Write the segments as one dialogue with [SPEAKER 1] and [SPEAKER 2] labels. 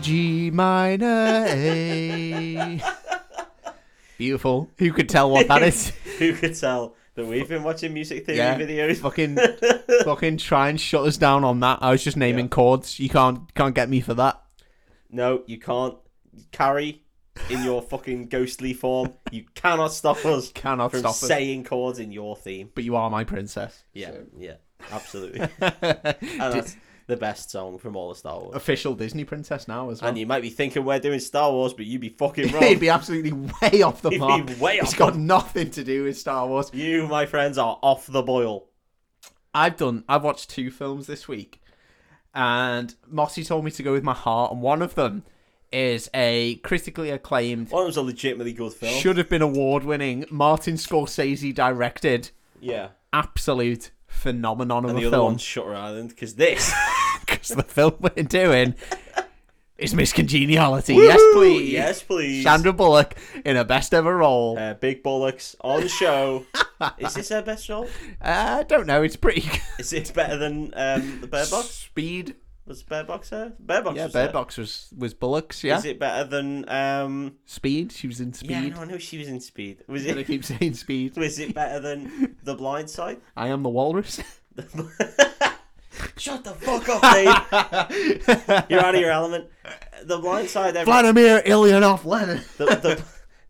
[SPEAKER 1] G minor A. Beautiful. Who could tell what that is?
[SPEAKER 2] Who could tell that we've been watching music theory
[SPEAKER 1] Yeah.
[SPEAKER 2] videos?
[SPEAKER 1] fucking, fucking try and shut us down on that. I was just naming
[SPEAKER 2] Yeah.
[SPEAKER 1] chords. You can't, can't get me for that.
[SPEAKER 2] No, you can't. Carry in your fucking ghostly form. You cannot stop us
[SPEAKER 1] Cannot
[SPEAKER 2] from
[SPEAKER 1] stop us.
[SPEAKER 2] saying chords in your theme.
[SPEAKER 1] But you are my princess.
[SPEAKER 2] Yeah, yeah, absolutely. and that's the best song from all of Star Wars.
[SPEAKER 1] Official Disney princess now as well.
[SPEAKER 2] And you might be thinking we're doing Star Wars, but you'd be fucking
[SPEAKER 1] He'd
[SPEAKER 2] wrong.
[SPEAKER 1] be absolutely way off the
[SPEAKER 2] He'd be
[SPEAKER 1] mark.
[SPEAKER 2] way
[SPEAKER 1] It's
[SPEAKER 2] off
[SPEAKER 1] got nothing to do with Star Wars.
[SPEAKER 2] you, my friends, are off the boil.
[SPEAKER 1] I've done. I've watched two films this week, and Mossy told me to go with my heart, and one of them is a critically acclaimed,
[SPEAKER 2] One of them's a legitimately good film.
[SPEAKER 1] should have been award-winning, Martin Scorsese directed,
[SPEAKER 2] yeah.
[SPEAKER 1] absolute phenomenon of
[SPEAKER 2] And
[SPEAKER 1] a
[SPEAKER 2] the other
[SPEAKER 1] film.
[SPEAKER 2] one's Shutter Island, because this.
[SPEAKER 1] Because the film we're doing is Miss Congeniality. yes, please.
[SPEAKER 2] yes, please.
[SPEAKER 1] Sandra Bullock in her best ever role.
[SPEAKER 2] Uh, Big Bullocks on show. Is this their best role?
[SPEAKER 1] I Uh, don't know. It's pretty.
[SPEAKER 2] Is it better than um, the Bear Box?
[SPEAKER 1] Speed.
[SPEAKER 2] Was Bear Box there? Bear Box.
[SPEAKER 1] Yeah,
[SPEAKER 2] was
[SPEAKER 1] Bear
[SPEAKER 2] there.
[SPEAKER 1] Box was was Bullocks. Yeah,
[SPEAKER 2] Is it better than um?
[SPEAKER 1] Speed. She was in
[SPEAKER 2] Yeah,
[SPEAKER 1] Speed.
[SPEAKER 2] no, I know she was in Speed. Was
[SPEAKER 1] Gonna
[SPEAKER 2] it?
[SPEAKER 1] keep saying Speed.
[SPEAKER 2] Was it better than The Blind Side?
[SPEAKER 1] I am the walrus.
[SPEAKER 2] Shut the fuck up, Dave. You're out of your element. The Blind Side. Every,
[SPEAKER 1] Vladimir Ilyanov Lenin.
[SPEAKER 2] the,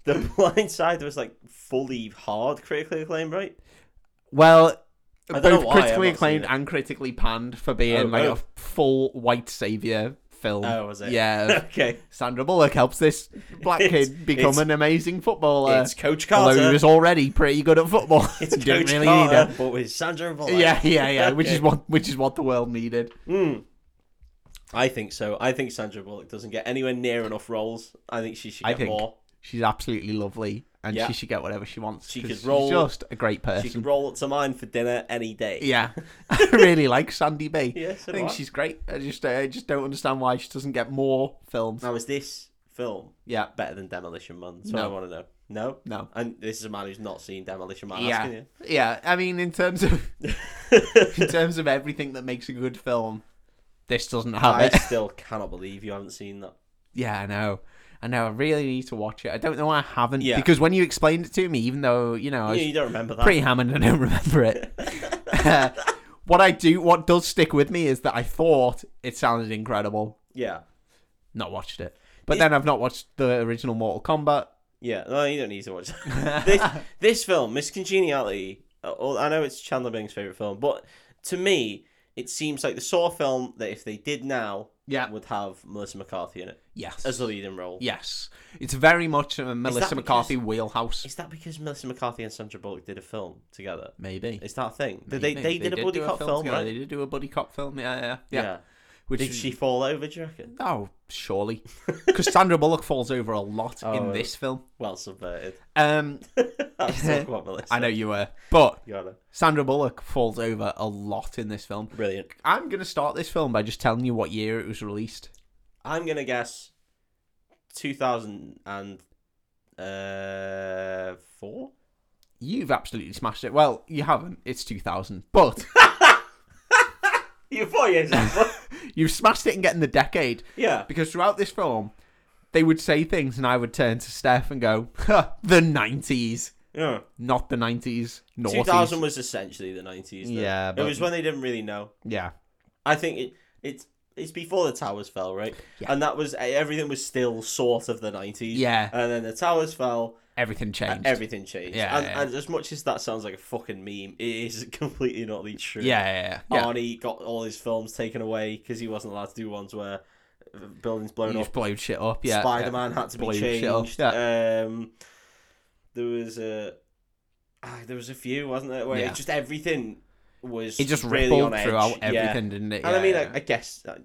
[SPEAKER 2] the, the Blind Side was like fully hard critically acclaimed, right?
[SPEAKER 1] Well,
[SPEAKER 2] I don't
[SPEAKER 1] both
[SPEAKER 2] know why I've
[SPEAKER 1] critically
[SPEAKER 2] not seen
[SPEAKER 1] acclaimed
[SPEAKER 2] it.
[SPEAKER 1] and critically panned for being
[SPEAKER 2] Oh,
[SPEAKER 1] like
[SPEAKER 2] oh.
[SPEAKER 1] a full white savior film.
[SPEAKER 2] Oh, was it?
[SPEAKER 1] Yeah.
[SPEAKER 2] Okay.
[SPEAKER 1] Sandra Bullock helps this black
[SPEAKER 2] It's-
[SPEAKER 1] kid become
[SPEAKER 2] it's-
[SPEAKER 1] an amazing footballer.
[SPEAKER 2] it's Coach
[SPEAKER 1] although he
[SPEAKER 2] Carter.
[SPEAKER 1] was already pretty good at football.
[SPEAKER 2] It's
[SPEAKER 1] Didn't
[SPEAKER 2] Coach
[SPEAKER 1] really need
[SPEAKER 2] Carter,
[SPEAKER 1] it.
[SPEAKER 2] but with Sandra Bullock.
[SPEAKER 1] Yeah, yeah, yeah. Which is
[SPEAKER 2] Okay.
[SPEAKER 1] what which is what the world needed.
[SPEAKER 2] I think so. I think Sandra Bullock doesn't get anywhere near enough roles. I think she should
[SPEAKER 1] I
[SPEAKER 2] get
[SPEAKER 1] think
[SPEAKER 2] more.
[SPEAKER 1] She's absolutely lovely, and
[SPEAKER 2] Yeah.
[SPEAKER 1] she should get whatever she wants.
[SPEAKER 2] She
[SPEAKER 1] 'cause
[SPEAKER 2] could roll-
[SPEAKER 1] She's just a great
[SPEAKER 2] She
[SPEAKER 1] person.
[SPEAKER 2] can roll up to mine for dinner any day.
[SPEAKER 1] Yeah, I really like Sandy B. I
[SPEAKER 2] Yeah, so do
[SPEAKER 1] think
[SPEAKER 2] I.
[SPEAKER 1] she's great. I just, I just don't understand why she doesn't get more films.
[SPEAKER 2] Now, is this film
[SPEAKER 1] Yeah,
[SPEAKER 2] better than Demolition Man? That's
[SPEAKER 1] No.
[SPEAKER 2] what I want to know. No?
[SPEAKER 1] No.
[SPEAKER 2] And this is a man who's not seen Demolition Man
[SPEAKER 1] yeah,
[SPEAKER 2] asking
[SPEAKER 1] yeah. I mean, in terms of
[SPEAKER 2] you.
[SPEAKER 1] in terms of everything that makes a good film, this doesn't have
[SPEAKER 2] I
[SPEAKER 1] it.
[SPEAKER 2] still cannot believe you haven't seen that.
[SPEAKER 1] Yeah, I know. I know. I really need to watch it. I don't know why I haven't.
[SPEAKER 2] Yeah.
[SPEAKER 1] Because when you explained it to me, even though you know I was
[SPEAKER 2] Yeah, you don't remember that.
[SPEAKER 1] pretty hammered, and I don't remember it. what I do, what does stick with me is that I thought it sounded incredible.
[SPEAKER 2] Yeah.
[SPEAKER 1] not watched it. But
[SPEAKER 2] It-
[SPEAKER 1] then I've not watched the original Mortal Kombat.
[SPEAKER 2] Yeah. No, you don't need to watch that. this, this film, Miss Congeniality, uh, oh, I know it's Chandler Bing's favourite film, but to me, it seems like the Saw film that if they did now,
[SPEAKER 1] Yeah.
[SPEAKER 2] would have Melissa McCarthy in it
[SPEAKER 1] Yes.
[SPEAKER 2] as the leading role.
[SPEAKER 1] yes. It's very much a Melissa
[SPEAKER 2] that
[SPEAKER 1] McCarthy wheelhouse.
[SPEAKER 2] Is that because Melissa McCarthy and Sandra Bullock did a film together?
[SPEAKER 1] Maybe.
[SPEAKER 2] Is that a thing? Did they,
[SPEAKER 1] Maybe.
[SPEAKER 2] they did a buddy
[SPEAKER 1] do
[SPEAKER 2] cop film,
[SPEAKER 1] together.
[SPEAKER 2] right?
[SPEAKER 1] They did do a buddy cop film. Yeah, yeah, yeah. Which
[SPEAKER 2] Did she fall over, do you reckon?
[SPEAKER 1] Oh, surely. Because Sandra Bullock falls over a lot in
[SPEAKER 2] Oh.
[SPEAKER 1] this film.
[SPEAKER 2] Well subverted.
[SPEAKER 1] Um,
[SPEAKER 2] That's not quite Melissa.
[SPEAKER 1] I know you were, but
[SPEAKER 2] You gotta-
[SPEAKER 1] Sandra Bullock falls over a lot in this film.
[SPEAKER 2] Brilliant.
[SPEAKER 1] I'm gonna start this film by just telling you what year it was released.
[SPEAKER 2] I'm gonna guess uh, 2004.
[SPEAKER 1] You've absolutely smashed it. Well, you haven't. It's 2000, but
[SPEAKER 2] You're four years
[SPEAKER 1] You've smashed it in getting the decade
[SPEAKER 2] yeah.
[SPEAKER 1] because throughout this film, they would say things, and I would turn to Steph and go, huh, "The nineties,
[SPEAKER 2] Yeah.
[SPEAKER 1] not the nineties,
[SPEAKER 2] 2000
[SPEAKER 1] noughties."
[SPEAKER 2] was essentially the 90s. though.
[SPEAKER 1] Yeah,
[SPEAKER 2] It
[SPEAKER 1] but-
[SPEAKER 2] was when they didn't really know.
[SPEAKER 1] Yeah,
[SPEAKER 2] I think it it's it's before the towers fell, right?
[SPEAKER 1] Yeah.
[SPEAKER 2] And that was e, everything was still sort of the 90s.
[SPEAKER 1] Yeah.
[SPEAKER 2] And then the towers fell,
[SPEAKER 1] everything changed.
[SPEAKER 2] Uh, everything changed.
[SPEAKER 1] Yeah,
[SPEAKER 2] and,
[SPEAKER 1] yeah.
[SPEAKER 2] and as much as that sounds like a fucking meme, it is completely not the truth.
[SPEAKER 1] yeah, yeah, yeah. yeah.
[SPEAKER 2] Arnie got all his films taken away because he wasn't allowed to do ones where uh, buildings blown
[SPEAKER 1] You
[SPEAKER 2] up.
[SPEAKER 1] just blew shit up. Yeah,
[SPEAKER 2] Spider Man had to be
[SPEAKER 1] Blew shit up,
[SPEAKER 2] changed.
[SPEAKER 1] Yeah.
[SPEAKER 2] Um, there was a ah, there was a few, wasn't there? Where
[SPEAKER 1] Yeah.
[SPEAKER 2] it just everything was
[SPEAKER 1] It just
[SPEAKER 2] really
[SPEAKER 1] rippled
[SPEAKER 2] on edge.
[SPEAKER 1] throughout
[SPEAKER 2] Yeah.
[SPEAKER 1] everything, didn't it?
[SPEAKER 2] And I
[SPEAKER 1] Yeah,
[SPEAKER 2] mean,
[SPEAKER 1] yeah.
[SPEAKER 2] I, I guess uh,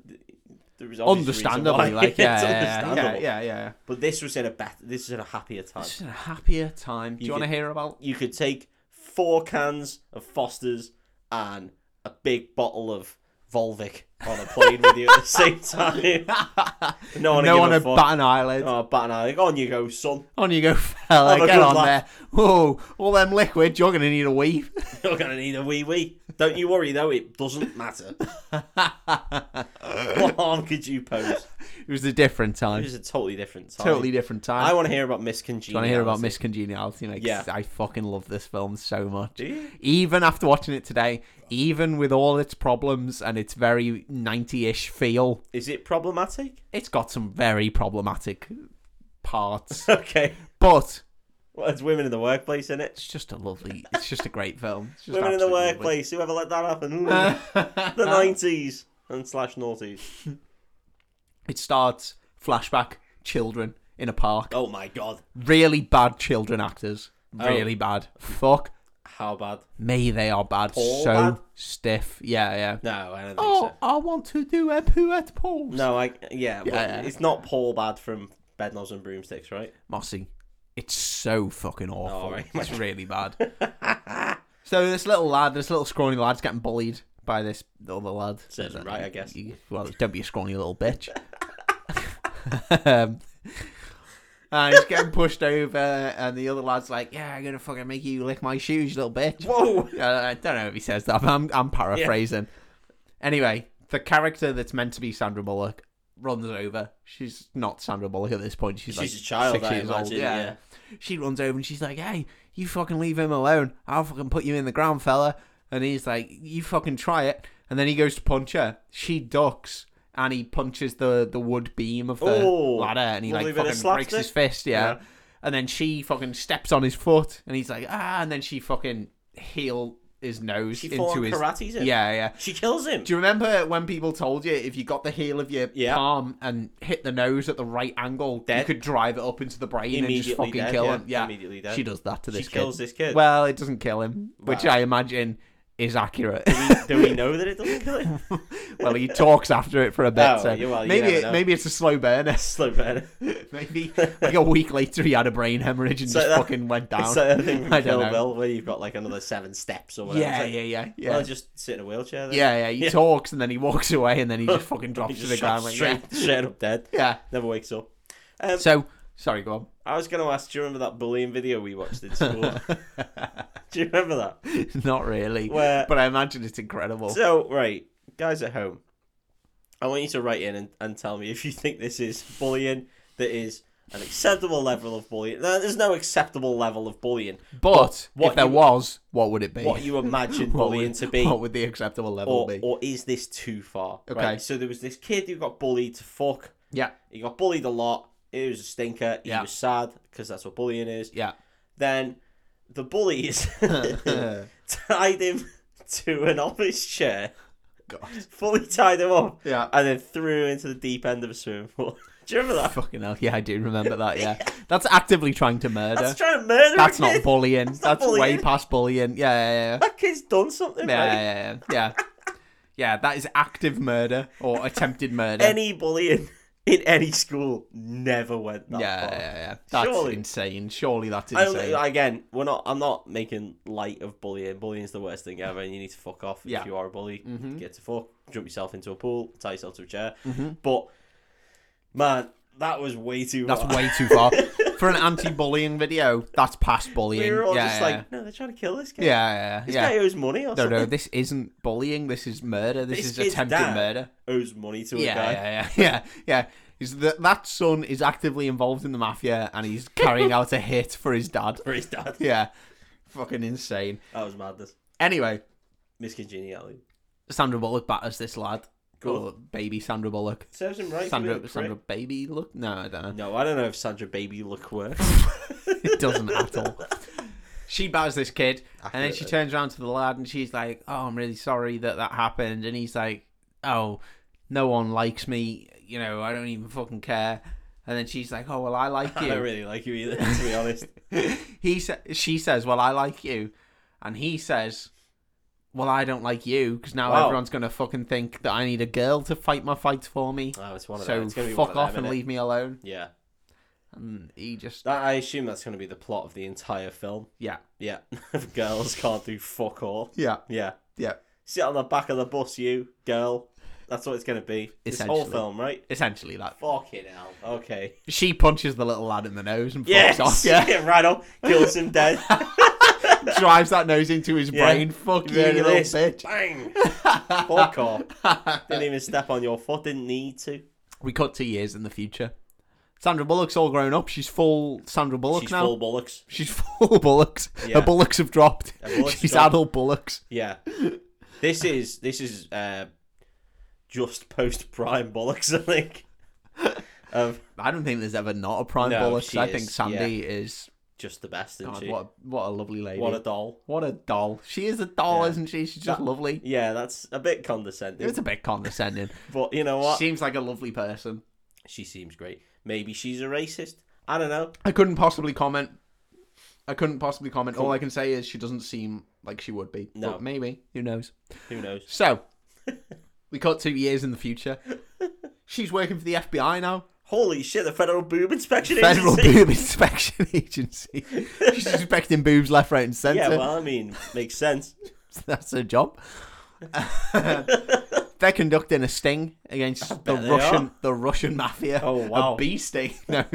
[SPEAKER 2] there was obvious reason why.
[SPEAKER 1] understandably, like yeah,
[SPEAKER 2] it's
[SPEAKER 1] yeah, yeah,
[SPEAKER 2] understandable.
[SPEAKER 1] yeah, yeah, yeah.
[SPEAKER 2] But this was in a better, this was in a happier time.
[SPEAKER 1] It's a happier time. Do you,
[SPEAKER 2] You
[SPEAKER 1] want to
[SPEAKER 2] could-
[SPEAKER 1] hear about?
[SPEAKER 2] You could take four cans of Fosters and a big bottle of Volvic on a plane with you at the same time. No one,
[SPEAKER 1] no
[SPEAKER 2] no
[SPEAKER 1] one
[SPEAKER 2] a
[SPEAKER 1] to
[SPEAKER 2] fuck.
[SPEAKER 1] bat an eyelid.
[SPEAKER 2] oh, bat an eye. On you go, son.
[SPEAKER 1] On you go, fella.
[SPEAKER 2] Have a
[SPEAKER 1] Get
[SPEAKER 2] good
[SPEAKER 1] on
[SPEAKER 2] laugh.
[SPEAKER 1] there. Whoa, all them liquids, you're going to need a weave.
[SPEAKER 2] You're gonna need a wee wee. Don't you worry though. It doesn't matter. what harm could you pose?
[SPEAKER 1] It was a different
[SPEAKER 2] It
[SPEAKER 1] time.
[SPEAKER 2] was a totally different time.
[SPEAKER 1] Totally different time.
[SPEAKER 2] I want to hear about Miss Congeniality.
[SPEAKER 1] Do you want to hear about Miss Congeniality? Mate? 'Cause
[SPEAKER 2] Yeah.
[SPEAKER 1] I fucking love this film so much.
[SPEAKER 2] Do you?
[SPEAKER 1] Even after watching it today, even with all its problems and its very 90 ish feel,
[SPEAKER 2] Is it problematic?
[SPEAKER 1] it's got some very problematic parts.
[SPEAKER 2] Okay.
[SPEAKER 1] but
[SPEAKER 2] Well, it's women in the workplace, isn't it?
[SPEAKER 1] it's just a lovely, it's just a great film. It's just
[SPEAKER 2] women in the
[SPEAKER 1] absolutely lovely.
[SPEAKER 2] workplace. Whoever let that happen. Ooh. the nineties and slash noughties.
[SPEAKER 1] It starts flashback, children in a park.
[SPEAKER 2] Oh my god.
[SPEAKER 1] Really bad children actors.
[SPEAKER 2] Oh.
[SPEAKER 1] Really bad. Fuck
[SPEAKER 2] How bad?
[SPEAKER 1] me, they are bad.
[SPEAKER 2] All
[SPEAKER 1] so
[SPEAKER 2] bad?
[SPEAKER 1] stiff. Yeah, yeah.
[SPEAKER 2] No, I don't think
[SPEAKER 1] Oh,
[SPEAKER 2] so.
[SPEAKER 1] I want to do a poo-et pose.
[SPEAKER 2] No, I yeah, well,
[SPEAKER 1] Yeah.
[SPEAKER 2] it's not Paul Bad from Bedknobs and Broomsticks, right?
[SPEAKER 1] Mossy, it's so fucking awful.
[SPEAKER 2] Oh, right.
[SPEAKER 1] It's really bad. so this little lad, this little scrawny lad's getting bullied by this other lad. Uh,
[SPEAKER 2] Serves him right, I guess.
[SPEAKER 1] You- well, don't be a scrawny little bitch. um, and he's getting pushed over, and the other lad's like, "Yeah, I'm gonna fucking make you lick my shoes, you little bitch."
[SPEAKER 2] Whoa.
[SPEAKER 1] Uh, I don't know if he says that, but I'm, I'm paraphrasing. Anyway, the character that's meant to be Sandra Bullock runs over. She's not Sandra Bullock at this point. She's,
[SPEAKER 2] She's
[SPEAKER 1] like
[SPEAKER 2] a child,
[SPEAKER 1] six
[SPEAKER 2] I
[SPEAKER 1] years old.
[SPEAKER 2] imagine, yeah.
[SPEAKER 1] She runs over and she's like, hey, you fucking leave him alone. I'll fucking put you in the ground, fella. And he's like, you fucking try it. And then he goes to punch her. She ducks. And he punches the, the wood beam of the
[SPEAKER 2] Ooh,
[SPEAKER 1] ladder, and he like
[SPEAKER 2] lovely bit of
[SPEAKER 1] fucking breaks
[SPEAKER 2] slapstick.
[SPEAKER 1] his fist, yeah.
[SPEAKER 2] Yeah.
[SPEAKER 1] And then she fucking steps on his foot, and he's like, ah. And then she fucking heel his nose
[SPEAKER 2] She
[SPEAKER 1] into
[SPEAKER 2] full
[SPEAKER 1] his.
[SPEAKER 2] karate's him.
[SPEAKER 1] Yeah, yeah.
[SPEAKER 2] She kills him.
[SPEAKER 1] Do you remember when people told you if you got the heel of your
[SPEAKER 2] Yeah.
[SPEAKER 1] palm and hit the nose at the right angle, you
[SPEAKER 2] Dead.
[SPEAKER 1] could drive it up into the brain and just
[SPEAKER 2] Immediately
[SPEAKER 1] fucking
[SPEAKER 2] dead,
[SPEAKER 1] kill
[SPEAKER 2] yeah.
[SPEAKER 1] him? Yeah,
[SPEAKER 2] Immediately dead.
[SPEAKER 1] she does that to
[SPEAKER 2] She
[SPEAKER 1] this
[SPEAKER 2] kills
[SPEAKER 1] kid.
[SPEAKER 2] this kid.
[SPEAKER 1] Well, it doesn't kill him, which
[SPEAKER 2] Wow.
[SPEAKER 1] I imagine is accurate.
[SPEAKER 2] Do we know that it doesn't kill him?
[SPEAKER 1] well, he talks after it for a bit,
[SPEAKER 2] Oh,
[SPEAKER 1] so
[SPEAKER 2] yeah, well, you
[SPEAKER 1] maybe
[SPEAKER 2] never
[SPEAKER 1] it-
[SPEAKER 2] know.
[SPEAKER 1] maybe it's a slow burner.
[SPEAKER 2] Slow burn.
[SPEAKER 1] Maybe like a week later, he had a brain hemorrhage and
[SPEAKER 2] So
[SPEAKER 1] just
[SPEAKER 2] that-
[SPEAKER 1] fucking went down.
[SPEAKER 2] It's like that thing
[SPEAKER 1] I
[SPEAKER 2] from
[SPEAKER 1] don't
[SPEAKER 2] Kill
[SPEAKER 1] know.
[SPEAKER 2] Bill where you've got like another seven steps or whatever.
[SPEAKER 1] yeah,
[SPEAKER 2] It's
[SPEAKER 1] yeah,
[SPEAKER 2] like,
[SPEAKER 1] yeah, yeah,
[SPEAKER 2] Well, just sit in a wheelchair. Then.
[SPEAKER 1] yeah, yeah. He
[SPEAKER 2] yeah.
[SPEAKER 1] talks and then he walks away and then he just fucking
[SPEAKER 2] He
[SPEAKER 1] drops to
[SPEAKER 2] just
[SPEAKER 1] the
[SPEAKER 2] shot
[SPEAKER 1] ground. Like, yeah.
[SPEAKER 2] straight, straight up dead.
[SPEAKER 1] yeah.
[SPEAKER 2] Never wakes up. Um,
[SPEAKER 1] So sorry, go on.
[SPEAKER 2] I was going to ask, do you remember that bullying video we watched in school? do you remember that?
[SPEAKER 1] Not really,
[SPEAKER 2] Where
[SPEAKER 1] but I imagine it's incredible.
[SPEAKER 2] uh, So, right, guys at home, I want you to write in and, and tell me if you think this is bullying that is an acceptable level of bullying. No, there's no acceptable level of bullying.
[SPEAKER 1] but
[SPEAKER 2] what
[SPEAKER 1] if there
[SPEAKER 2] you-
[SPEAKER 1] was, what would it be?
[SPEAKER 2] What you imagine
[SPEAKER 1] What
[SPEAKER 2] bullying
[SPEAKER 1] would,
[SPEAKER 2] to be.
[SPEAKER 1] What would the acceptable level
[SPEAKER 2] Or,
[SPEAKER 1] be?
[SPEAKER 2] or is this too far?
[SPEAKER 1] Okay.
[SPEAKER 2] Right, so there was this kid who got bullied to fuck.
[SPEAKER 1] yeah,
[SPEAKER 2] He got bullied a lot. He was a stinker. He
[SPEAKER 1] Yeah.
[SPEAKER 2] was sad because that's what bullying is.
[SPEAKER 1] yeah.
[SPEAKER 2] Then the bullies tied him to an office chair,
[SPEAKER 1] God.
[SPEAKER 2] fully tied him up,
[SPEAKER 1] Yeah.
[SPEAKER 2] and then threw him into the deep end of a swimming pool. Do you remember that?
[SPEAKER 1] Fucking hell. Yeah, I do remember that. Yeah, that's actively trying to murder.
[SPEAKER 2] That's trying to murder.
[SPEAKER 1] That's
[SPEAKER 2] a
[SPEAKER 1] not
[SPEAKER 2] kid.
[SPEAKER 1] bullying. That's,
[SPEAKER 2] not
[SPEAKER 1] way
[SPEAKER 2] bullying.
[SPEAKER 1] past bullying. Yeah, yeah, yeah.
[SPEAKER 2] That kid's done something.
[SPEAKER 1] Yeah,
[SPEAKER 2] right?
[SPEAKER 1] yeah, yeah. yeah. Yeah, that is active murder or attempted murder.
[SPEAKER 2] Any bullying in any school never went
[SPEAKER 1] yeah,
[SPEAKER 2] that
[SPEAKER 1] yeah,
[SPEAKER 2] far.
[SPEAKER 1] yeah, yeah. That's
[SPEAKER 2] Oh. Surely.
[SPEAKER 1] insane. Surely that's
[SPEAKER 2] I
[SPEAKER 1] insane.
[SPEAKER 2] don't, again, we're not. I'm not making light of bullying. Bullying's the worst thing ever, and you need to fuck off
[SPEAKER 1] Yeah.
[SPEAKER 2] if you are a bully.
[SPEAKER 1] Mhm.
[SPEAKER 2] Get to fuck, jump yourself into a pool, tie yourself to a chair.
[SPEAKER 1] Mhm.
[SPEAKER 2] But man, that was way too.
[SPEAKER 1] That's
[SPEAKER 2] far.
[SPEAKER 1] way too far for an anti-bullying video. That's past bullying.
[SPEAKER 2] We were all
[SPEAKER 1] yeah,
[SPEAKER 2] just
[SPEAKER 1] yeah, yeah.
[SPEAKER 2] like, no, they're trying to kill this guy.
[SPEAKER 1] yeah, yeah,
[SPEAKER 2] This
[SPEAKER 1] yeah.
[SPEAKER 2] guy owes money or
[SPEAKER 1] No,
[SPEAKER 2] something.
[SPEAKER 1] no, this isn't bullying. This is murder. This,
[SPEAKER 2] This
[SPEAKER 1] is
[SPEAKER 2] kid's
[SPEAKER 1] attempted
[SPEAKER 2] dad-
[SPEAKER 1] murder.
[SPEAKER 2] Owes money to a
[SPEAKER 1] Yeah,
[SPEAKER 2] guy.
[SPEAKER 1] yeah, yeah, yeah, yeah. Is that that son is actively involved in the mafia and he's carrying out a hit for his dad?
[SPEAKER 2] For his dad.
[SPEAKER 1] Yeah, fucking insane.
[SPEAKER 2] That was madness.
[SPEAKER 1] Anyway,
[SPEAKER 2] Miscongeniality.
[SPEAKER 1] Sandra Bullock batters this lad.
[SPEAKER 2] Cool.
[SPEAKER 1] Or baby Sandra Bullock.
[SPEAKER 2] Serves him right.
[SPEAKER 1] Sandra,
[SPEAKER 2] Sandra,
[SPEAKER 1] Sandra baby look? No, I don't know.
[SPEAKER 2] No, I don't know if Sandra Baby look works.
[SPEAKER 1] It doesn't at all. She batters this kid, and then she
[SPEAKER 2] Accurately.
[SPEAKER 1] turns around to the lad and she's like, "Oh, I'm really sorry that that happened." And he's like, "Oh, no one likes me. You know, I don't even fucking care." And then she's like, "Oh, well, I like
[SPEAKER 2] I don't
[SPEAKER 1] you."
[SPEAKER 2] really like you either, to be honest.
[SPEAKER 1] he sa- she says, "Well, I like you," and he says. Well, I don't like you because now
[SPEAKER 2] Wow.
[SPEAKER 1] everyone's gonna fucking think that I need a girl to fight my fights for me.
[SPEAKER 2] Oh, it's one of them.
[SPEAKER 1] So
[SPEAKER 2] It's gonna be
[SPEAKER 1] fuck
[SPEAKER 2] one of
[SPEAKER 1] off
[SPEAKER 2] them,
[SPEAKER 1] and
[SPEAKER 2] innit?
[SPEAKER 1] leave me alone.
[SPEAKER 2] Yeah,
[SPEAKER 1] And he just
[SPEAKER 2] that, I assume that's going to be the plot of the entire film.
[SPEAKER 1] yeah
[SPEAKER 2] Yeah, girls can't do fuck all.
[SPEAKER 1] yeah
[SPEAKER 2] Yeah,
[SPEAKER 1] yeah
[SPEAKER 2] sit on the back of the bus, you girl. That's what it's gonna be. This whole
[SPEAKER 1] Essentially.
[SPEAKER 2] film, right?
[SPEAKER 1] Essentially, that
[SPEAKER 2] Fucking hell. Okay.
[SPEAKER 1] she punches the little lad in the nose and fucks
[SPEAKER 2] Yes.
[SPEAKER 1] off.
[SPEAKER 2] Yeah.
[SPEAKER 1] Yeah,
[SPEAKER 2] Right on. Kills him dead.
[SPEAKER 1] drives that nose into his
[SPEAKER 2] Yeah.
[SPEAKER 1] brain. Fuck you,
[SPEAKER 2] Look at
[SPEAKER 1] you little
[SPEAKER 2] this.
[SPEAKER 1] bitch.
[SPEAKER 2] Bang. Fuck off. Didn't even step on your foot. Didn't need to.
[SPEAKER 1] We cut two years in the future. Sandra Bullock's all grown up. She's full Sandra Bullock
[SPEAKER 2] She's
[SPEAKER 1] now.
[SPEAKER 2] full bollocks.
[SPEAKER 1] She's full bullocks.
[SPEAKER 2] Yeah.
[SPEAKER 1] Her bullocks have dropped.
[SPEAKER 2] Her bullocks
[SPEAKER 1] She's
[SPEAKER 2] dropped.
[SPEAKER 1] adult bullocks.
[SPEAKER 2] Yeah. This is this is uh, just post prime bollocks. I think. Of
[SPEAKER 1] I don't think there's ever not a prime
[SPEAKER 2] No,
[SPEAKER 1] bullocks.
[SPEAKER 2] she
[SPEAKER 1] I
[SPEAKER 2] is,
[SPEAKER 1] think Sandy is.
[SPEAKER 2] just the best, isn't
[SPEAKER 1] God,
[SPEAKER 2] she?
[SPEAKER 1] what a- what a lovely lady.
[SPEAKER 2] what a doll.
[SPEAKER 1] What a doll. She is a doll,
[SPEAKER 2] Yeah.
[SPEAKER 1] isn't she? She's just
[SPEAKER 2] That-
[SPEAKER 1] lovely.
[SPEAKER 2] Yeah, that's a bit condescending.
[SPEAKER 1] It's a bit condescending.
[SPEAKER 2] But you know what? She...
[SPEAKER 1] Seems like a lovely person.
[SPEAKER 2] seems great. Maybe she's a racist. I don't know.
[SPEAKER 1] I couldn't possibly comment. I couldn't possibly comment. All I can say is she doesn't seem like she would be.
[SPEAKER 2] No.
[SPEAKER 1] But maybe. Who knows?
[SPEAKER 2] Who knows?
[SPEAKER 1] So, we cut two years in the future. She's working for the FBI now.
[SPEAKER 2] Holy shit! The Federal Boob Inspection
[SPEAKER 1] Federal
[SPEAKER 2] Agency.
[SPEAKER 1] Boob Inspection Agency. She's inspecting boobs left, right, and centre.
[SPEAKER 2] Yeah, well, I mean, makes sense.
[SPEAKER 1] That's her job. They're conducting a sting against the
[SPEAKER 2] bet they
[SPEAKER 1] Russian
[SPEAKER 2] are.
[SPEAKER 1] the Russian mafia.
[SPEAKER 2] Oh, wow.
[SPEAKER 1] A bee sting. No.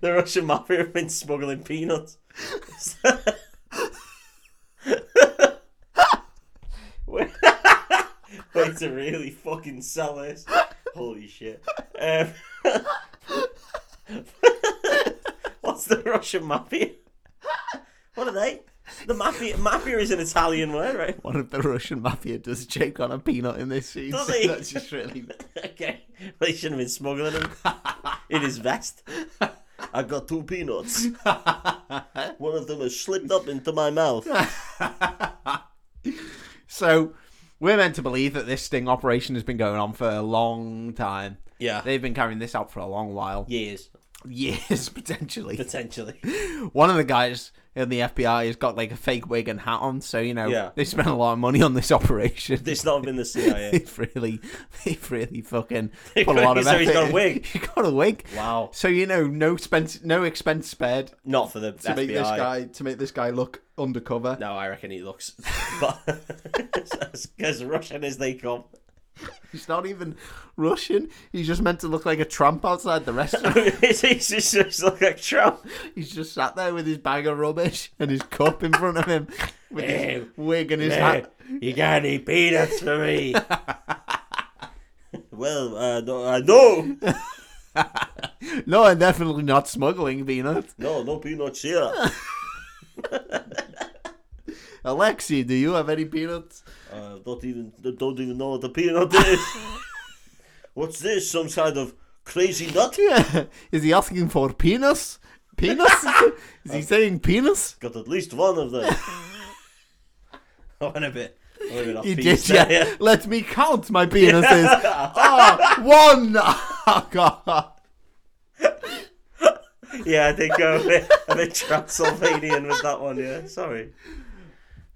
[SPEAKER 2] The Russian mafia have been smuggling peanuts. Way way to really fucking sell this. Holy shit. Um, what's the Russian mafia? What are they? The mafia mafia is an Italian word, right?
[SPEAKER 1] One of the Russian mafia does check on a peanut in this scene.
[SPEAKER 2] Does
[SPEAKER 1] so
[SPEAKER 2] he?
[SPEAKER 1] That's just really
[SPEAKER 2] Okay. Well, he shouldn't have been smuggling them in his vest. I got two peanuts. One of them has slipped up into my mouth.
[SPEAKER 1] So we're meant to believe that this sting operation has been going on for a long time.
[SPEAKER 2] Yeah.
[SPEAKER 1] They've been carrying this out for a long while.
[SPEAKER 2] Years,
[SPEAKER 1] Years potentially.
[SPEAKER 2] potentially.
[SPEAKER 1] one of the guys in the FBI has got like a fake wig and hat on, so you know
[SPEAKER 2] Yeah.
[SPEAKER 1] they spent a lot of money on this operation.
[SPEAKER 2] This not been the CIA.
[SPEAKER 1] they've really, they've really fucking
[SPEAKER 2] They've
[SPEAKER 1] put a lot of
[SPEAKER 2] really- so he's
[SPEAKER 1] effort
[SPEAKER 2] got a
[SPEAKER 1] in.
[SPEAKER 2] wig.
[SPEAKER 1] He's got a wig.
[SPEAKER 2] Wow.
[SPEAKER 1] So you know, no expense, no expense spared
[SPEAKER 2] Not for the
[SPEAKER 1] to
[SPEAKER 2] FBI.
[SPEAKER 1] make this guy to make this guy look undercover.
[SPEAKER 2] No, I reckon he looks but as, as Russian as they come.
[SPEAKER 1] He's not even Russian. He's just meant to look like a tramp outside the restaurant.
[SPEAKER 2] He's just, just like a Trump.
[SPEAKER 1] he's just sat there with his bag of rubbish and his cup in front of him, with his
[SPEAKER 2] Ew.
[SPEAKER 1] wig and his
[SPEAKER 2] Eh,
[SPEAKER 1] hat.
[SPEAKER 2] you got any peanuts for me? well, uh, no, uh, no,
[SPEAKER 1] No, I'm definitely not smuggling peanuts.
[SPEAKER 2] no, no peanuts here.
[SPEAKER 1] Alexi, do you have any peanuts?
[SPEAKER 2] Uh, don't even don't even know what a peanut is. What's this? Some kind of crazy nut?
[SPEAKER 1] Yeah. Is he asking for penis? Penis? Is he saying penis?
[SPEAKER 2] Got at least one of them. I went a bit. I went a bit off
[SPEAKER 1] He
[SPEAKER 2] piece
[SPEAKER 1] did, yeah.
[SPEAKER 2] there,
[SPEAKER 1] Let me count my penises. Ah, one. Oh, God.
[SPEAKER 2] yeah. Yeah, I did go a bit, a bit Transylvanian with that one. Yeah, sorry.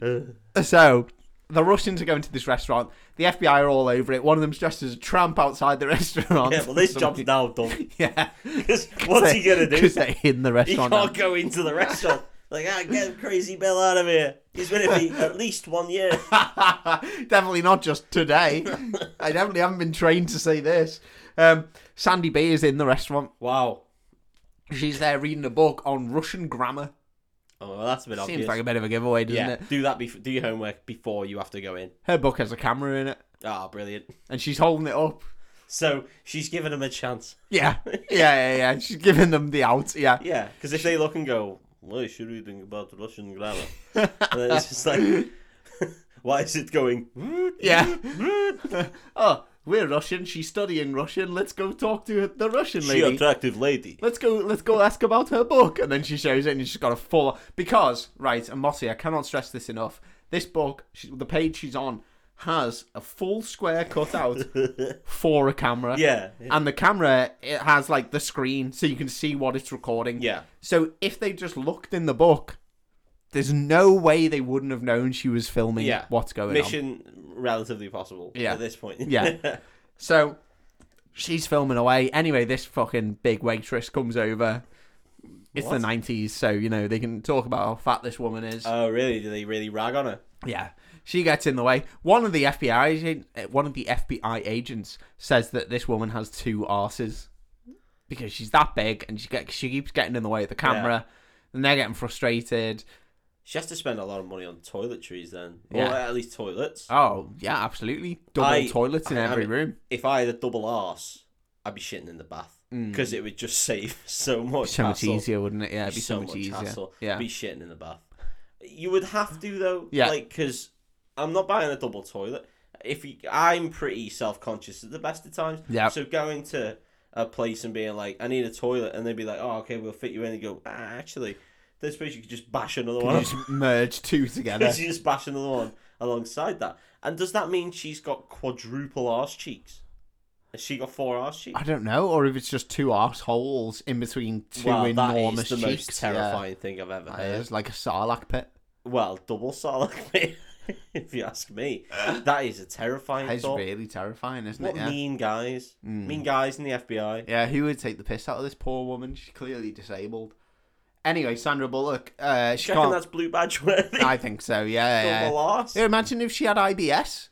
[SPEAKER 2] Uh,
[SPEAKER 1] So, the Russians are going to this restaurant. The FBI are all over it. One of them's dressed as a tramp outside the restaurant.
[SPEAKER 2] yeah, well, this job's now done.
[SPEAKER 1] Yeah.
[SPEAKER 2] 'Cause what's he gonna do?
[SPEAKER 1] Because they're in the
[SPEAKER 2] He
[SPEAKER 1] restaurant.
[SPEAKER 2] can't go into the restaurant. Like, ah, get crazy Bill out of here. He's been with me at least one year.
[SPEAKER 1] definitely not just today. I definitely haven't been trained to say this. Um, Sandy B is in the restaurant.
[SPEAKER 2] Wow.
[SPEAKER 1] She's there reading a book on Russian grammar.
[SPEAKER 2] Oh, well, that's a bit obvious.
[SPEAKER 1] Seems like a bit of a giveaway, doesn't
[SPEAKER 2] Yeah,
[SPEAKER 1] it?
[SPEAKER 2] do that. Bef- do your homework before you have to go in.
[SPEAKER 1] Her book has a camera in it,
[SPEAKER 2] Ah, brilliant.
[SPEAKER 1] and she's holding it up.
[SPEAKER 2] So she's giving them a chance.
[SPEAKER 1] Yeah, yeah, yeah, yeah. She's giving them the out. Yeah,
[SPEAKER 2] Yeah, because if they look and go, "Why is she reading about Russian grammar?" and then it's just like, "Why is it going?"
[SPEAKER 1] yeah. oh, we're Russian. She's studying Russian. Let's go talk to the Russian
[SPEAKER 2] She
[SPEAKER 1] lady.
[SPEAKER 2] attractive lady.
[SPEAKER 1] let's go let's go ask about her book and then she shows it and she's got a full because right and mossy i cannot stress this enough this book she, the page she's on has a full square cutout for a camera
[SPEAKER 2] Yeah, yeah.
[SPEAKER 1] and the camera it has like the screen so you can see what it's recording
[SPEAKER 2] Yeah.
[SPEAKER 1] so if they just looked in the book there's no way they wouldn't have known she was filming
[SPEAKER 2] Yeah.
[SPEAKER 1] what's going on
[SPEAKER 2] Mission relatively possible.
[SPEAKER 1] Yeah.
[SPEAKER 2] At this point.
[SPEAKER 1] Yeah. So she's filming away. Anyway, this fucking big waitress comes over. It's
[SPEAKER 2] What? Uh.
[SPEAKER 1] the 90s, so, you know, they can talk about how fat this woman is.
[SPEAKER 2] oh, really? Do they really rag on her?
[SPEAKER 1] Yeah, she gets in the way. One of the FBI agent, uh, one of the FBI agents says that this woman has two arses because she's that big and she get, she keeps getting in the way of the camera, and they're getting frustrated.
[SPEAKER 2] She has to spend a lot of money on toiletries then, or
[SPEAKER 1] Yeah.
[SPEAKER 2] at least toilets.
[SPEAKER 1] Oh yeah, absolutely. Double
[SPEAKER 2] I-
[SPEAKER 1] toilets in
[SPEAKER 2] I- I
[SPEAKER 1] every
[SPEAKER 2] mean-
[SPEAKER 1] room.
[SPEAKER 2] If I had a double arse, I'd be shitting in the bath because it would just save so much.
[SPEAKER 1] Mm. So much
[SPEAKER 2] hassle.
[SPEAKER 1] easier, wouldn't it? Yeah, it'd be so, much, easier.
[SPEAKER 2] hassle.
[SPEAKER 1] Yeah.
[SPEAKER 2] Be shitting in the bath. You would have to though,
[SPEAKER 1] Yeah.
[SPEAKER 2] Like, because I'm not buying a double toilet. If you, I'm pretty self conscious at the best of times.
[SPEAKER 1] Yeah.
[SPEAKER 2] So going to a place and being like, I need a toilet, and they'd be like, Oh, okay, we'll fit you in. And you go, ah, actually, there's space you could just bash another one.
[SPEAKER 1] You just merge two together.
[SPEAKER 2] She just bash another one alongside that. And does that mean she's got quadruple arse cheeks? Has she got four arse cheeks?
[SPEAKER 1] I don't know, or if it's just two arseholes in between two
[SPEAKER 2] Wow,
[SPEAKER 1] enormous
[SPEAKER 2] that is the
[SPEAKER 1] cheeks.
[SPEAKER 2] most
[SPEAKER 1] Yeah.
[SPEAKER 2] terrifying thing I've ever
[SPEAKER 1] That
[SPEAKER 2] heard.
[SPEAKER 1] is like a sarlacc pit.
[SPEAKER 2] Well, double salak, if you ask me. That is a terrifying
[SPEAKER 1] That is
[SPEAKER 2] thought.
[SPEAKER 1] really terrifying, isn't
[SPEAKER 2] What
[SPEAKER 1] it? Yeah. Hmm.
[SPEAKER 2] mean guys? Mean guys in the FBI.
[SPEAKER 1] Yeah, who would take the piss out of this poor woman? She's clearly disabled. Anyway, Sandra Bullock, uh, she
[SPEAKER 2] Do you reckon
[SPEAKER 1] can't.
[SPEAKER 2] that's blue badge worthy?
[SPEAKER 1] I think so. Yeah, yeah.
[SPEAKER 2] Double arse?
[SPEAKER 1] Yeah, Imagine if she had IBS.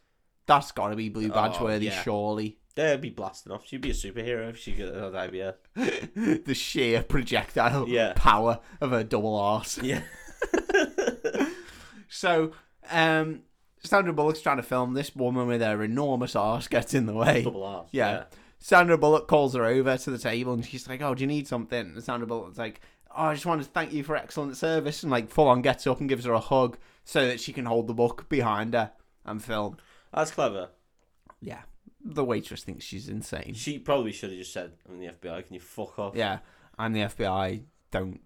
[SPEAKER 1] That's got to be blue badge worthy,
[SPEAKER 2] Oh, yeah.
[SPEAKER 1] surely.
[SPEAKER 2] They'd be blasting off. She'd be a superhero if she got an IBS.
[SPEAKER 1] the sheer projectile
[SPEAKER 2] Yeah.
[SPEAKER 1] power of her double arse.
[SPEAKER 2] Yeah.
[SPEAKER 1] So, um, Sandra Bullock's trying to film this woman with her enormous arse gets in the way.
[SPEAKER 2] double arse.
[SPEAKER 1] Yeah. Sandra Bullock calls her over to the table and she's like, Oh, do you need something? And Sandra Bullock's like, Oh, I just wanted to thank you for excellent service. And like, full on gets up and gives her a hug so that she can hold the book behind her and film.
[SPEAKER 2] That's clever.
[SPEAKER 1] Yeah. The waitress thinks she's insane.
[SPEAKER 2] She probably should have just said, I'm the FBI, can you fuck off?
[SPEAKER 1] Yeah. I'm the FBI. Don't.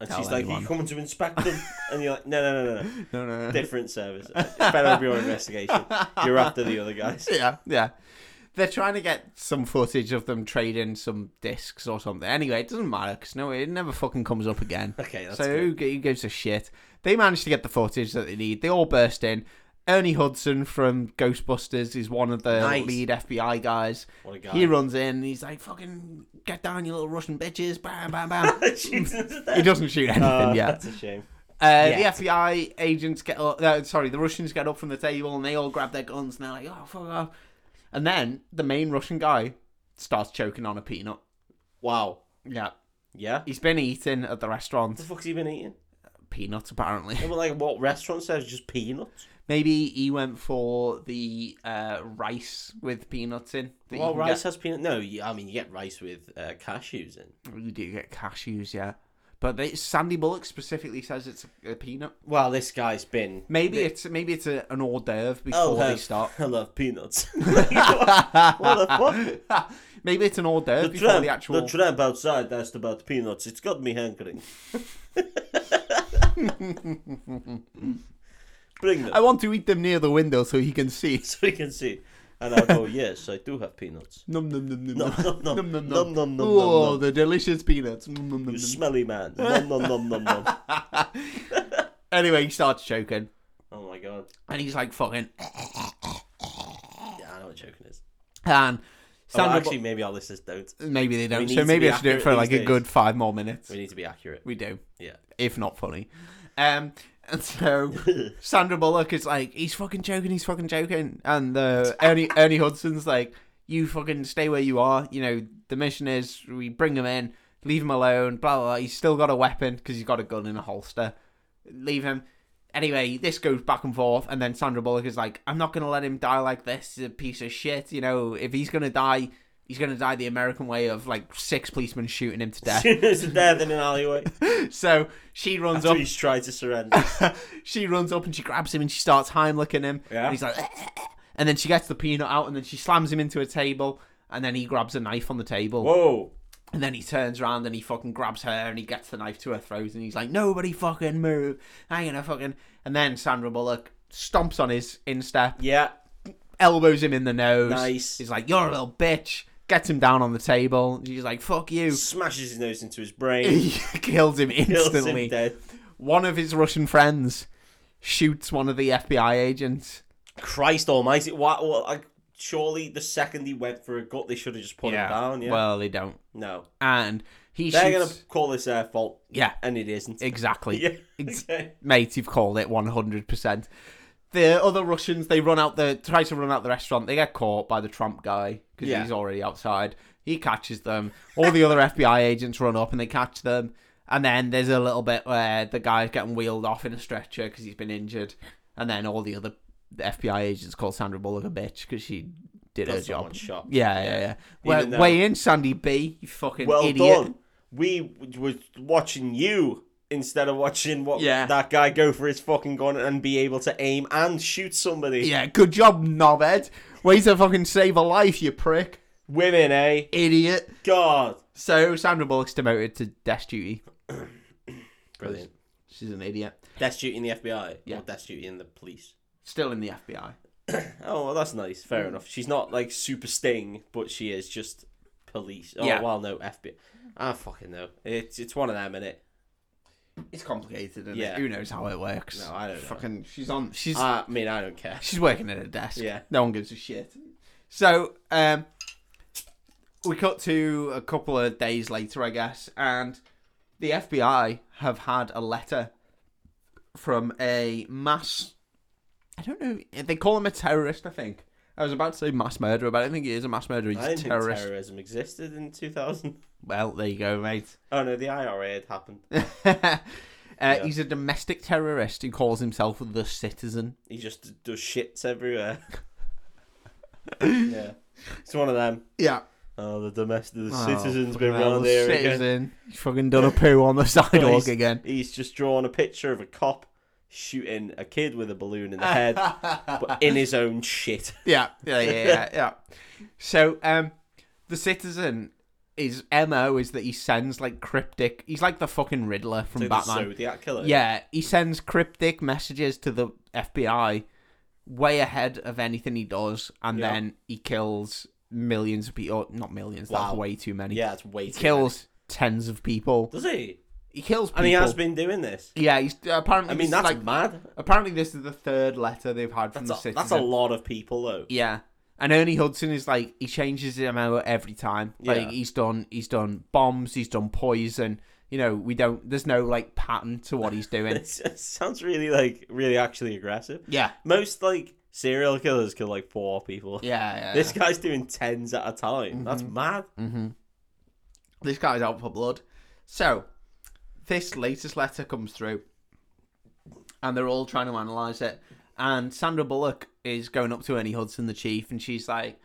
[SPEAKER 2] and
[SPEAKER 1] tell
[SPEAKER 2] she's like, Are
[SPEAKER 1] anyone.
[SPEAKER 2] you coming to inspect them? and you're like, No, no, no, no. no.
[SPEAKER 1] No, no, no.
[SPEAKER 2] Different service. It's better be your investigation. You're after the other guys.
[SPEAKER 1] Yeah. Yeah. They're trying to get some footage of them trading some discs or something. Anyway, it doesn't matter because no, it never fucking comes up again.
[SPEAKER 2] Okay, that's
[SPEAKER 1] so
[SPEAKER 2] good.
[SPEAKER 1] who, g- who gives a shit? They managed to get the footage that they need. They all burst in. Ernie Hudson from Ghostbusters is one of the
[SPEAKER 2] Nice.
[SPEAKER 1] lead FBI guys.
[SPEAKER 2] What a guy.
[SPEAKER 1] He runs in and he's like, "Fucking get down, you little Russian bitches!" Bam, bam, bam.
[SPEAKER 2] She's in
[SPEAKER 1] he
[SPEAKER 2] there.
[SPEAKER 1] doesn't shoot anything
[SPEAKER 2] Oh,
[SPEAKER 1] yet.
[SPEAKER 2] That's a shame.
[SPEAKER 1] Uh,
[SPEAKER 2] Yet.
[SPEAKER 1] The FBI agents get up. Uh, sorry, the Russians get up from the table and they all grab their guns and they're like, "Oh fuck off!" And then the main Russian guy starts choking on a peanut.
[SPEAKER 2] Wow.
[SPEAKER 1] Yeah,
[SPEAKER 2] Yeah.
[SPEAKER 1] he's been eating at the restaurant
[SPEAKER 2] What the fuck's he been eating?
[SPEAKER 1] peanuts apparently.
[SPEAKER 2] I mean, like, what restaurant serves just peanuts?
[SPEAKER 1] Maybe he went for the uh, rice with peanuts in. that you
[SPEAKER 2] Well,
[SPEAKER 1] can
[SPEAKER 2] rice has peanut. No, you, I mean, you get rice with uh, cashews in.
[SPEAKER 1] Get, you do get cashews, yeah. But they, Sandy Bullock specifically says it's a, a peanut.
[SPEAKER 2] Well, this guy's been.
[SPEAKER 1] Maybe it's maybe it's a, an hors d'oeuvre before
[SPEAKER 2] Oh,
[SPEAKER 1] they
[SPEAKER 2] I
[SPEAKER 1] start.
[SPEAKER 2] love, I love peanuts. Like, what, what the fuck?
[SPEAKER 1] maybe it's an hors d'oeuvre
[SPEAKER 2] The
[SPEAKER 1] before
[SPEAKER 2] tramp,
[SPEAKER 1] the actual.
[SPEAKER 2] the tramp outside asked about peanuts. It's got me hankering. Bring them
[SPEAKER 1] I want to eat them near the window so he can see.
[SPEAKER 2] so we can see. And I'll go, yes, I do have peanuts.
[SPEAKER 1] Num num num num
[SPEAKER 2] Nom, nom, nom.
[SPEAKER 1] num num
[SPEAKER 2] Nom, nom, nom,
[SPEAKER 1] Oh,
[SPEAKER 2] nom, nom.
[SPEAKER 1] the delicious peanuts. Nom, nom, nom,
[SPEAKER 2] You
[SPEAKER 1] nom.
[SPEAKER 2] smelly man. Nom, nom, nom, nom, nom.
[SPEAKER 1] Anyway, he starts choking,
[SPEAKER 2] Oh my god.
[SPEAKER 1] and he's like fucking.
[SPEAKER 2] Yeah, I know what joking is.
[SPEAKER 1] And
[SPEAKER 2] Oh,
[SPEAKER 1] Sandra, Bu-
[SPEAKER 2] actually, maybe our listeners don't.
[SPEAKER 1] maybe they don't.
[SPEAKER 2] need
[SPEAKER 1] So
[SPEAKER 2] to
[SPEAKER 1] maybe
[SPEAKER 2] be
[SPEAKER 1] I should do it
[SPEAKER 2] accurate
[SPEAKER 1] for
[SPEAKER 2] these
[SPEAKER 1] like a
[SPEAKER 2] days.
[SPEAKER 1] good five more minutes.
[SPEAKER 2] We need to be accurate.
[SPEAKER 1] We do,
[SPEAKER 2] Yeah.
[SPEAKER 1] if not funny. Um, and so Sandra Bullock is like, he's fucking joking, he's fucking joking, and uh, Ernie Ernie Hudson's like, you fucking stay where you are. You know the mission is we bring him in, leave him alone. Blah blah. blah. He's still got a weapon because he's got a gun in a holster. Leave him. Anyway, this goes back and forth, and then Sandra Bullock is like, "I'm not gonna let him die like this. He's a piece of shit. You know, if he's gonna die, he's gonna die the American way of like six policemen shooting him to death."
[SPEAKER 2] It's dead in an alleyway.
[SPEAKER 1] so she runs
[SPEAKER 2] So
[SPEAKER 1] up
[SPEAKER 2] he's tried to surrender.
[SPEAKER 1] she runs up and she grabs him and she starts Heimlicking him.
[SPEAKER 2] Yeah.
[SPEAKER 1] And he's like, and then she gets the peanut out and then she slams him into a table and then he grabs a knife on the table.
[SPEAKER 2] Whoa.
[SPEAKER 1] And then he turns around and he fucking grabs her and he gets the knife to her throat and he's like, nobody fucking move. I'm gonna fucking. And then Sandra Bullock stomps on his instep,
[SPEAKER 2] Yeah.
[SPEAKER 1] elbows him in the nose.
[SPEAKER 2] Nice.
[SPEAKER 1] He's like, you're a little bitch. Gets him down on the table. and She's like, fuck you.
[SPEAKER 2] Smashes his nose into his brain.
[SPEAKER 1] He kills him
[SPEAKER 2] Kills
[SPEAKER 1] instantly
[SPEAKER 2] him dead.
[SPEAKER 1] one of his Russian friends shoots one of the FBI agents.
[SPEAKER 2] Christ almighty. What? what like, surely the second he went for a gut, they should have just put him down. Yeah.
[SPEAKER 1] Well, they don't.
[SPEAKER 2] no.
[SPEAKER 1] And He
[SPEAKER 2] They're
[SPEAKER 1] shoots.
[SPEAKER 2] gonna call this their fault,
[SPEAKER 1] Yeah,
[SPEAKER 2] and it isn't.
[SPEAKER 1] exactly.
[SPEAKER 2] Yeah.
[SPEAKER 1] Ex-
[SPEAKER 2] Okay.
[SPEAKER 1] Mate, you've called it 100%. The other Russians, they run out the try to run out the restaurant. They get caught by the Trump guy because
[SPEAKER 2] Yeah.
[SPEAKER 1] he's already outside. He catches them. All the other FBI agents run up and they catch them. And then there's a little bit where the guy's getting wheeled off in a stretcher because he's been injured. And then all the other the FBI agents call Sandra Bullock a bitch because she did
[SPEAKER 2] That's
[SPEAKER 1] her
[SPEAKER 2] not
[SPEAKER 1] job.
[SPEAKER 2] one shot.
[SPEAKER 1] Yeah, yeah, yeah. Well,
[SPEAKER 2] Even though-
[SPEAKER 1] weigh in, Sandy B. You fucking
[SPEAKER 2] Well
[SPEAKER 1] idiot.
[SPEAKER 2] done. We w- was watching you instead of watching what
[SPEAKER 1] Yeah.
[SPEAKER 2] that guy go for his fucking gun and be able to aim and shoot somebody.
[SPEAKER 1] Yeah, good job, knobhead. Way to fucking save a life, you prick.
[SPEAKER 2] Women, eh?
[SPEAKER 1] Idiot.
[SPEAKER 2] God.
[SPEAKER 1] So Sandra Bullock's demoted to desk duty.
[SPEAKER 2] Brilliant.
[SPEAKER 1] She's an idiot.
[SPEAKER 2] Death duty in the FBI.
[SPEAKER 1] Yeah.
[SPEAKER 2] Or death duty in the police.
[SPEAKER 1] Still in the FBI.
[SPEAKER 2] Oh, well, that's nice. Fair
[SPEAKER 1] Mm.
[SPEAKER 2] enough. She's not like super sting, but she is just police. Oh,
[SPEAKER 1] Yeah.
[SPEAKER 2] well, no, FBI. I Ah, fucking know. It's, it's one of them, innit?
[SPEAKER 1] It's complicated, and
[SPEAKER 2] Yeah.
[SPEAKER 1] Who knows how it works?
[SPEAKER 2] No, I don't know.
[SPEAKER 1] Fucking, she's on. She's
[SPEAKER 2] I mean, I don't care.
[SPEAKER 1] she's working at a desk.
[SPEAKER 2] Yeah.
[SPEAKER 1] No one gives a shit. So, um, we cut to a couple of days later, I guess, and the FBI have had a letter from a mass. I don't know. They call him a terrorist. I think. I was about to say mass murderer, but I don't think he is a mass murderer. He's
[SPEAKER 2] I
[SPEAKER 1] a
[SPEAKER 2] didn't think
[SPEAKER 1] terrorist.
[SPEAKER 2] terrorism existed in 2000.
[SPEAKER 1] well, there you go, mate.
[SPEAKER 2] Oh, no, the IRA had happened.
[SPEAKER 1] uh, He's a domestic terrorist who calls himself the citizen.
[SPEAKER 2] He just does shits everywhere. yeah. It's one of them.
[SPEAKER 1] Yeah,
[SPEAKER 2] Oh, the domestic the citizen's been round
[SPEAKER 1] around
[SPEAKER 2] there again.
[SPEAKER 1] Citizen, he's fucking done a poo on the sidewalk
[SPEAKER 2] He's-
[SPEAKER 1] again.
[SPEAKER 2] He's just drawn a picture of a cop shooting a kid with a balloon in the head, but in his own shit.
[SPEAKER 1] Yeah, yeah, yeah, yeah. yeah. So, um, the citizen. His mo is that he sends like cryptic. He's like the fucking Riddler from
[SPEAKER 2] Like the
[SPEAKER 1] Batman.
[SPEAKER 2] Zodiac killer.
[SPEAKER 1] Yeah, he sends cryptic messages to the FBI way ahead of anything he does, and
[SPEAKER 2] Yeah.
[SPEAKER 1] then he kills millions of people. Not millions,
[SPEAKER 2] Wow.
[SPEAKER 1] that's way too many.
[SPEAKER 2] Yeah, it's way
[SPEAKER 1] He
[SPEAKER 2] too
[SPEAKER 1] kills tens of people.
[SPEAKER 2] many. Does he?
[SPEAKER 1] He kills people.
[SPEAKER 2] And he has been doing this.
[SPEAKER 1] Yeah, he's apparently.
[SPEAKER 2] I
[SPEAKER 1] this
[SPEAKER 2] mean,
[SPEAKER 1] is
[SPEAKER 2] that's
[SPEAKER 1] like
[SPEAKER 2] mad.
[SPEAKER 1] apparently this is the third letter they've had from the
[SPEAKER 2] That's a,
[SPEAKER 1] citizen.
[SPEAKER 2] that's a lot of people, though.
[SPEAKER 1] Yeah. And Ernie Hudson is like he changes his MO every time. Like
[SPEAKER 2] Yeah.
[SPEAKER 1] he's done he's done bombs, he's done poison. You know, we don't there's no like pattern to what he's doing.
[SPEAKER 2] It's- It sounds really, like, really actually aggressive.
[SPEAKER 1] yeah.
[SPEAKER 2] Most, like, serial killers kill, like, four people.
[SPEAKER 1] Yeah, Mm-hmm. yeah.
[SPEAKER 2] This guy's doing tens at a time. That's mad.
[SPEAKER 1] this guy's out for blood. So, this latest letter comes through, and they're all trying to analyze it. And Sandra Bullock is going up to Ernie Hudson, the chief, and she's like,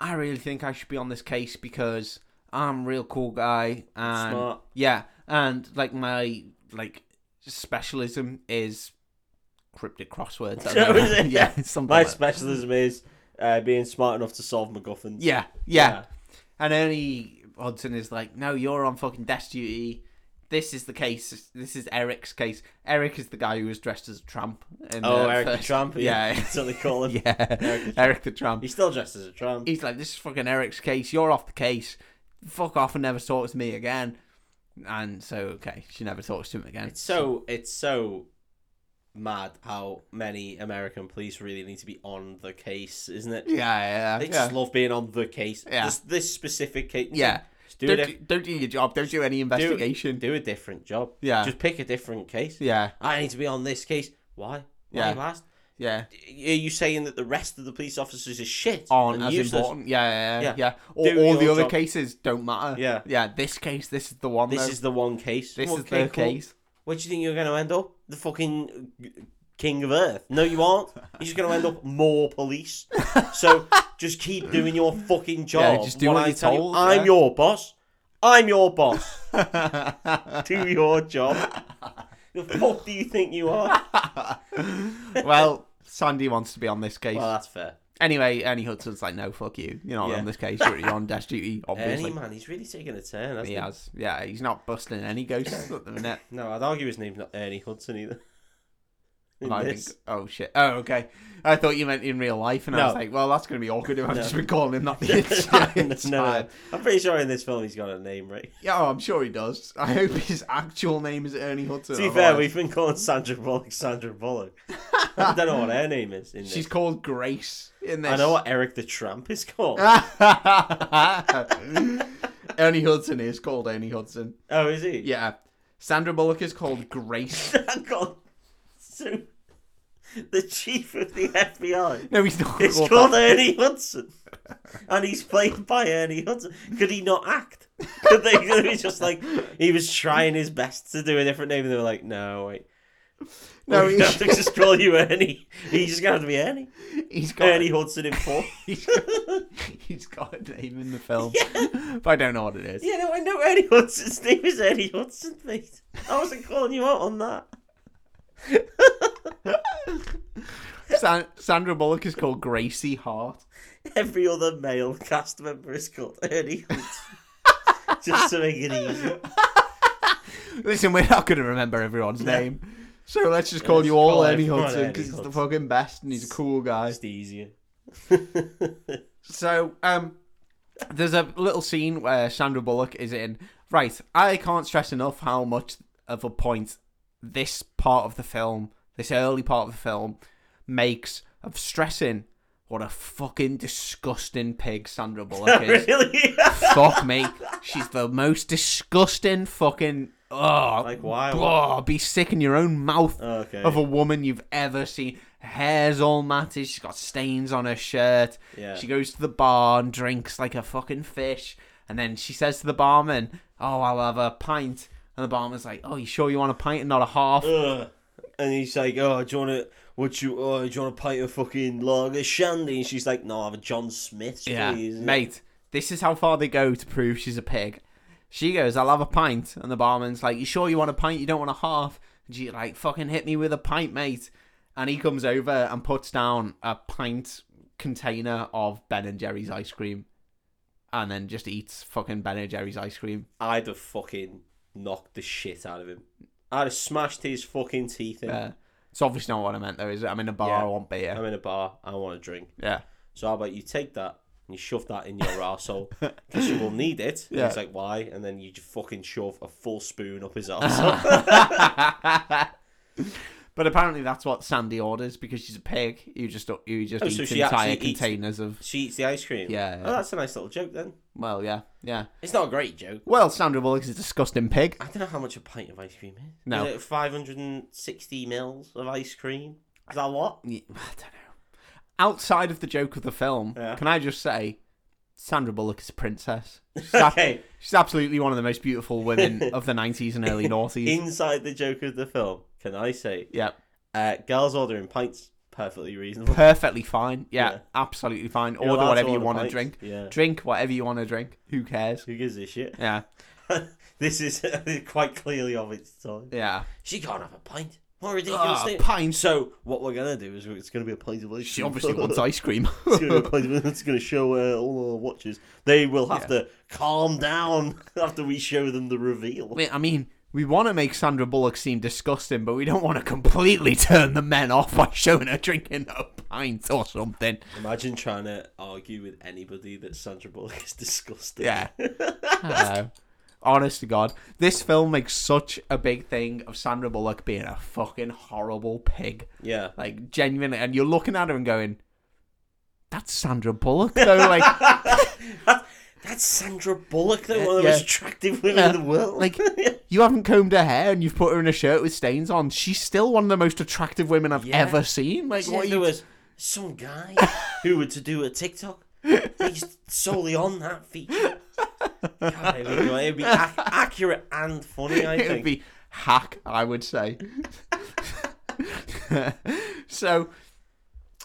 [SPEAKER 1] "I really think I should be on this case because I'm a real cool guy, and
[SPEAKER 2] Smart.
[SPEAKER 1] yeah, and like my like specialism is cryptic crosswords. I don't
[SPEAKER 2] Oh, is
[SPEAKER 1] know.
[SPEAKER 2] it?
[SPEAKER 1] yeah, it's something.
[SPEAKER 2] My
[SPEAKER 1] like-
[SPEAKER 2] specialism is uh, being smart enough to solve MacGuffins.
[SPEAKER 1] yeah, yeah, And Ernie Hudson is like, no, you're on fucking desk duty. This is the case. This is Eric's case. Eric is the guy who was dressed as a tramp. In
[SPEAKER 2] Oh,
[SPEAKER 1] the
[SPEAKER 2] Eric the
[SPEAKER 1] first-
[SPEAKER 2] Tramp. Yeah.
[SPEAKER 1] Yeah.
[SPEAKER 2] That's what they call him. Eric
[SPEAKER 1] yeah.
[SPEAKER 2] the
[SPEAKER 1] Eric the tramp.
[SPEAKER 2] He's still dressed as a tramp.
[SPEAKER 1] He's like, this is fucking Eric's case. You're off the case. Fuck off and never talk to me again. And so, okay, she never talks to him again.
[SPEAKER 2] It's so it's so mad how many American police really need to be on the case, isn't it?
[SPEAKER 1] Yeah, yeah, yeah.
[SPEAKER 2] They
[SPEAKER 1] yeah.
[SPEAKER 2] just love being on the case.
[SPEAKER 1] Yeah.
[SPEAKER 2] This, this specific case.
[SPEAKER 1] Yeah.
[SPEAKER 2] Just do,
[SPEAKER 1] Don't,
[SPEAKER 2] a diff-
[SPEAKER 1] do, don't do your job. Don't do any investigation.
[SPEAKER 2] do a different job.
[SPEAKER 1] Yeah.
[SPEAKER 2] Just pick a different case.
[SPEAKER 1] Yeah,
[SPEAKER 2] I need to be on this case. Why? Why
[SPEAKER 1] Yeah.
[SPEAKER 2] you asked?
[SPEAKER 1] yeah.
[SPEAKER 2] Are you saying that the rest of the police officers is shit?
[SPEAKER 1] on
[SPEAKER 2] and
[SPEAKER 1] as
[SPEAKER 2] useless?
[SPEAKER 1] important. Yeah, yeah, yeah.
[SPEAKER 2] Yeah.
[SPEAKER 1] yeah.
[SPEAKER 2] Do
[SPEAKER 1] All, all the
[SPEAKER 2] your
[SPEAKER 1] other
[SPEAKER 2] job.
[SPEAKER 1] cases don't matter.
[SPEAKER 2] Yeah.
[SPEAKER 1] yeah. This case, this is the one.
[SPEAKER 2] This
[SPEAKER 1] though.
[SPEAKER 2] is the one case.
[SPEAKER 1] this is
[SPEAKER 2] Okay,
[SPEAKER 1] the
[SPEAKER 2] cool.
[SPEAKER 1] case.
[SPEAKER 2] Where do you think you're going to end up? The fucking king of earth. No, you aren't. You're just going to end up more police. So just keep doing your fucking job.
[SPEAKER 1] just do what
[SPEAKER 2] I
[SPEAKER 1] you're
[SPEAKER 2] tell you.
[SPEAKER 1] told,
[SPEAKER 2] I'm
[SPEAKER 1] yeah.
[SPEAKER 2] your boss. I'm your boss. do your job. The fuck do you think you are?
[SPEAKER 1] well, Sandy wants to be on this case.
[SPEAKER 2] Well, that's fair.
[SPEAKER 1] anyway, Ernie Hudson's like, no, fuck you. You're not
[SPEAKER 2] Yeah.
[SPEAKER 1] on this case. You're, you're on desk duty,
[SPEAKER 2] Ernie,
[SPEAKER 1] obviously.
[SPEAKER 2] man, he's really taking a turn. Hasn't
[SPEAKER 1] He
[SPEAKER 2] he?
[SPEAKER 1] has. Yeah, he's not busting any ghosts at the minute.
[SPEAKER 2] No, I'd argue his name's not Ernie Hudson either. In
[SPEAKER 1] I think,
[SPEAKER 2] this.
[SPEAKER 1] oh shit. Oh okay. I thought you meant in real life, and I
[SPEAKER 2] No.
[SPEAKER 1] was like, well, that's gonna be awkward if I've
[SPEAKER 2] No.
[SPEAKER 1] just been calling him that the entire
[SPEAKER 2] no, no,
[SPEAKER 1] time.
[SPEAKER 2] no. I'm pretty sure in this film he's got a name, right?
[SPEAKER 1] Yeah, oh, I'm sure he does. I hope his actual name is Ernie Hudson.
[SPEAKER 2] To be fair,
[SPEAKER 1] otherwise-
[SPEAKER 2] we've been calling Sandra Bullock Sandra Bullock. I don't know what her name is. In
[SPEAKER 1] She's
[SPEAKER 2] this.
[SPEAKER 1] called Grace in this. Uh,
[SPEAKER 2] I know what Eric the Tramp is called.
[SPEAKER 1] what. Ernie Hudson is called Ernie Hudson.
[SPEAKER 2] Oh, is he?
[SPEAKER 1] Yeah. Sandra Bullock is called Grace.
[SPEAKER 2] God. So, the chief of the FBI
[SPEAKER 1] No, he's not
[SPEAKER 2] is
[SPEAKER 1] called,
[SPEAKER 2] called
[SPEAKER 1] that.
[SPEAKER 2] Ernie Hudson, and he's played by Ernie Hudson. Could he not act? Could they? could he just like he was trying his best to do a different name, and they were like, "No, wait,
[SPEAKER 1] No,
[SPEAKER 2] we have to
[SPEAKER 1] he's,
[SPEAKER 2] just call you Ernie. He's just going to be Ernie.
[SPEAKER 1] he's got
[SPEAKER 2] Ernie Hudson in four.
[SPEAKER 1] He's got, he's got a name in the film, but I don't know what it is.
[SPEAKER 2] Yeah, no, I know Ernie Hudson's name is Ernie Hudson, mate. I wasn't calling you out on that.
[SPEAKER 1] San- Sandra Bullock is called Gracie Hart.
[SPEAKER 2] Every other male cast member is called Ernie Hudson. Just to make it easy.
[SPEAKER 1] Listen, we're not going to remember everyone's
[SPEAKER 2] No.
[SPEAKER 1] name, so let's just call
[SPEAKER 2] Let's
[SPEAKER 1] you all
[SPEAKER 2] call
[SPEAKER 1] Ernie
[SPEAKER 2] everyone
[SPEAKER 1] Hudson
[SPEAKER 2] Ernie
[SPEAKER 1] because it's the
[SPEAKER 2] Hudson.
[SPEAKER 1] fucking best and he's a cool guy.
[SPEAKER 2] Just easier.
[SPEAKER 1] So, um, there's a little scene where Sandra Bullock is in. Right, I can't stress enough how much of a point this part of the film, this early part of the film, makes of stressing what a fucking disgusting pig Sandra Bullock is.
[SPEAKER 2] really?
[SPEAKER 1] Fuck me, she's the most disgusting fucking. Oh,
[SPEAKER 2] like, Uh, why?
[SPEAKER 1] blah, be sick in your own mouth
[SPEAKER 2] Okay.
[SPEAKER 1] of a woman you've ever seen. Her hair's all matted. She's got stains on her shirt.
[SPEAKER 2] Yeah.
[SPEAKER 1] She goes to the bar and drinks like a fucking fish. And then she says to the barman, "Oh, I'll have a pint." And the barman's like, "Oh, you sure you want a pint and not a half?"
[SPEAKER 2] Ugh. And he's like, oh, do you want to, what you, oh, do you want to pint of fucking lager shandy? And she's like, no, I have a John Smith,
[SPEAKER 1] yeah,
[SPEAKER 2] please.
[SPEAKER 1] mate. This is how far they go to prove she's a pig. She goes, "I'll have a pint," and the barman's like, "You sure you want a pint? You don't want a half?" And she's like, "Fucking hit me with a pint, mate." And he comes over and puts down a pint container of Ben and Jerry's ice cream, and then just eats fucking Ben and Jerry's ice cream.
[SPEAKER 2] I'd have fucking knocked the shit out of him. I'd have smashed his fucking teeth in.
[SPEAKER 1] Uh, it's obviously not what I meant though, is it? I'm in a bar,
[SPEAKER 2] Yeah. Oh.
[SPEAKER 1] I want beer.
[SPEAKER 2] I'm in a bar. I want a drink.
[SPEAKER 1] yeah.
[SPEAKER 2] So how about you take that and you shove that in your arsehole because you will need it. And
[SPEAKER 1] Yeah.
[SPEAKER 2] He's like, why? And then you just fucking shove a full spoon up his arsehole.
[SPEAKER 1] But apparently that's what Sandy orders because she's a pig. You just you just
[SPEAKER 2] Oh,
[SPEAKER 1] eat
[SPEAKER 2] so she
[SPEAKER 1] entire
[SPEAKER 2] actually eats-
[SPEAKER 1] containers of
[SPEAKER 2] she eats the ice cream.
[SPEAKER 1] Yeah, yeah.
[SPEAKER 2] Oh, that's a nice little joke then.
[SPEAKER 1] well, yeah, yeah.
[SPEAKER 2] It's not a great joke.
[SPEAKER 1] Well, Sandra Bullock is a disgusting pig.
[SPEAKER 2] I don't know how much a pint of ice cream is.
[SPEAKER 1] No.
[SPEAKER 2] Is it 560 mils of ice cream? Is that a lot?
[SPEAKER 1] I don't know. Outside of the joke of the film,
[SPEAKER 2] Yeah.
[SPEAKER 1] can I just say, Sandra Bullock is a princess. She's, ab-
[SPEAKER 2] Okay.
[SPEAKER 1] she's absolutely one of the most beautiful women of the '90s and early noughties.
[SPEAKER 2] Inside the joke of the film, can I say,
[SPEAKER 1] yeah,
[SPEAKER 2] uh, girls ordering pints, perfectly reasonable.
[SPEAKER 1] perfectly fine. Yeah,
[SPEAKER 2] Yeah.
[SPEAKER 1] absolutely fine.
[SPEAKER 2] You're allowed
[SPEAKER 1] Order whatever
[SPEAKER 2] to
[SPEAKER 1] you
[SPEAKER 2] order
[SPEAKER 1] want to
[SPEAKER 2] pints.
[SPEAKER 1] drink.
[SPEAKER 2] Yeah.
[SPEAKER 1] Drink whatever you want to drink. Who cares?
[SPEAKER 2] Who gives a shit?
[SPEAKER 1] Yeah,
[SPEAKER 2] this is quite clearly of its time.
[SPEAKER 1] yeah.
[SPEAKER 2] She can't have a pint. What a ridiculous
[SPEAKER 1] Ah,
[SPEAKER 2] thing.
[SPEAKER 1] pints.
[SPEAKER 2] So what we're gonna do is we- it's gonna be a pint of ice
[SPEAKER 1] She
[SPEAKER 2] cream.
[SPEAKER 1] obviously wants ice cream.
[SPEAKER 2] It's gonna, be a pint of- it's gonna show uh, all our watchers. They will have to calm down after we show them the reveal.
[SPEAKER 1] Wait, I mean, we want to make Sandra Bullock seem disgusting, but we don't want to completely turn the men off by showing her drinking a pint or something.
[SPEAKER 2] Imagine trying to argue with anybody that Sandra Bullock is disgusting.
[SPEAKER 1] Yeah. Hello. Honest to God, this film makes such a big thing of Sandra Bullock being a fucking horrible pig.
[SPEAKER 2] yeah.
[SPEAKER 1] Like, genuinely. And you're looking at her and going, that's Sandra Bullock, though. Like,
[SPEAKER 2] That- that's Sandra Bullock, though,
[SPEAKER 1] Yeah,
[SPEAKER 2] one of the
[SPEAKER 1] yeah.
[SPEAKER 2] most attractive women
[SPEAKER 1] Yeah,
[SPEAKER 2] in the world.
[SPEAKER 1] like- you haven't combed her hair and you've put her in a shirt with stains on. She's still one of the most attractive women I've
[SPEAKER 2] Yeah.
[SPEAKER 1] ever seen. Like, what are
[SPEAKER 2] What
[SPEAKER 1] you
[SPEAKER 2] there was some guy who were to do a TikTok based solely on that feature. God, it'd be, great. It'd be ac- accurate and funny, I
[SPEAKER 1] it would
[SPEAKER 2] think.
[SPEAKER 1] be hack, I would say. so,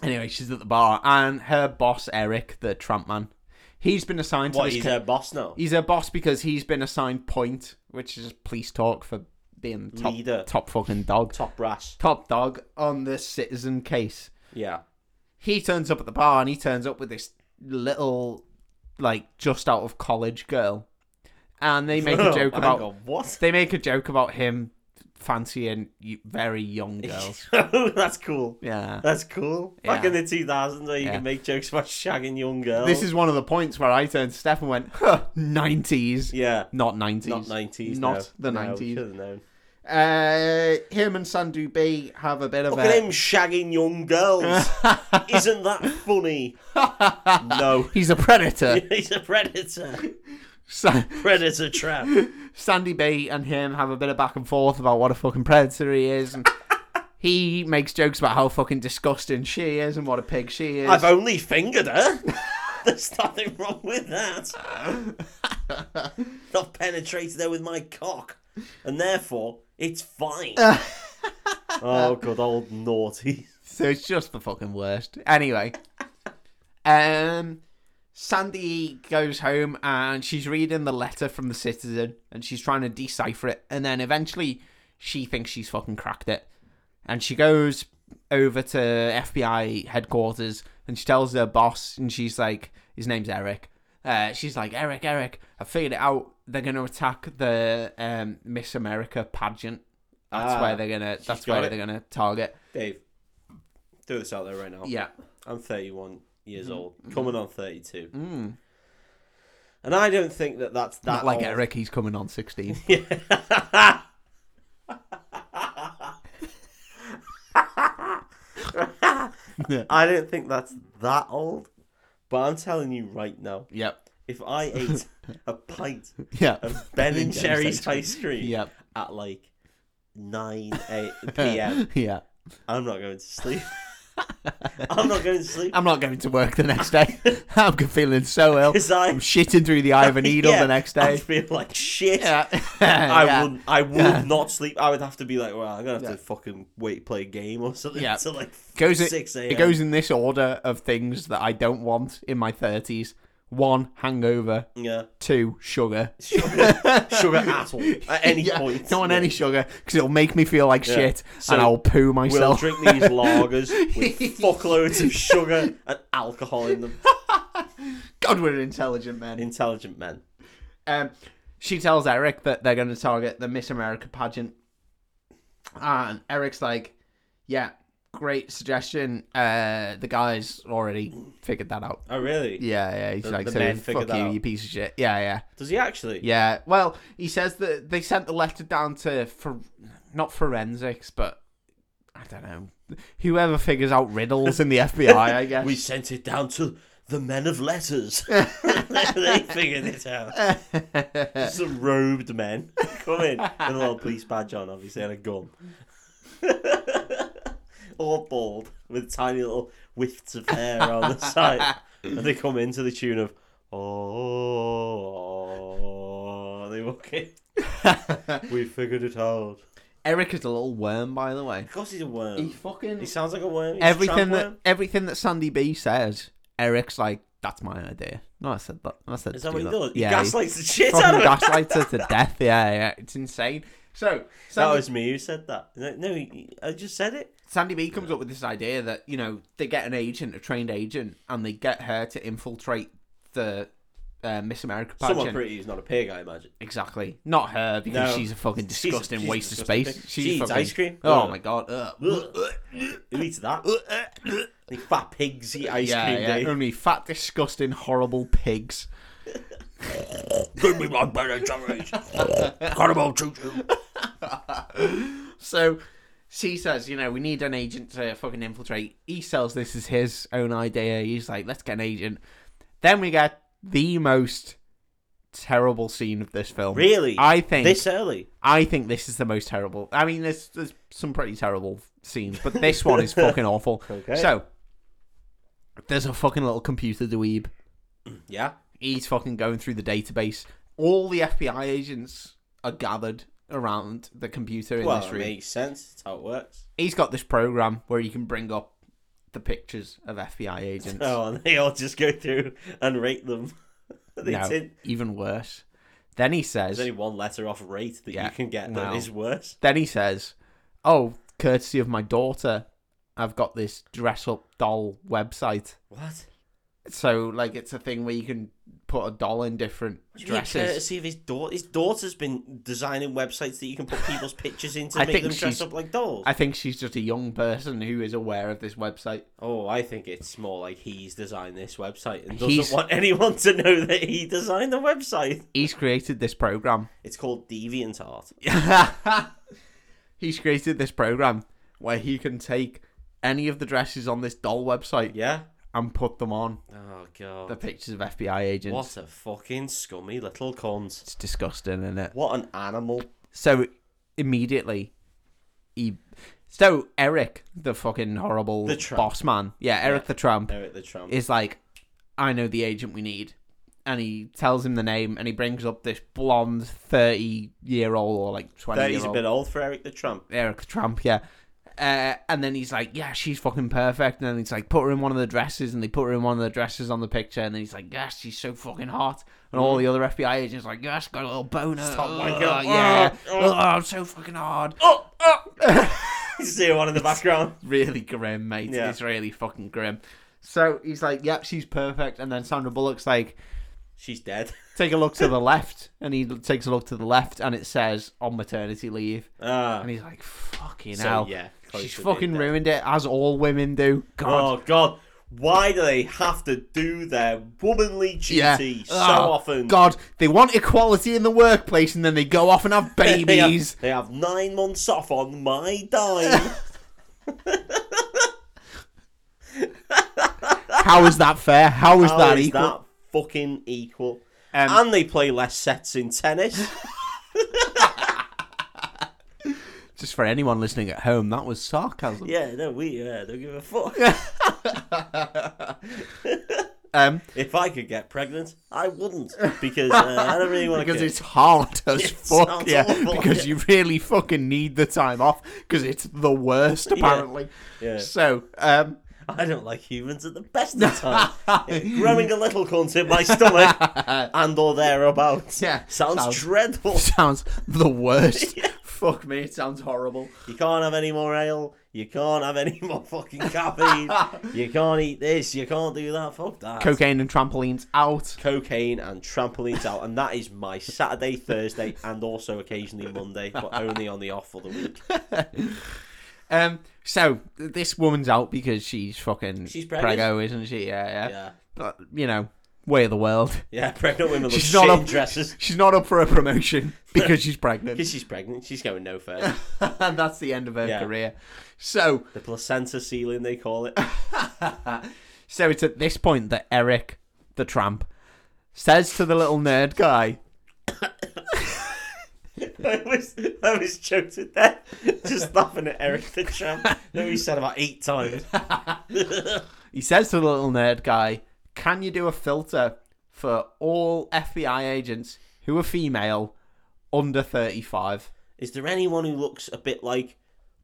[SPEAKER 1] anyway, she's at the bar, and her boss Eric, the tramp man, he's been assigned to
[SPEAKER 2] what,
[SPEAKER 1] this.
[SPEAKER 2] he's
[SPEAKER 1] ca-
[SPEAKER 2] her boss now?
[SPEAKER 1] he's her boss because he's been assigned point, which is police talk for being the top,
[SPEAKER 2] Leader.
[SPEAKER 1] top fucking dog,
[SPEAKER 2] Top brass.
[SPEAKER 1] top dog on the citizen case.
[SPEAKER 2] Yeah.
[SPEAKER 1] He turns up at the bar, and he turns up with this little, like, just out of college girl, and they make a
[SPEAKER 2] Oh,
[SPEAKER 1] joke
[SPEAKER 2] hang
[SPEAKER 1] about
[SPEAKER 2] on, what?
[SPEAKER 1] they make a joke about him fancying y- very young girls.
[SPEAKER 2] that's cool.
[SPEAKER 1] Yeah.
[SPEAKER 2] That's cool. Back
[SPEAKER 1] Yeah.
[SPEAKER 2] in the 2000s, where you
[SPEAKER 1] Yeah.
[SPEAKER 2] can make jokes about shagging young girls.
[SPEAKER 1] This is one of the points where I turned to Steph and went, huh, 90s.
[SPEAKER 2] Yeah.
[SPEAKER 1] Not 90s.
[SPEAKER 2] Not 90s.
[SPEAKER 1] Not
[SPEAKER 2] no.
[SPEAKER 1] the
[SPEAKER 2] No, we
[SPEAKER 1] 90s.
[SPEAKER 2] should have known.
[SPEAKER 1] Uh, him and Sandu B have a bit of
[SPEAKER 2] Look
[SPEAKER 1] a.
[SPEAKER 2] at him shagging young girls. Isn't that funny? no.
[SPEAKER 1] He's a predator.
[SPEAKER 2] He's a predator.
[SPEAKER 1] Sa-
[SPEAKER 2] Predator trap.
[SPEAKER 1] Sandy B and him have a bit of back and forth about what a fucking predator he is, and he makes jokes about how fucking disgusting she is and what a pig she is.
[SPEAKER 2] I've only fingered her. There's nothing wrong with that. I've penetrated her with my cock, and therefore it's fine. oh god, old naughty.
[SPEAKER 1] So it's just the fucking worst. Anyway, um, Sandy goes home and she's reading the letter from the citizen and she's trying to decipher it. And then eventually she thinks she's fucking cracked it. And she goes over to FBI headquarters and she tells her boss, and she's like, his name's Eric. Uh, she's like, Eric, Eric, I figured it out. They're going to attack the um, Miss America pageant. That's
[SPEAKER 2] Ah,
[SPEAKER 1] where they're gonna. That's
[SPEAKER 2] got
[SPEAKER 1] where
[SPEAKER 2] it.
[SPEAKER 1] they're gonna target.
[SPEAKER 2] Dave, throw this out there right now.
[SPEAKER 1] Yeah. Mm-hmm.
[SPEAKER 2] I'm 31 years old, coming on 32,
[SPEAKER 1] Mm.
[SPEAKER 2] and I don't think that that's that
[SPEAKER 1] Not like
[SPEAKER 2] old.
[SPEAKER 1] Eric, he's coming on 16.
[SPEAKER 2] I don't think that's that old. But I'm telling you right now,
[SPEAKER 1] yep.
[SPEAKER 2] if I ate a pint
[SPEAKER 1] Yep.
[SPEAKER 2] of Ben and
[SPEAKER 1] Jerry's ice
[SPEAKER 2] Jerry's
[SPEAKER 1] cream.
[SPEAKER 2] ice cream
[SPEAKER 1] Yep.
[SPEAKER 2] at like 9 8 p.m.,
[SPEAKER 1] yeah.
[SPEAKER 2] I'm not going to sleep. I'm not going to sleep
[SPEAKER 1] I'm not going to work the next day. I'm feeling so ill.
[SPEAKER 2] because I
[SPEAKER 1] I'm shitting through the eye of a needle
[SPEAKER 2] Yeah,
[SPEAKER 1] the next
[SPEAKER 2] I
[SPEAKER 1] day.
[SPEAKER 2] feel like shit.
[SPEAKER 1] Yeah.
[SPEAKER 2] I
[SPEAKER 1] Yeah.
[SPEAKER 2] would I would
[SPEAKER 1] Yeah.
[SPEAKER 2] not sleep. I would have to be like, well, I'm gonna have
[SPEAKER 1] Yeah.
[SPEAKER 2] to fucking wait, play a game or something
[SPEAKER 1] Yeah.
[SPEAKER 2] till like
[SPEAKER 1] Goes in-
[SPEAKER 2] six a.m.
[SPEAKER 1] It goes in this order of things that I don't want in my 30s. One, hangover.
[SPEAKER 2] yeah,
[SPEAKER 1] Two, sugar.
[SPEAKER 2] sugar, sugar at all at any
[SPEAKER 1] Yeah,
[SPEAKER 2] point.
[SPEAKER 1] Don't want
[SPEAKER 2] Yeah.
[SPEAKER 1] any sugar because it'll make me feel like
[SPEAKER 2] Yeah.
[SPEAKER 1] shit
[SPEAKER 2] So
[SPEAKER 1] and I'll poo
[SPEAKER 2] We'll
[SPEAKER 1] myself.
[SPEAKER 2] drink these lagers with fuckloads of sugar and alcohol in them.
[SPEAKER 1] God, we're intelligent men.
[SPEAKER 2] Intelligent men.
[SPEAKER 1] Um, she tells Eric that they're going to target the Miss America pageant, and Eric's like, "Yeah, great suggestion. Uh, the guys already figured that out.
[SPEAKER 2] Oh really?
[SPEAKER 1] Yeah, yeah. He's
[SPEAKER 2] The-
[SPEAKER 1] like,
[SPEAKER 2] the
[SPEAKER 1] so
[SPEAKER 2] men
[SPEAKER 1] fuck
[SPEAKER 2] figured
[SPEAKER 1] you,
[SPEAKER 2] that out."
[SPEAKER 1] you piece of shit. Yeah, yeah,
[SPEAKER 2] Does he actually?
[SPEAKER 1] yeah. Well, he says that they sent the letter down to for not forensics, but I don't know." Whoever figures out riddles in the FBI, I guess.
[SPEAKER 2] We sent it down to the men of letters. they figured it out. Some robed men come in with a little police badge on, obviously, and a gun. All bald with tiny little wifts of hair on the side. And they come in to the tune of, oh, they walk in. we figured it out.
[SPEAKER 1] Eric is a little worm, by the way.
[SPEAKER 2] Of course, he's a
[SPEAKER 1] He
[SPEAKER 2] worm.
[SPEAKER 1] fucking
[SPEAKER 2] He sounds like a worm. He's a
[SPEAKER 1] everything
[SPEAKER 2] tramp
[SPEAKER 1] that
[SPEAKER 2] worm.
[SPEAKER 1] everything that Sandy B says, Eric's like, "That's my idea." No, I said that. I said
[SPEAKER 2] Is
[SPEAKER 1] to
[SPEAKER 2] that what
[SPEAKER 1] do
[SPEAKER 2] he does? He
[SPEAKER 1] Yeah,
[SPEAKER 2] gaslights the shit
[SPEAKER 1] he
[SPEAKER 2] out
[SPEAKER 1] fucking
[SPEAKER 2] of her.
[SPEAKER 1] gaslights her to death. Yeah, yeah, it's insane. So
[SPEAKER 2] That
[SPEAKER 1] Sandy,
[SPEAKER 2] was me who said that. No, no, he- I just said it.
[SPEAKER 1] Sandy B comes up with this idea that you know they get an agent, a trained agent, and they get her to infiltrate the uh, Miss America pageant.
[SPEAKER 2] Someone pretty who's not a pig, I imagine.
[SPEAKER 1] Exactly, not her because
[SPEAKER 2] No.
[SPEAKER 1] she's a fucking
[SPEAKER 2] She's a-
[SPEAKER 1] disgusting
[SPEAKER 2] she's a
[SPEAKER 1] waste
[SPEAKER 2] disgusting
[SPEAKER 1] of space.
[SPEAKER 2] pig. She eats
[SPEAKER 1] fucking-
[SPEAKER 2] ice cream.
[SPEAKER 1] Oh
[SPEAKER 2] Ugh.
[SPEAKER 1] my god. Ugh.
[SPEAKER 2] Who eats that? Like fat pigs eat ice
[SPEAKER 1] Yeah,
[SPEAKER 2] cream.
[SPEAKER 1] yeah.
[SPEAKER 2] Dave.
[SPEAKER 1] Only fat, disgusting, horrible pigs.
[SPEAKER 2] Give me my Ben and Jerry's. Caramel choo choo.
[SPEAKER 1] So she says, you know, we need an agent to fucking infiltrate. He sells this as his own idea. He's like, let's get an agent. Then we get the most terrible scene of this film.
[SPEAKER 2] Really?
[SPEAKER 1] I think
[SPEAKER 2] This uh, early?
[SPEAKER 1] I think this is the most terrible. I mean, there's there's some pretty terrible scenes, but this one is fucking awful.
[SPEAKER 2] Okay.
[SPEAKER 1] So there's a fucking little computer dweeb.
[SPEAKER 2] Yeah.
[SPEAKER 1] He's fucking going through the database. All the FBI agents are gathered around the computer in
[SPEAKER 2] Well,
[SPEAKER 1] this
[SPEAKER 2] it
[SPEAKER 1] room
[SPEAKER 2] makes sense. That's how it works.
[SPEAKER 1] he's got this program where you can bring up the pictures of FBI agents.
[SPEAKER 2] Oh, and they all just go through and rate them. they
[SPEAKER 1] No,
[SPEAKER 2] did.
[SPEAKER 1] even worse. Then he says,
[SPEAKER 2] There's only one letter off rate that
[SPEAKER 1] Yeah.
[SPEAKER 2] you can get
[SPEAKER 1] Wow.
[SPEAKER 2] that is worse.
[SPEAKER 1] then he says, "Oh, courtesy of my daughter, I've got this dress up doll website.
[SPEAKER 2] What?
[SPEAKER 1] So like, it's a thing where you can put a doll in different dresses."
[SPEAKER 2] Courtesy of his daughter. His daughter's been designing websites that you can put people's pictures in to
[SPEAKER 1] I
[SPEAKER 2] make
[SPEAKER 1] think
[SPEAKER 2] them dress
[SPEAKER 1] she's-
[SPEAKER 2] up like dolls.
[SPEAKER 1] I think she's just a young person who is aware of this website.
[SPEAKER 2] Oh, I think it's more like he's designed this website and doesn't
[SPEAKER 1] He's-
[SPEAKER 2] want anyone to know that he designed the website.
[SPEAKER 1] He's created this program.
[SPEAKER 2] It's called DeviantArt.
[SPEAKER 1] He's created this program where he can take any of the dresses on this doll website
[SPEAKER 2] Yeah?
[SPEAKER 1] and put them on
[SPEAKER 2] Oh god.
[SPEAKER 1] the pictures of FBI agents.
[SPEAKER 2] What a fucking scummy little cunt.
[SPEAKER 1] It's disgusting, isn't it?
[SPEAKER 2] What an animal.
[SPEAKER 1] So immediately, he. So Eric, the fucking horrible
[SPEAKER 2] The tramp.
[SPEAKER 1] boss man, yeah, Eric the tramp,
[SPEAKER 2] Eric the tramp.
[SPEAKER 1] is like, I know the agent we need. And he tells him the name and he brings up this blonde 30 year old or like 20 year
[SPEAKER 2] He's a
[SPEAKER 1] old.
[SPEAKER 2] bit old for Eric the tramp.
[SPEAKER 1] Eric the Tramp, yeah. Uh, and then he's like, yeah, she's fucking perfect. And then he's like, put her in one of the dresses, and they put her in one of the dresses on the picture. And then he's like, yes, she's so fucking hot. And all the other FBI agents are like, yes, got a little boner.
[SPEAKER 2] Mm. Stop
[SPEAKER 1] Ugh,
[SPEAKER 2] wanking. Ugh,
[SPEAKER 1] yeah,
[SPEAKER 2] ugh.
[SPEAKER 1] Ugh, I'm so fucking hard.
[SPEAKER 2] Oh, oh! you see one in the background.
[SPEAKER 1] Really grim, mate.
[SPEAKER 2] Yeah.
[SPEAKER 1] It's really fucking grim. So he's like, yep, she's perfect. And then Sandra Bullock's like,
[SPEAKER 2] She's dead.
[SPEAKER 1] take a look to the left, and he takes a look to the left, and it says on maternity leave,
[SPEAKER 2] Ah.
[SPEAKER 1] and he's like, fucking
[SPEAKER 2] So,
[SPEAKER 1] hell.
[SPEAKER 2] yeah, close
[SPEAKER 1] She's
[SPEAKER 2] to
[SPEAKER 1] fucking
[SPEAKER 2] being dead.
[SPEAKER 1] ruined it, as all women do. God,
[SPEAKER 2] Oh god. Why do they have to do their womanly duty
[SPEAKER 1] yeah.
[SPEAKER 2] so
[SPEAKER 1] Oh,
[SPEAKER 2] often?
[SPEAKER 1] God, they want equality in the workplace, and then they go off and have
[SPEAKER 2] They have-
[SPEAKER 1] babies.
[SPEAKER 2] They have, nine months off on my dime.
[SPEAKER 1] How is that fair? How is
[SPEAKER 2] How
[SPEAKER 1] that
[SPEAKER 2] Oh, is
[SPEAKER 1] equal?
[SPEAKER 2] that fucking equal?
[SPEAKER 1] Um,
[SPEAKER 2] and they play less sets in tennis.
[SPEAKER 1] Just for anyone listening at home, that was sarcasm.
[SPEAKER 2] yeah, no, we uh, don't give a fuck.
[SPEAKER 1] Um,
[SPEAKER 2] if I could get pregnant, I wouldn't because uh, I don't really want to.
[SPEAKER 1] because it's hard as fuck.
[SPEAKER 2] sounds
[SPEAKER 1] Yeah,
[SPEAKER 2] awful,
[SPEAKER 1] because
[SPEAKER 2] yeah.
[SPEAKER 1] you really fucking need the time off because it's the worst apparently.
[SPEAKER 2] Yeah.
[SPEAKER 1] So, um,
[SPEAKER 2] I don't like humans at the best of times. Growing a little cunt in my stomach and or thereabouts.
[SPEAKER 1] Yeah,
[SPEAKER 2] sounds,
[SPEAKER 1] sounds-
[SPEAKER 2] dreadful.
[SPEAKER 1] sounds the worst. Fuck me, it sounds horrible.
[SPEAKER 2] You can't have any more ale. You can't have any more fucking caffeine. you can't eat this. You can't do that. Fuck that.
[SPEAKER 1] Cocaine and trampolines out.
[SPEAKER 2] cocaine and trampolines out, and that is my Saturday, Thursday, and also occasionally Monday, but only on the off for the week.
[SPEAKER 1] Um, so this woman's out because she's fucking
[SPEAKER 2] She's pregnant.
[SPEAKER 1] prego, isn't she? Yeah, yeah.
[SPEAKER 2] Yeah,
[SPEAKER 1] But you know, way of the world.
[SPEAKER 2] yeah. Pregnant women look
[SPEAKER 1] She's
[SPEAKER 2] shit
[SPEAKER 1] not
[SPEAKER 2] in
[SPEAKER 1] a-
[SPEAKER 2] dresses
[SPEAKER 1] She's not up for a promotion because she's pregnant,
[SPEAKER 2] because she's pregnant. She's going no further.
[SPEAKER 1] and that's the end of her
[SPEAKER 2] Yeah.
[SPEAKER 1] career. So,
[SPEAKER 2] The placenta ceiling, they call it.
[SPEAKER 1] so it's at this point that Eric, the tramp, says to the little nerd guy,
[SPEAKER 2] I was, I was choked to death, just laughing at Eric the tramp. No, he said about eight times.
[SPEAKER 1] he says to the little nerd guy, "Can you do a filter for all FBI agents who are female under thirty-five?
[SPEAKER 2] Is there anyone who looks a bit like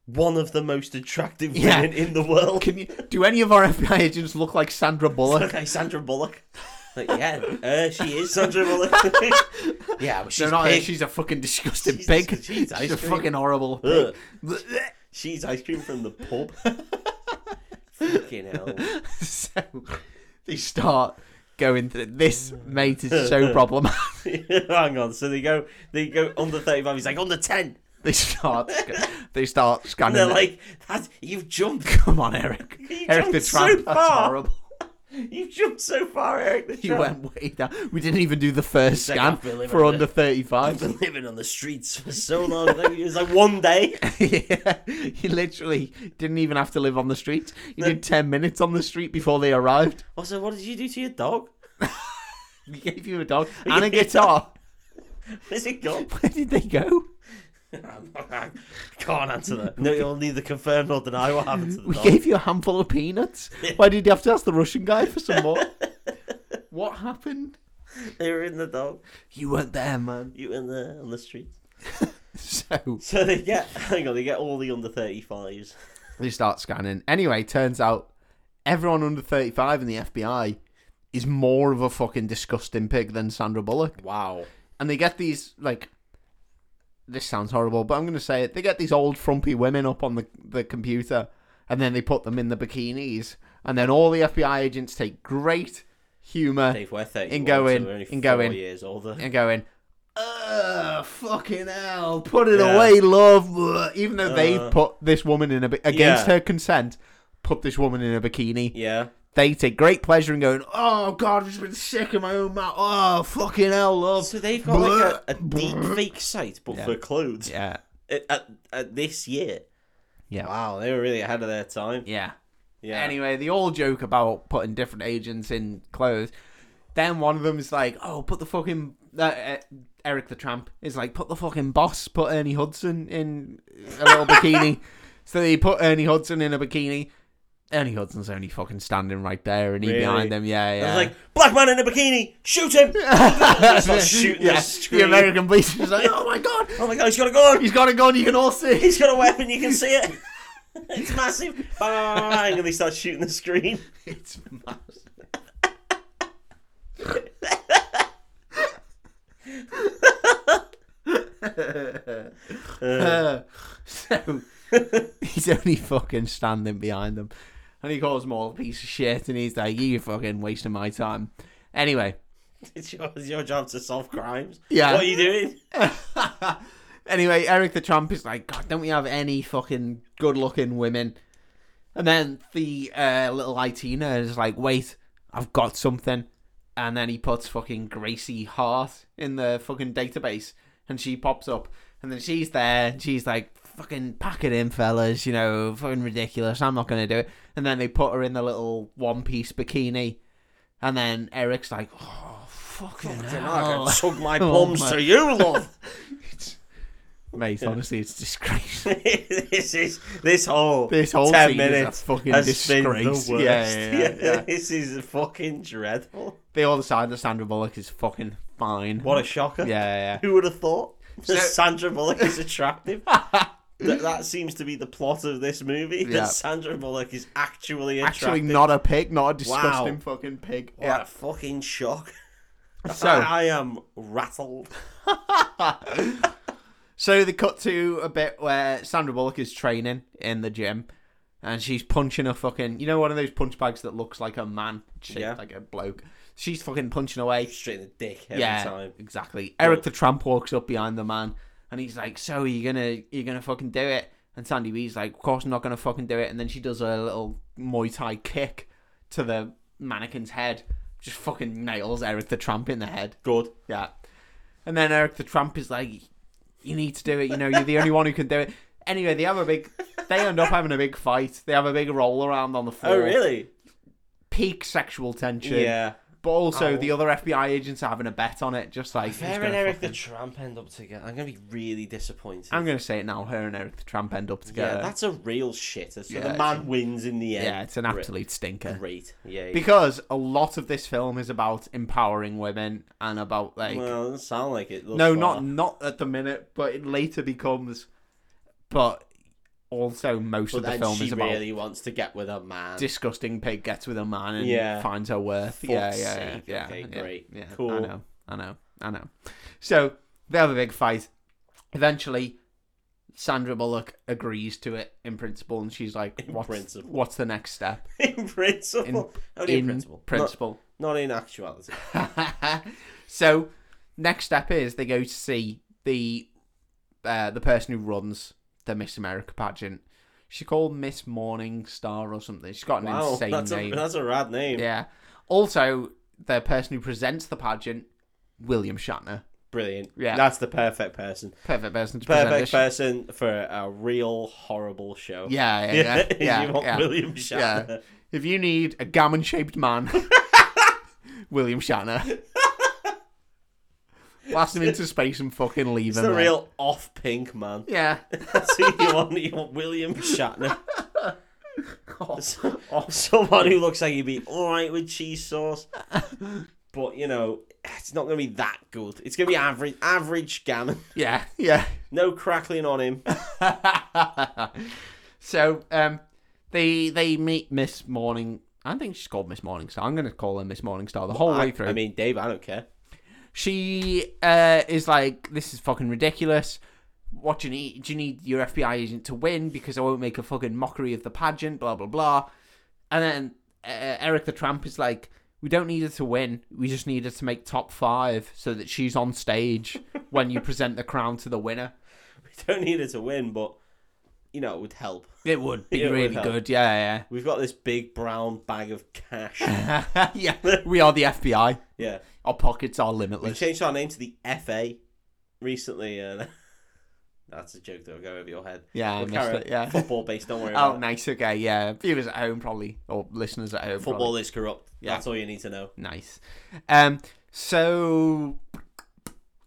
[SPEAKER 2] one of the most attractive women
[SPEAKER 1] Yeah.
[SPEAKER 2] in the world?
[SPEAKER 1] Can you do any of our FBI agents look like Sandra Bullock?"
[SPEAKER 2] Okay, Sandra Bullock. Like, yeah, uh, she is Sandra Bullock. yeah, but she's
[SPEAKER 1] no, not her,
[SPEAKER 2] pig.
[SPEAKER 1] she's a fucking disgusting
[SPEAKER 2] She's-
[SPEAKER 1] pig.
[SPEAKER 2] she's
[SPEAKER 1] She's,
[SPEAKER 2] ice
[SPEAKER 1] a
[SPEAKER 2] cream.
[SPEAKER 1] fucking horrible pig.
[SPEAKER 2] Ugh. She's ice cream from the pub. Fucking hell.
[SPEAKER 1] so they start going through this mate is so problematic.
[SPEAKER 2] Hang on. So they go, they go under thirty-five. He's like under ten.
[SPEAKER 1] They start they start
[SPEAKER 2] And
[SPEAKER 1] scanning
[SPEAKER 2] they're
[SPEAKER 1] it.
[SPEAKER 2] like, that, "You've jumped.
[SPEAKER 1] Come on, Eric.
[SPEAKER 2] You
[SPEAKER 1] Eric the
[SPEAKER 2] jumped so
[SPEAKER 1] tramp, that's
[SPEAKER 2] far.
[SPEAKER 1] horrible.
[SPEAKER 2] You've jumped so far, Eric." The
[SPEAKER 1] He
[SPEAKER 2] Tramp.
[SPEAKER 1] went way down. We didn't even do the first
[SPEAKER 2] like,
[SPEAKER 1] scan
[SPEAKER 2] I've been living
[SPEAKER 1] for
[SPEAKER 2] with
[SPEAKER 1] under thirty
[SPEAKER 2] I've
[SPEAKER 1] five.
[SPEAKER 2] been living on the streets for so long. Like, it was like one day.
[SPEAKER 1] yeah. He literally didn't even have to live on the street. He did ten minutes on the street before they arrived.
[SPEAKER 2] Also, what did you do to your dog?
[SPEAKER 1] We gave you a dog and a guitar.
[SPEAKER 2] Is it gone?
[SPEAKER 1] Where did they go?
[SPEAKER 2] I can't answer that. No, you'll neither confirm nor deny what happened to the
[SPEAKER 1] We
[SPEAKER 2] dog.
[SPEAKER 1] gave you a handful of peanuts. Why did you have to ask the Russian guy for some more? what happened?
[SPEAKER 2] They were in the dog.
[SPEAKER 1] You weren't there, man.
[SPEAKER 2] You in the on the streets.
[SPEAKER 1] So
[SPEAKER 2] So they get hang on, they get all the under thirty fives.
[SPEAKER 1] they start scanning. Anyway, turns out everyone under 35 in the FBI is more of a fucking disgusting pig than Sandra Bullock.
[SPEAKER 2] Wow.
[SPEAKER 1] And they get these, like, this sounds horrible, but I'm going to say it. They get these old frumpy women up on the, the computer and then they put them in the bikinis. And then all the FBI agents take great humour
[SPEAKER 2] Dave, we're thirty.
[SPEAKER 1] In go in,
[SPEAKER 2] so we're only
[SPEAKER 1] in go
[SPEAKER 2] four
[SPEAKER 1] in.
[SPEAKER 2] years older.
[SPEAKER 1] and going, Ugh, fucking hell, put it
[SPEAKER 2] Yeah.
[SPEAKER 1] away, love. Ugh. Even though
[SPEAKER 2] Uh.
[SPEAKER 1] they've put this woman in a, bi- against
[SPEAKER 2] Yeah.
[SPEAKER 1] her consent, put this woman in a bikini.
[SPEAKER 2] Yeah.
[SPEAKER 1] They take great pleasure in going, oh god, I've just been sick in my own mouth. Oh, fucking hell, love.
[SPEAKER 2] So they've got like a, a deep fake site, but for clothes.
[SPEAKER 1] Yeah,
[SPEAKER 2] At, at, at this year.
[SPEAKER 1] Yeah.
[SPEAKER 2] Wow, they were really ahead of their time.
[SPEAKER 1] yeah.
[SPEAKER 2] Yeah.
[SPEAKER 1] Anyway, they all joke about putting different agents in clothes. Then one of them is like, "Oh, put the fucking uh, uh, Eric the Tramp is like, put the fucking boss, put Ernie Hudson in a little bikini." So they put Ernie Hudson in a bikini. Ernie Hudson's only fucking standing right there, and he
[SPEAKER 2] Really?
[SPEAKER 1] behind them. Yeah,
[SPEAKER 2] I
[SPEAKER 1] yeah.
[SPEAKER 2] was like, black man in a bikini, shoot him! Just like shooting
[SPEAKER 1] Yeah,
[SPEAKER 2] the
[SPEAKER 1] the
[SPEAKER 2] screen.
[SPEAKER 1] American police was like, "Oh my god,
[SPEAKER 2] oh my god, he's got a gun!
[SPEAKER 1] he's got a gun. You can all see."
[SPEAKER 2] He's got a weapon, you can see it! it's massive! Bang! And they start shooting the screen.
[SPEAKER 1] It's massive. Uh, so he's only fucking standing behind them, and he calls them all a piece of shit, and he's like, "You fucking wasting my time." Anyway,
[SPEAKER 2] It's your, it's your job to solve crimes.
[SPEAKER 1] Yeah.
[SPEAKER 2] What are you doing?
[SPEAKER 1] anyway, Eric the Tramp is like, God, don't we have any fucking good looking women? And then the uh, little Itina is like, wait, I've got something. And then he puts fucking Gracie Hart in the fucking database and she pops up. And then she's there and she's like, fucking pack it in, fellas, you know, fucking ridiculous. I'm not going to do it. And then they put her in the little one piece bikini. And then Eric's like, oh, fucking
[SPEAKER 2] I
[SPEAKER 1] hell.
[SPEAKER 2] can tug my
[SPEAKER 1] Oh
[SPEAKER 2] bums
[SPEAKER 1] my-
[SPEAKER 2] to you, love.
[SPEAKER 1] Mate, honestly, it's disgraceful.
[SPEAKER 2] this is this whole
[SPEAKER 1] This whole
[SPEAKER 2] ten
[SPEAKER 1] scene is a
[SPEAKER 2] minutes
[SPEAKER 1] fucking
[SPEAKER 2] has been the
[SPEAKER 1] disgrace.
[SPEAKER 2] worst.
[SPEAKER 1] Yeah, yeah, yeah, yeah.
[SPEAKER 2] this is fucking dreadful.
[SPEAKER 1] They all decide that Sandra Bullock is fucking fine.
[SPEAKER 2] What a shocker!
[SPEAKER 1] Yeah, yeah.
[SPEAKER 2] Who would have thought that
[SPEAKER 1] So-
[SPEAKER 2] Sandra Bullock is attractive? that, that seems to be the plot of this movie.
[SPEAKER 1] Yeah.
[SPEAKER 2] That Sandra Bullock is actually attractive.
[SPEAKER 1] Actually, not a pig, not a
[SPEAKER 2] Wow.
[SPEAKER 1] disgusting fucking pig.
[SPEAKER 2] What a fucking shock!
[SPEAKER 1] Yeah.
[SPEAKER 2] I,
[SPEAKER 1] So,
[SPEAKER 2] I am rattled.
[SPEAKER 1] so they cut to a bit where Sandra Bullock is training in the gym, and she's punching a fucking, you know, one of those punch bags that looks like a man, shaped
[SPEAKER 2] Yeah.
[SPEAKER 1] like a bloke. She's fucking punching away.
[SPEAKER 2] Straight in the dick every
[SPEAKER 1] yeah,
[SPEAKER 2] time.
[SPEAKER 1] exactly. Eric the Tramp walks up behind the man, and he's like, "So are you gonna you gonna fucking do it?" And Sandy B's like, "Of course I'm not gonna fucking do it." And then she does a little Muay Thai kick to the mannequin's head, just fucking nails Eric the Tramp in the head.
[SPEAKER 2] Good.
[SPEAKER 1] Yeah, and then Eric the Tramp is like, "You need to do it. You know, you're the only one who can do it." Anyway, they have a big. They end up having a big fight. They have a big roll around on the floor.
[SPEAKER 2] Oh really?
[SPEAKER 1] Peak sexual tension.
[SPEAKER 2] Yeah.
[SPEAKER 1] But also,
[SPEAKER 2] Oh.
[SPEAKER 1] the other FBI agents are having a bet on it, just like.
[SPEAKER 2] If
[SPEAKER 1] who's
[SPEAKER 2] her
[SPEAKER 1] gonna
[SPEAKER 2] and Eric
[SPEAKER 1] fucking-
[SPEAKER 2] the Tramp end up together, I'm gonna be really disappointed.
[SPEAKER 1] I'm going to say it now. Her and Eric the Tramp end up
[SPEAKER 2] yeah,
[SPEAKER 1] together. Yeah,
[SPEAKER 2] that's a real shitter. So
[SPEAKER 1] Yeah,
[SPEAKER 2] the man wins in the end.
[SPEAKER 1] it's an absolute stinker.
[SPEAKER 2] Great. Yeah.
[SPEAKER 1] Because a lot of this film is about empowering women and about like
[SPEAKER 2] well, it doesn't sound like it. thus
[SPEAKER 1] no,
[SPEAKER 2] far.
[SPEAKER 1] not not at the minute, but it later becomes. But also, most
[SPEAKER 2] But
[SPEAKER 1] of the
[SPEAKER 2] then
[SPEAKER 1] film
[SPEAKER 2] she
[SPEAKER 1] is about
[SPEAKER 2] really wants to get with a man.
[SPEAKER 1] disgusting pig gets with a man and
[SPEAKER 2] Yeah.
[SPEAKER 1] finds her worth.
[SPEAKER 2] Fuck's
[SPEAKER 1] yeah, yeah, yeah,
[SPEAKER 2] sake.
[SPEAKER 1] yeah.
[SPEAKER 2] Okay,
[SPEAKER 1] yeah,
[SPEAKER 2] great.
[SPEAKER 1] Yeah, I
[SPEAKER 2] Cool.
[SPEAKER 1] know, I know, I know. So they have a big fight. Eventually, Sandra Bullock agrees to it in principle, and she's like,
[SPEAKER 2] In
[SPEAKER 1] "What's
[SPEAKER 2] principle.
[SPEAKER 1] what's the next step?"
[SPEAKER 2] in principle. Only in,
[SPEAKER 1] in
[SPEAKER 2] principle.
[SPEAKER 1] principle.
[SPEAKER 2] Not, not in actuality.
[SPEAKER 1] so next step is they go to see the uh, the person who runs the Miss America pageant. She's called Miss Morning Star or something. She's got an
[SPEAKER 2] wow,
[SPEAKER 1] insane
[SPEAKER 2] that's
[SPEAKER 1] name.
[SPEAKER 2] a that's a rad name.
[SPEAKER 1] Yeah. Also, the person who presents the pageant, William Shatner.
[SPEAKER 2] Brilliant.
[SPEAKER 1] Yeah.
[SPEAKER 2] That's the perfect person.
[SPEAKER 1] Perfect person to present
[SPEAKER 2] Perfect
[SPEAKER 1] this.
[SPEAKER 2] person for a real horrible show.
[SPEAKER 1] yeah, yeah, yeah. yeah,
[SPEAKER 2] you want
[SPEAKER 1] yeah.
[SPEAKER 2] William Shatner.
[SPEAKER 1] Yeah. If you need a gammon shaped man, William Shatner. Blast him into space and fucking leave
[SPEAKER 2] It's
[SPEAKER 1] him.
[SPEAKER 2] the
[SPEAKER 1] there.
[SPEAKER 2] real off pink man.
[SPEAKER 1] Yeah.
[SPEAKER 2] That's who you want. You want William Shatner. So- oh, Someone who looks like he'd be all right with cheese sauce, but you know it's not going to be that good. It's going to be average, average gammon.
[SPEAKER 1] Yeah, yeah.
[SPEAKER 2] No crackling on him.
[SPEAKER 1] so um, they they meet Miss Morning. I think she's called Miss Morningstar. I'm going to call her Miss Morningstar the whole way
[SPEAKER 2] I,
[SPEAKER 1] through.
[SPEAKER 2] I mean, Dave, I don't care.
[SPEAKER 1] She uh, is like, this is fucking ridiculous. What do you need? Do you need your FBI agent to win? Because I won't make a fucking mockery of the pageant, blah, blah, blah. And then uh, Eric the Tramp is like, we don't need her to win. We just need her to make top five so that she's on stage when you present the crown to the winner.
[SPEAKER 2] We don't need her to win, but you know it would help.
[SPEAKER 1] It would be
[SPEAKER 2] It would
[SPEAKER 1] really
[SPEAKER 2] help.
[SPEAKER 1] good. Yeah,
[SPEAKER 2] We've got this big brown bag of cash.
[SPEAKER 1] yeah. yeah, we are the FBI.
[SPEAKER 2] yeah,
[SPEAKER 1] Our pockets are
[SPEAKER 2] we
[SPEAKER 1] limitless.
[SPEAKER 2] changed our name to the FA recently, and That's a joke that'll go over your head.
[SPEAKER 1] Yeah, I
[SPEAKER 2] We'll
[SPEAKER 1] missed
[SPEAKER 2] carry
[SPEAKER 1] it.
[SPEAKER 2] on.
[SPEAKER 1] Yeah.
[SPEAKER 2] Football based, don't worry
[SPEAKER 1] Oh,
[SPEAKER 2] about
[SPEAKER 1] nice. Okay, yeah. Viewers at home probably or listeners at home.
[SPEAKER 2] it. Football is corrupt.
[SPEAKER 1] Yeah.
[SPEAKER 2] That's all you need to know.
[SPEAKER 1] probably. Nice. Um. So.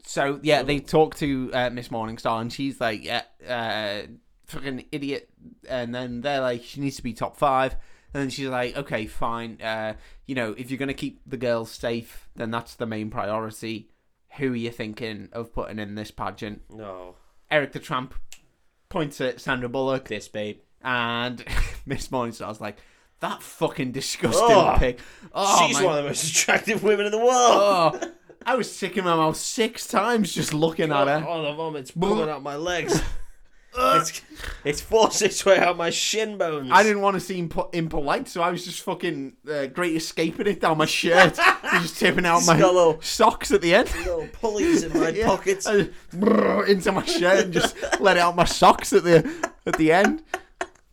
[SPEAKER 1] So yeah, they talk to uh, Miss Morningstar, and she's like, "Yeah, uh, fucking idiot." And then they're like, "She needs to be top five. And then she's like, "Okay, fine. Uh, you know, if you're gonna keep the girls safe, then that's the main priority. Who are you thinking of putting in this pageant?"
[SPEAKER 2] No.
[SPEAKER 1] Eric the Tramp points at Sandra Bullock,
[SPEAKER 2] This, babe.
[SPEAKER 1] and Miss Morningstar's like, "That fucking disgusting
[SPEAKER 2] Ugh.
[SPEAKER 1] pig." Oh
[SPEAKER 2] She's
[SPEAKER 1] my-
[SPEAKER 2] one of the most attractive women in the world.
[SPEAKER 1] oh, I was sick in my mouth six times just looking at her.
[SPEAKER 2] Oh, the vomit's pulling out my legs. it's, it's forced its way out my shin bones.
[SPEAKER 1] I didn't want to seem po- impolite, so I was just fucking uh, great escaping it down my shirt, and just tipping out my
[SPEAKER 2] Just got a little-
[SPEAKER 1] socks at the end.
[SPEAKER 2] Little pulleys in my
[SPEAKER 1] Yeah,
[SPEAKER 2] pockets.
[SPEAKER 1] I just brrr, into my shirt and just let out my socks at the at the end.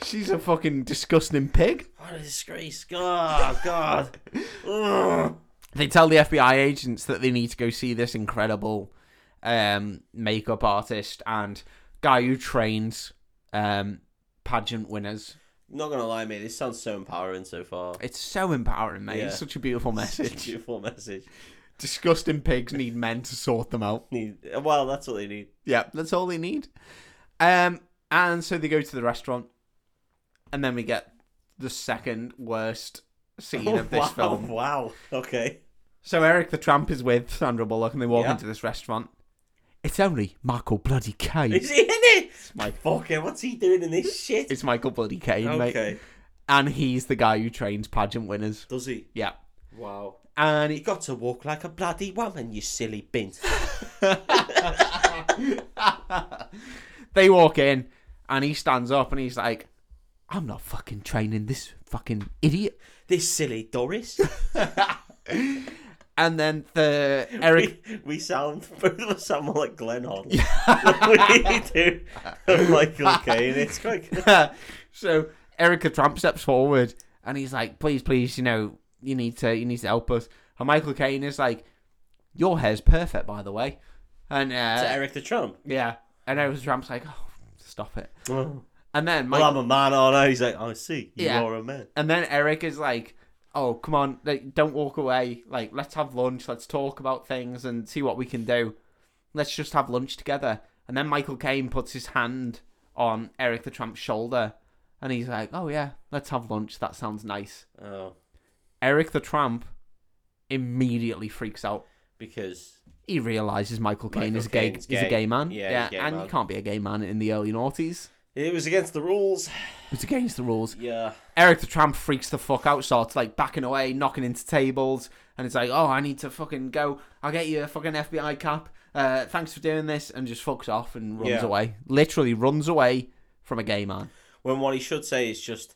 [SPEAKER 1] She's a fucking disgusting pig.
[SPEAKER 2] What a disgrace. Oh, God. Ugh.
[SPEAKER 1] they tell the FBI agents that they need to go see this incredible um, makeup artist and guy who trains um, pageant winners.
[SPEAKER 2] Not gonna lie, mate. This sounds so empowering so far.
[SPEAKER 1] It's so empowering, mate.
[SPEAKER 2] Yeah.
[SPEAKER 1] It's such a beautiful message.
[SPEAKER 2] Beautiful message.
[SPEAKER 1] Disgusting pigs need men to sort them out.
[SPEAKER 2] Need, well, that's what they need.
[SPEAKER 1] Yeah, that's all they need. Um, and so they go to the restaurant, and then we get the second worst scene of this
[SPEAKER 2] wow,
[SPEAKER 1] film.
[SPEAKER 2] Wow. Okay.
[SPEAKER 1] So Eric the Tramp is with Sandra Bullock, and they walk
[SPEAKER 2] Yeah.
[SPEAKER 1] into this restaurant. It's only Michael Bloody Caine.
[SPEAKER 2] Is he in it? My fucking. What's he doing in this shit?
[SPEAKER 1] It's Michael Bloody Kane, mate.
[SPEAKER 2] Okay.
[SPEAKER 1] And he's the guy who trains pageant winners.
[SPEAKER 2] Does he?
[SPEAKER 1] Yeah.
[SPEAKER 2] Wow.
[SPEAKER 1] And
[SPEAKER 2] You
[SPEAKER 1] he,
[SPEAKER 2] got to walk like a bloody woman, you silly bint.
[SPEAKER 1] they walk in and he stands up and he's like, I'm not fucking training this fucking idiot.
[SPEAKER 2] this silly Doris.
[SPEAKER 1] And then the Eric
[SPEAKER 2] We, we sound both of us sound more like Glenn Hoddle. we do. Michael Caine. It's quite. good.
[SPEAKER 1] so Erica Trump steps forward and he's like, "Please, please, you know, you need to, you need to help us." And Michael Caine is like, "Your hair's perfect, by the way." And uh,
[SPEAKER 2] To Eric the Trump.
[SPEAKER 1] yeah, and Erica Trump's like, "Oh, stop it."
[SPEAKER 2] Oh.
[SPEAKER 1] And then Michael,
[SPEAKER 2] Well, I'm a man, aren't I? He's like, I see. You
[SPEAKER 1] Yeah.
[SPEAKER 2] are a man.
[SPEAKER 1] and then Eric is like, "Oh, come on, like, don't walk away. Like, let's have lunch. Let's talk about things and see what we can do. Let's just have lunch together." And then Michael Caine puts his hand on Eric the Tramp's shoulder, and he's like, "Oh yeah, let's have lunch. That sounds nice."
[SPEAKER 2] Oh,
[SPEAKER 1] Eric the Tramp immediately freaks out.
[SPEAKER 2] because
[SPEAKER 1] He realizes Michael Caine
[SPEAKER 2] Michael
[SPEAKER 1] is gay.
[SPEAKER 2] Caine's
[SPEAKER 1] He's a
[SPEAKER 2] gay.
[SPEAKER 1] gay man.
[SPEAKER 2] Yeah, he's a gay
[SPEAKER 1] and
[SPEAKER 2] man.
[SPEAKER 1] you can't be a gay man in the early noughties.
[SPEAKER 2] It was against the rules.
[SPEAKER 1] It's against the rules.
[SPEAKER 2] Yeah.
[SPEAKER 1] Eric the Tramp freaks the fuck out, starts like backing away, knocking into tables, and it's like, oh, I need to fucking go. I'll get you a fucking FBI cap. Uh, thanks for doing this, and just fucks off and runs
[SPEAKER 2] Yeah.
[SPEAKER 1] away. Literally runs away from a gay man.
[SPEAKER 2] When what he should say is just,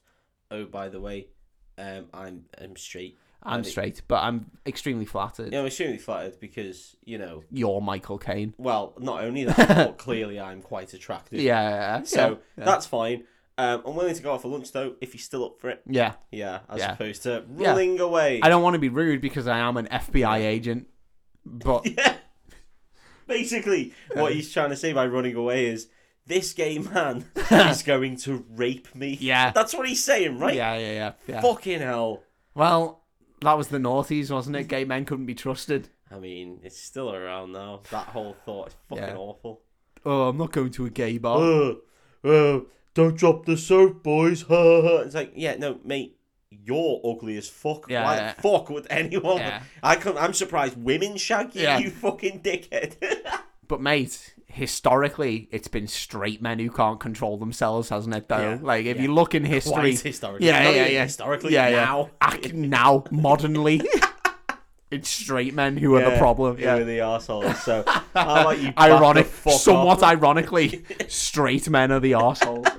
[SPEAKER 2] oh, by the way, um, I'm I'm straight.
[SPEAKER 1] I'm
[SPEAKER 2] Right.
[SPEAKER 1] straight, but I'm extremely flattered.
[SPEAKER 2] You know, I'm extremely flattered because you know,
[SPEAKER 1] You're Michael Caine.
[SPEAKER 2] well, not only that, but clearly I'm quite attractive.
[SPEAKER 1] Yeah.
[SPEAKER 2] So
[SPEAKER 1] yeah,
[SPEAKER 2] that's fine. Um, I'm willing to go out for lunch though if you're still up for it.
[SPEAKER 1] yeah.
[SPEAKER 2] Yeah, as
[SPEAKER 1] Yeah.
[SPEAKER 2] opposed to
[SPEAKER 1] Yeah.
[SPEAKER 2] running away.
[SPEAKER 1] I don't want to be rude because I am an FBI agent, but
[SPEAKER 2] yeah. Basically, what he's trying to say by running away is this gay man is going to rape me.
[SPEAKER 1] Yeah.
[SPEAKER 2] That's what he's saying, right?
[SPEAKER 1] yeah, yeah, yeah. yeah.
[SPEAKER 2] Fucking hell.
[SPEAKER 1] Well, that was the noughties, wasn't it? Gay men couldn't be trusted.
[SPEAKER 2] I mean, it's still around now. That whole thought is fucking
[SPEAKER 1] Yeah.
[SPEAKER 2] awful.
[SPEAKER 1] Oh, I'm not going to a gay bar.
[SPEAKER 2] Uh, uh, don't drop the soap, boys. Ha, ha. it's like, yeah, no, mate, you're ugly as fuck.
[SPEAKER 1] Yeah,
[SPEAKER 2] Why
[SPEAKER 1] yeah.
[SPEAKER 2] the fuck would anyone?
[SPEAKER 1] Yeah.
[SPEAKER 2] I can I'm surprised women shag you,
[SPEAKER 1] Yeah.
[SPEAKER 2] you fucking dickhead.
[SPEAKER 1] But mate, historically, it's been straight men who can't control themselves, hasn't it? Though,
[SPEAKER 2] Yeah,
[SPEAKER 1] like if
[SPEAKER 2] yeah.
[SPEAKER 1] you look in history,
[SPEAKER 2] Quite historically.
[SPEAKER 1] yeah,
[SPEAKER 2] Not
[SPEAKER 1] yeah,
[SPEAKER 2] even
[SPEAKER 1] yeah,
[SPEAKER 2] Historically,
[SPEAKER 1] yeah, yeah.
[SPEAKER 2] now.
[SPEAKER 1] Ac- now, modernly, it's straight men who are the problem.
[SPEAKER 2] Yeah,
[SPEAKER 1] Yeah.
[SPEAKER 2] the arseholes. So, how about you? back the
[SPEAKER 1] Ironic,
[SPEAKER 2] fuck off?
[SPEAKER 1] somewhat ironically, straight men are the arseholes.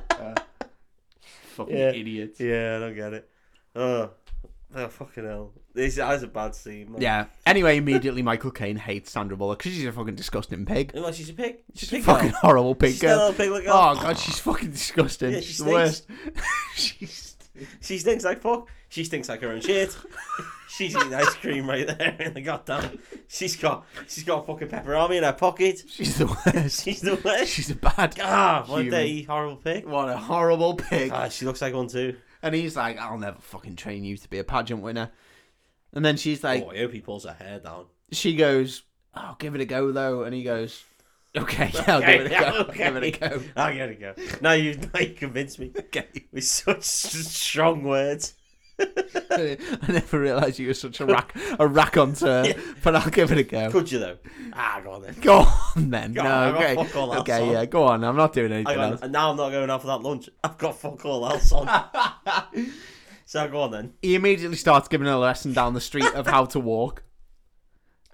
[SPEAKER 1] Fucking
[SPEAKER 2] Yeah.
[SPEAKER 1] idiots.
[SPEAKER 2] Yeah, I don't get it. Oh, oh fucking hell. This that is a bad scene. Man.
[SPEAKER 1] Yeah. Anyway, immediately Michael Caine hates Sandra Bullock because she's a fucking disgusting pig.
[SPEAKER 2] Unless she's a pig. She's
[SPEAKER 1] She's
[SPEAKER 2] a
[SPEAKER 1] a
[SPEAKER 2] pig.
[SPEAKER 1] fucking
[SPEAKER 2] girl.
[SPEAKER 1] horrible pig
[SPEAKER 2] She's still
[SPEAKER 1] girl.
[SPEAKER 2] a pig. Look
[SPEAKER 1] Oh god, she's fucking disgusting.
[SPEAKER 2] Yeah, she
[SPEAKER 1] she's the worst. she's
[SPEAKER 2] She stinks like fuck. She stinks like her own shit. she's eating ice cream right there in the goddamn. She's got she's got fucking pepperoni in her pocket.
[SPEAKER 1] She's the worst.
[SPEAKER 2] She's the worst.
[SPEAKER 1] She's a bad.
[SPEAKER 2] Ah, what
[SPEAKER 1] human.
[SPEAKER 2] day horrible pig.
[SPEAKER 1] What a horrible pig.
[SPEAKER 2] Ah, she looks like one too.
[SPEAKER 1] And he's like, I'll never fucking train you to be a pageant winner. And then she's like,
[SPEAKER 2] oh, I hope he pulls her hair down.
[SPEAKER 1] she goes, I'll give it a go though. And he goes, Okay, yeah, I'll give it a go. I'll give it a go.
[SPEAKER 2] I'll give it a Ah, go. Now you now you convinced me
[SPEAKER 1] Okay.
[SPEAKER 2] with such strong words.
[SPEAKER 1] I never realised you were such a rack a rack on turn, but I'll give it a go.
[SPEAKER 2] Could you though? Ah, go on then.
[SPEAKER 1] Go on then.
[SPEAKER 2] Go
[SPEAKER 1] no,
[SPEAKER 2] on, I've got
[SPEAKER 1] okay.
[SPEAKER 2] fuck all else
[SPEAKER 1] okay,
[SPEAKER 2] on.
[SPEAKER 1] yeah, go on. I'm not doing
[SPEAKER 2] I
[SPEAKER 1] anything else.
[SPEAKER 2] got, and now I'm not going out for that lunch. I've got fuck all else on. so go on then.
[SPEAKER 1] He immediately starts giving her a lesson down the street of how to walk.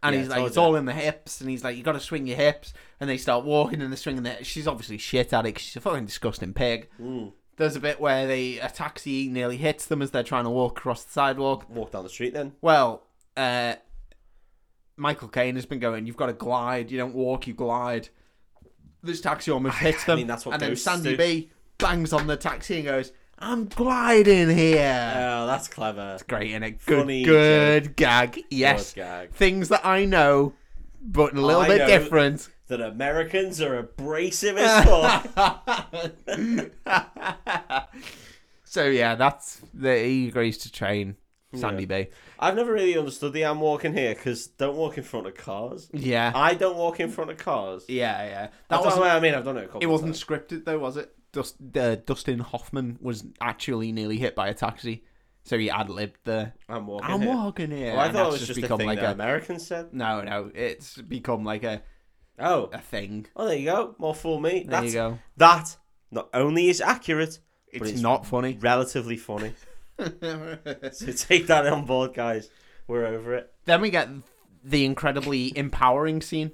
[SPEAKER 1] And
[SPEAKER 2] Yeah,
[SPEAKER 1] he's
[SPEAKER 2] I
[SPEAKER 1] like,
[SPEAKER 2] told
[SPEAKER 1] it's
[SPEAKER 2] you.
[SPEAKER 1] all in the hips. And he's like, you got to swing your hips. And they start walking and they're swinging their She's obviously shit at it 'cause she's a fucking disgusting pig.
[SPEAKER 2] Mm.
[SPEAKER 1] There's a bit where they, a taxi nearly hits them as they're trying to walk across the sidewalk.
[SPEAKER 2] Walk down the street then.
[SPEAKER 1] Well, uh, Michael Caine has been going, you've got to glide. You don't walk, you glide. This taxi almost hits
[SPEAKER 2] I
[SPEAKER 1] them.
[SPEAKER 2] mean, that's what
[SPEAKER 1] and then
[SPEAKER 2] ghosts
[SPEAKER 1] Sandy
[SPEAKER 2] do.
[SPEAKER 1] B bangs on the taxi and goes, I'm gliding here.
[SPEAKER 2] Oh, that's clever.
[SPEAKER 1] great in it. Good,
[SPEAKER 2] Funny
[SPEAKER 1] good gag. Yes,
[SPEAKER 2] Good gag.
[SPEAKER 1] things that I know, but a little
[SPEAKER 2] I
[SPEAKER 1] bit
[SPEAKER 2] know.
[SPEAKER 1] different.
[SPEAKER 2] That Americans are abrasive as fuck.
[SPEAKER 1] so yeah, that's the, he agrees to train Sandy B.
[SPEAKER 2] I've never really understood the I'm walking here because don't walk in front of cars.
[SPEAKER 1] Yeah,
[SPEAKER 2] I don't walk in front of cars.
[SPEAKER 1] yeah, yeah.
[SPEAKER 2] That
[SPEAKER 1] That wasn't.
[SPEAKER 2] I mean, I've done it. A couple
[SPEAKER 1] It
[SPEAKER 2] of
[SPEAKER 1] wasn't
[SPEAKER 2] times.
[SPEAKER 1] scripted though, was it? Dust, uh, Dustin Hoffman was actually nearly hit by a taxi, so he ad libbed the Oh,
[SPEAKER 2] I'm walking.
[SPEAKER 1] "I'm
[SPEAKER 2] here.
[SPEAKER 1] walking here."
[SPEAKER 2] Well, I
[SPEAKER 1] and
[SPEAKER 2] thought
[SPEAKER 1] that's
[SPEAKER 2] it was just, a thing
[SPEAKER 1] like
[SPEAKER 2] that
[SPEAKER 1] a
[SPEAKER 2] Americans said.
[SPEAKER 1] no, no. It's become like a
[SPEAKER 2] Oh,
[SPEAKER 1] a thing.
[SPEAKER 2] oh, there you go. More fool me.
[SPEAKER 1] There
[SPEAKER 2] That's,
[SPEAKER 1] you go.
[SPEAKER 2] That not only is accurate, but
[SPEAKER 1] It's not funny.
[SPEAKER 2] relatively funny. So take that on board, guys. We're over it.
[SPEAKER 1] Then we get the incredibly empowering scene.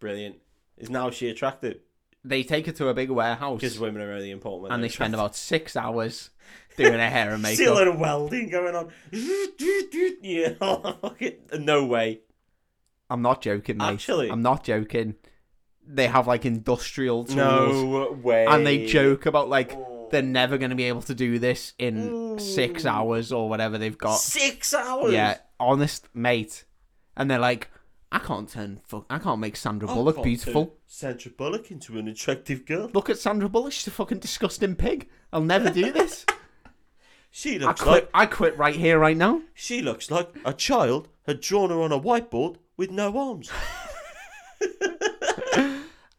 [SPEAKER 2] Brilliant. Is now she attractive?
[SPEAKER 1] They take her to a big warehouse
[SPEAKER 2] Because women are really important. When
[SPEAKER 1] and they
[SPEAKER 2] they're
[SPEAKER 1] spend about six hours doing her hair and
[SPEAKER 2] attractive. See a lot
[SPEAKER 1] makeup.
[SPEAKER 2] of welding going on. yeah, fucking- no way.
[SPEAKER 1] I'm not joking, mate.
[SPEAKER 2] Actually-
[SPEAKER 1] I'm not joking. They have like industrial tools,
[SPEAKER 2] No way. Oh.
[SPEAKER 1] and they joke about like they're never going to be able to do this in six
[SPEAKER 2] Ooh.
[SPEAKER 1] hours or whatever they've got.
[SPEAKER 2] Six hours.
[SPEAKER 1] Yeah, honest, mate. And they're like, I can't turn, fu- I can't make Sandra
[SPEAKER 2] I
[SPEAKER 1] Bullock
[SPEAKER 2] can't
[SPEAKER 1] beautiful.
[SPEAKER 2] turn Sandra Bullock into an attractive girl.
[SPEAKER 1] Look at Sandra Bullock; she's a fucking disgusting pig. I'll never do this.
[SPEAKER 2] She
[SPEAKER 1] I
[SPEAKER 2] looks like
[SPEAKER 1] quit. I quit right here, right now.
[SPEAKER 2] she looks like a child had drawn her on a whiteboard with no arms.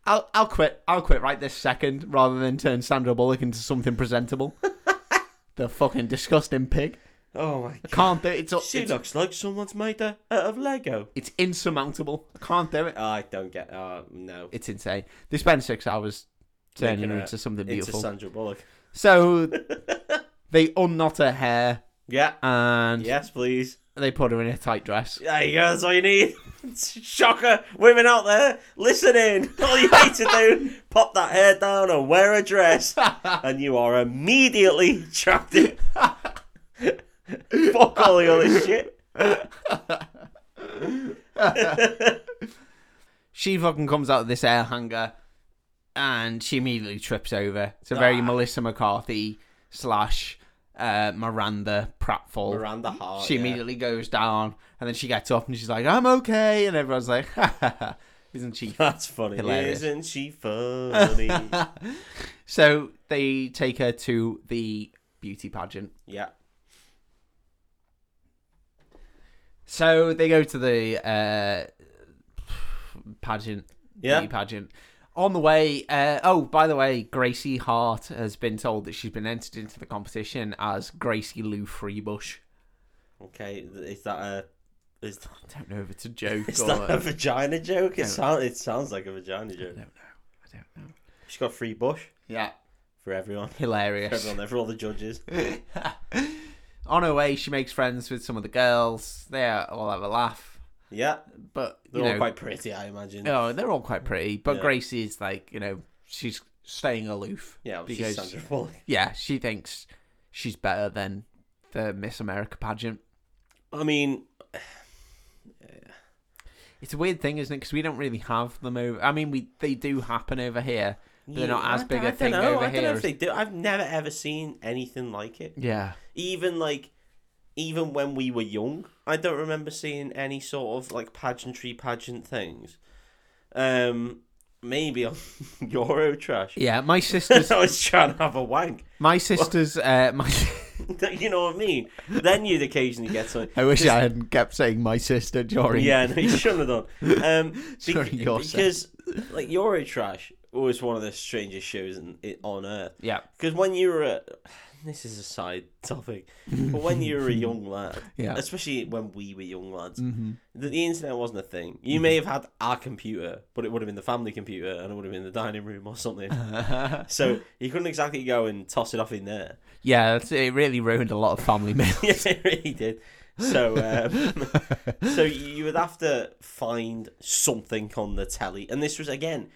[SPEAKER 1] I'll I'll quit. I'll quit right this second, rather than turn Sandra Bullock into something presentable. the fucking disgusting pig.
[SPEAKER 2] Oh my
[SPEAKER 1] I can't do it. It's
[SPEAKER 2] She
[SPEAKER 1] it's,
[SPEAKER 2] looks like someone's made her out of Lego.
[SPEAKER 1] it's insurmountable. I can't do it.
[SPEAKER 2] I don't get. Uh, no.
[SPEAKER 1] It's insane. They spend six hours turning her into something
[SPEAKER 2] It's a
[SPEAKER 1] beautiful.
[SPEAKER 2] Sandra Bullock.
[SPEAKER 1] so they unknot her hair
[SPEAKER 2] Yeah.
[SPEAKER 1] and
[SPEAKER 2] Yes, please.
[SPEAKER 1] they put her in a tight dress.
[SPEAKER 2] There you go. That's all you need. Shocker, women out there, listen in. All you need to do, pop that hair down and wear a dress, and you are immediately trapped in. Fuck all the other shit.
[SPEAKER 1] She fucking comes out of this air hangar and she immediately trips over. It's a very
[SPEAKER 2] Ah.
[SPEAKER 1] Melissa McCarthy slash uh, Miranda pratfall.
[SPEAKER 2] Miranda Hart.
[SPEAKER 1] she
[SPEAKER 2] Oh, yeah.
[SPEAKER 1] immediately goes down and then she gets up and she's like, I'm okay. And everyone's like, ha ha ha. Isn't she?
[SPEAKER 2] That's funny.
[SPEAKER 1] Hilarious.
[SPEAKER 2] Isn't she funny?
[SPEAKER 1] so they take her to the beauty pageant.
[SPEAKER 2] yeah.
[SPEAKER 1] So they go to the uh, pageant.
[SPEAKER 2] Yeah.
[SPEAKER 1] Beauty pageant. On the way, uh, oh, by the way, Gracie Hart has been told that she's been entered into the competition as Gracie Lou Freebush.
[SPEAKER 2] Okay. Is that a is that,
[SPEAKER 1] I don't know if it's a joke
[SPEAKER 2] is
[SPEAKER 1] or.
[SPEAKER 2] that a vagina joke?
[SPEAKER 1] No.
[SPEAKER 2] It sounds it sounds like a vagina joke.
[SPEAKER 1] I don't know. I don't know.
[SPEAKER 2] She's got free bush
[SPEAKER 1] Yeah.
[SPEAKER 2] for everyone. For
[SPEAKER 1] Hilarious.
[SPEAKER 2] everyone there, for all the judges.
[SPEAKER 1] On her way, she makes friends with some of the girls. They all have a laugh,
[SPEAKER 2] Yeah,
[SPEAKER 1] but you
[SPEAKER 2] they're all
[SPEAKER 1] know,
[SPEAKER 2] quite pretty, I imagine. Yeah,
[SPEAKER 1] oh, they're all quite pretty. But
[SPEAKER 2] Yeah.
[SPEAKER 1] Gracie's like, you know, she's staying aloof.
[SPEAKER 2] well, she's
[SPEAKER 1] because-
[SPEAKER 2] Sandra Bullock.
[SPEAKER 1] Yeah, she thinks she's better than the Miss America pageant.
[SPEAKER 2] I mean,
[SPEAKER 1] It's a weird thing, isn't it? Because we don't really have them over. I mean, we they do happen over here, They're not as big
[SPEAKER 2] a
[SPEAKER 1] a thing
[SPEAKER 2] know.
[SPEAKER 1] over
[SPEAKER 2] I don't
[SPEAKER 1] here
[SPEAKER 2] know if
[SPEAKER 1] as-
[SPEAKER 2] they do. I've never ever seen anything like it.
[SPEAKER 1] Yeah.
[SPEAKER 2] Even like, even when we were young, I don't remember seeing any sort of like pageantry pageant things. Um, maybe on Euro trash.
[SPEAKER 1] Yeah. My sister's
[SPEAKER 2] I was trying to have a wank.
[SPEAKER 1] my sister's uh my
[SPEAKER 2] you know what I mean? Then you'd occasionally get something.
[SPEAKER 1] I wish I hadn't kept saying my sister during
[SPEAKER 2] Yeah, no, you shouldn't have done. Um, bec-
[SPEAKER 1] Sorry, your
[SPEAKER 2] because like Eurotrash was one of the strangest shows in, i on earth.
[SPEAKER 1] Yeah.
[SPEAKER 2] Because when you were, a, this is a side topic, but when you were a young lad,
[SPEAKER 1] Yeah. Mm-hmm.
[SPEAKER 2] especially when we were young lads, the, the internet wasn't a thing. You may have had our computer, but it would have been the family computer, and it would have been the dining room or something. so you couldn't exactly go and toss it off in there.
[SPEAKER 1] Yeah, that's, it really ruined a lot of family meals.
[SPEAKER 2] yeah, it really did. So, um, so you would have to find something on the telly, and this was again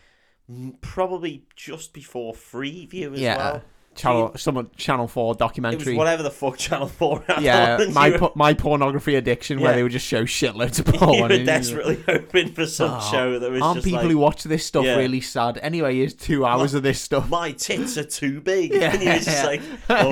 [SPEAKER 2] m- probably just before Freeview as
[SPEAKER 1] yeah. uh,
[SPEAKER 2] well.
[SPEAKER 1] Channel some Channel Four
[SPEAKER 2] It was
[SPEAKER 1] documentary.
[SPEAKER 2] whatever the fuck Channel Four had.
[SPEAKER 1] yeah,
[SPEAKER 2] on, and
[SPEAKER 1] my
[SPEAKER 2] you were,
[SPEAKER 1] po- my pornography addiction,
[SPEAKER 2] Yeah.
[SPEAKER 1] where they would just show shitloads of
[SPEAKER 2] you
[SPEAKER 1] porn.
[SPEAKER 2] were desperately hoping for some
[SPEAKER 1] Oh,
[SPEAKER 2] show that was
[SPEAKER 1] Aren't
[SPEAKER 2] just
[SPEAKER 1] people
[SPEAKER 2] like
[SPEAKER 1] who watch this stuff
[SPEAKER 2] Yeah.
[SPEAKER 1] really sad? Anyway, here's two hours of this stuff.
[SPEAKER 2] my tits are too big,
[SPEAKER 1] Yeah,
[SPEAKER 2] and you were just
[SPEAKER 1] yeah.
[SPEAKER 2] like, oh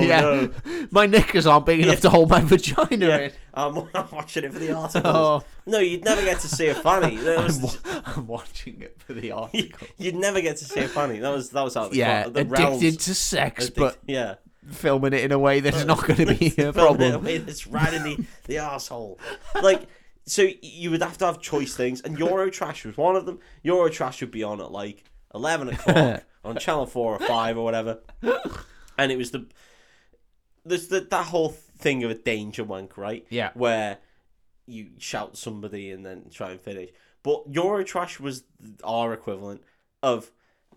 [SPEAKER 1] yeah,
[SPEAKER 2] no,
[SPEAKER 1] my knickers aren't big enough to hold my vagina
[SPEAKER 2] yeah,
[SPEAKER 1] in.
[SPEAKER 2] I'm, I'm watching it for the articles.
[SPEAKER 1] Oh,
[SPEAKER 2] No, you'd never get to see a fanny. There was
[SPEAKER 1] I'm, wa- I'm watching it for the article.
[SPEAKER 2] You'd never get to see a fanny. That was that was out of the,
[SPEAKER 1] yeah,
[SPEAKER 2] cla- the
[SPEAKER 1] addicted
[SPEAKER 2] realms.
[SPEAKER 1] to sex,
[SPEAKER 2] Addic-
[SPEAKER 1] but
[SPEAKER 2] yeah,
[SPEAKER 1] filming it in a way that's not going to be a
[SPEAKER 2] Felt that
[SPEAKER 1] problem.
[SPEAKER 2] way, It's right in the the asshole. Like so, you would have to have choice things, and Eurotrash was one of them. Eurotrash would be on at like eleven o'clock on Channel Four or Five or whatever, and it was the there's the, that whole thing of a danger wank, right?
[SPEAKER 1] Yeah.
[SPEAKER 2] where you shout somebody and then try and finish. But Eurotrash was our equivalent of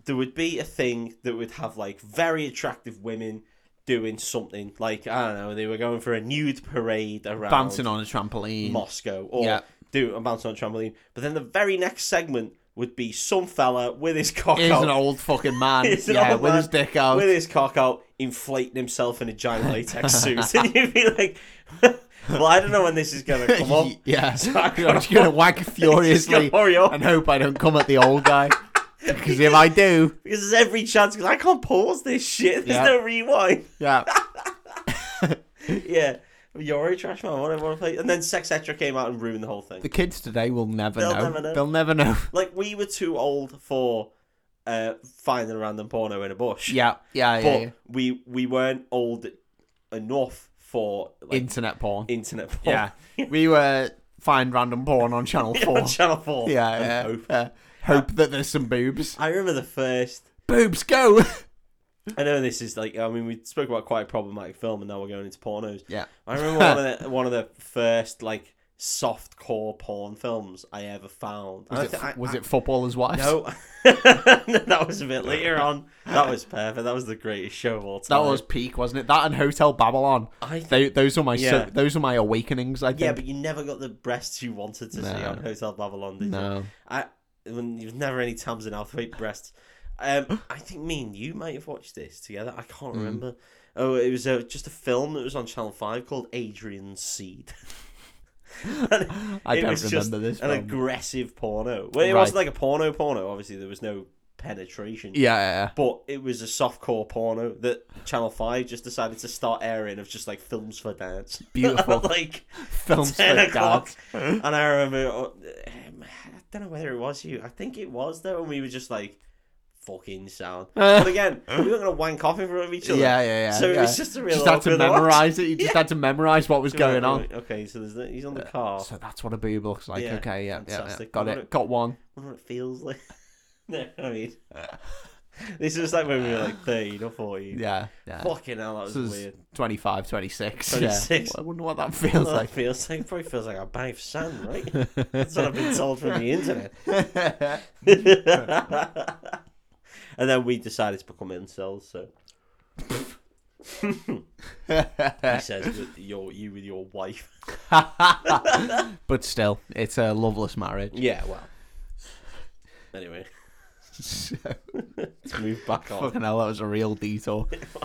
[SPEAKER 2] there would be a thing that would have like very attractive women doing something like I don't know they were going for a nude parade around
[SPEAKER 1] Bouncing on a trampoline.
[SPEAKER 2] Moscow or
[SPEAKER 1] Yeah.
[SPEAKER 2] do a bounce on a trampoline. But then the very next segment would be some fella with his cock
[SPEAKER 1] Here's
[SPEAKER 2] out.
[SPEAKER 1] an old fucking man.
[SPEAKER 2] Here's an
[SPEAKER 1] yeah,
[SPEAKER 2] old
[SPEAKER 1] with
[SPEAKER 2] man
[SPEAKER 1] his dick out.
[SPEAKER 2] With his cock out, inflating himself in a giant latex suit. and you'd be like, well, I don't know when this is going to come up.
[SPEAKER 1] yeah,
[SPEAKER 2] So I
[SPEAKER 1] I'm just gonna wag
[SPEAKER 2] It's gonna
[SPEAKER 1] furiously
[SPEAKER 2] hurry up.
[SPEAKER 1] and hope I don't come at the old guy. Because if I do,
[SPEAKER 2] Because there's every chance, because I can't pause this shit. There's
[SPEAKER 1] Yeah.
[SPEAKER 2] no rewind.
[SPEAKER 1] yeah,
[SPEAKER 2] Yeah. You're a trash man. What do I want to play? And then Sex Etra came out and ruined the whole thing.
[SPEAKER 1] the kids today will never
[SPEAKER 2] They'll
[SPEAKER 1] know.
[SPEAKER 2] never know.
[SPEAKER 1] They'll never know.
[SPEAKER 2] Like, we were too old for uh, finding a random porno in a bush.
[SPEAKER 1] Yeah, yeah, yeah.
[SPEAKER 2] But
[SPEAKER 1] yeah.
[SPEAKER 2] we we weren't old enough for like,
[SPEAKER 1] Internet porn.
[SPEAKER 2] internet porn.
[SPEAKER 1] yeah, we were find random porn on Channel
[SPEAKER 2] Yeah,
[SPEAKER 1] Four.
[SPEAKER 2] on Channel 4.
[SPEAKER 1] yeah,
[SPEAKER 2] And
[SPEAKER 1] yeah.
[SPEAKER 2] hope.
[SPEAKER 1] yeah. Hope that there's some boobs.
[SPEAKER 2] I remember the first.
[SPEAKER 1] Boobs go.
[SPEAKER 2] I know this is like. I mean, we spoke about quite a problematic film, and now we're going into pornos.
[SPEAKER 1] yeah,
[SPEAKER 2] I remember one of the one of the first like soft core porn films I ever found.
[SPEAKER 1] was,
[SPEAKER 2] And I
[SPEAKER 1] it,
[SPEAKER 2] thi- I-
[SPEAKER 1] was
[SPEAKER 2] I-
[SPEAKER 1] it footballers' wives?
[SPEAKER 2] No, that was a bit later on. That was perfect. That was the greatest show of all
[SPEAKER 1] That
[SPEAKER 2] time.
[SPEAKER 1] was peak, wasn't it? That and Hotel Babylon.
[SPEAKER 2] I think.
[SPEAKER 1] They, those were my
[SPEAKER 2] Yeah.
[SPEAKER 1] so, those were my awakenings. I think.
[SPEAKER 2] Yeah, but you never got the breasts you wanted to see
[SPEAKER 1] No.
[SPEAKER 2] on Hotel Babylon, did you?
[SPEAKER 1] no.
[SPEAKER 2] I when you've never any Tamsin Althwaite breasts. Um, I think me and you might have watched this together. I can't
[SPEAKER 1] Hmm.
[SPEAKER 2] remember. Oh, it was uh, just a film that was on Channel Five called Adrian's Seed. And
[SPEAKER 1] I
[SPEAKER 2] it
[SPEAKER 1] don't
[SPEAKER 2] was
[SPEAKER 1] remember
[SPEAKER 2] just
[SPEAKER 1] this
[SPEAKER 2] An
[SPEAKER 1] film.
[SPEAKER 2] aggressive porno. Well, it
[SPEAKER 1] Right.
[SPEAKER 2] wasn't like a porno porno. Obviously, there was no penetration.
[SPEAKER 1] Yeah, yeah,
[SPEAKER 2] But it was a softcore porno that Channel Five just decided to start airing of just like films for dance.
[SPEAKER 1] Beautiful.
[SPEAKER 2] like
[SPEAKER 1] yeah. films for
[SPEAKER 2] ten o'clock,
[SPEAKER 1] dads.
[SPEAKER 2] and I remember. Um, I don't know whether it was you. I think it was though, and we were just like, "Fucking sound." But again, we weren't gonna wank off in front of each other.
[SPEAKER 1] Yeah, yeah, yeah.
[SPEAKER 2] So
[SPEAKER 1] yeah.
[SPEAKER 2] it was just a real.
[SPEAKER 1] just had to
[SPEAKER 2] awkward watch.
[SPEAKER 1] memorize it. You just had to memorize what was going on.
[SPEAKER 2] Okay, so there's the, he's on the car.
[SPEAKER 1] So that's what a boob looks like.
[SPEAKER 2] Yeah,
[SPEAKER 1] okay, yeah, yeah, yeah,
[SPEAKER 2] fantastic.
[SPEAKER 1] got
[SPEAKER 2] What
[SPEAKER 1] it.
[SPEAKER 2] it-
[SPEAKER 1] Got one.
[SPEAKER 2] wonder what it feels like. no, I mean, this was like when we were like thirteen or fourteen.
[SPEAKER 1] Yeah, yeah.
[SPEAKER 2] Fucking hell, that was
[SPEAKER 1] This is
[SPEAKER 2] weird.
[SPEAKER 1] 25, 26.
[SPEAKER 2] 26.
[SPEAKER 1] Yeah. I wonder what that feels
[SPEAKER 2] Well,
[SPEAKER 1] like.
[SPEAKER 2] that feels like probably feels like a bag of sand, right? That's what I've been told from the internet. and then we decided to become incels. So he says, with your you with your wife."
[SPEAKER 1] but still, it's a loveless marriage.
[SPEAKER 2] Yeah, well. Anyway,
[SPEAKER 1] So,
[SPEAKER 2] let's move back on.
[SPEAKER 1] fucking hell, that was a real detour.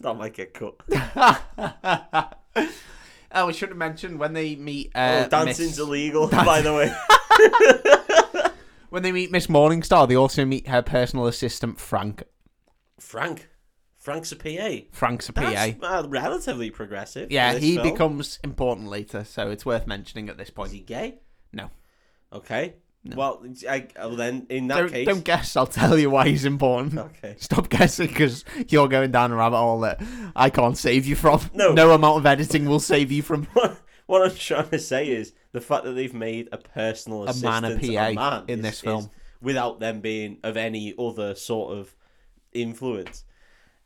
[SPEAKER 2] that might get cut.
[SPEAKER 1] oh, we should have mentioned when they meet.
[SPEAKER 2] Oh,
[SPEAKER 1] Uh,
[SPEAKER 2] dancing's
[SPEAKER 1] Miss-
[SPEAKER 2] illegal, by the way.
[SPEAKER 1] When they meet Miss Morningstar, they also meet her personal assistant Frank,
[SPEAKER 2] Frank, Frank Sapie.
[SPEAKER 1] Frank's a PA.
[SPEAKER 2] That's uh, relatively progressive. for
[SPEAKER 1] Yeah,
[SPEAKER 2] this
[SPEAKER 1] he
[SPEAKER 2] film.
[SPEAKER 1] becomes important later, so it's worth mentioning at this
[SPEAKER 2] Is
[SPEAKER 1] point.
[SPEAKER 2] he gay?
[SPEAKER 1] No.
[SPEAKER 2] Okay. Well, I, well, then in that
[SPEAKER 1] Don't,
[SPEAKER 2] case.
[SPEAKER 1] don't guess. I'll tell you why he's important.
[SPEAKER 2] Okay.
[SPEAKER 1] Stop guessing because you're going down a rabbit hole that I can't save you from.
[SPEAKER 2] No.
[SPEAKER 1] amount of editing will save you from
[SPEAKER 2] What, what I'm trying to say is the fact that they've made a personal
[SPEAKER 1] A man
[SPEAKER 2] assistant
[SPEAKER 1] a PA
[SPEAKER 2] a man
[SPEAKER 1] in
[SPEAKER 2] is-
[SPEAKER 1] this film.
[SPEAKER 2] is- without them being of any other sort of influence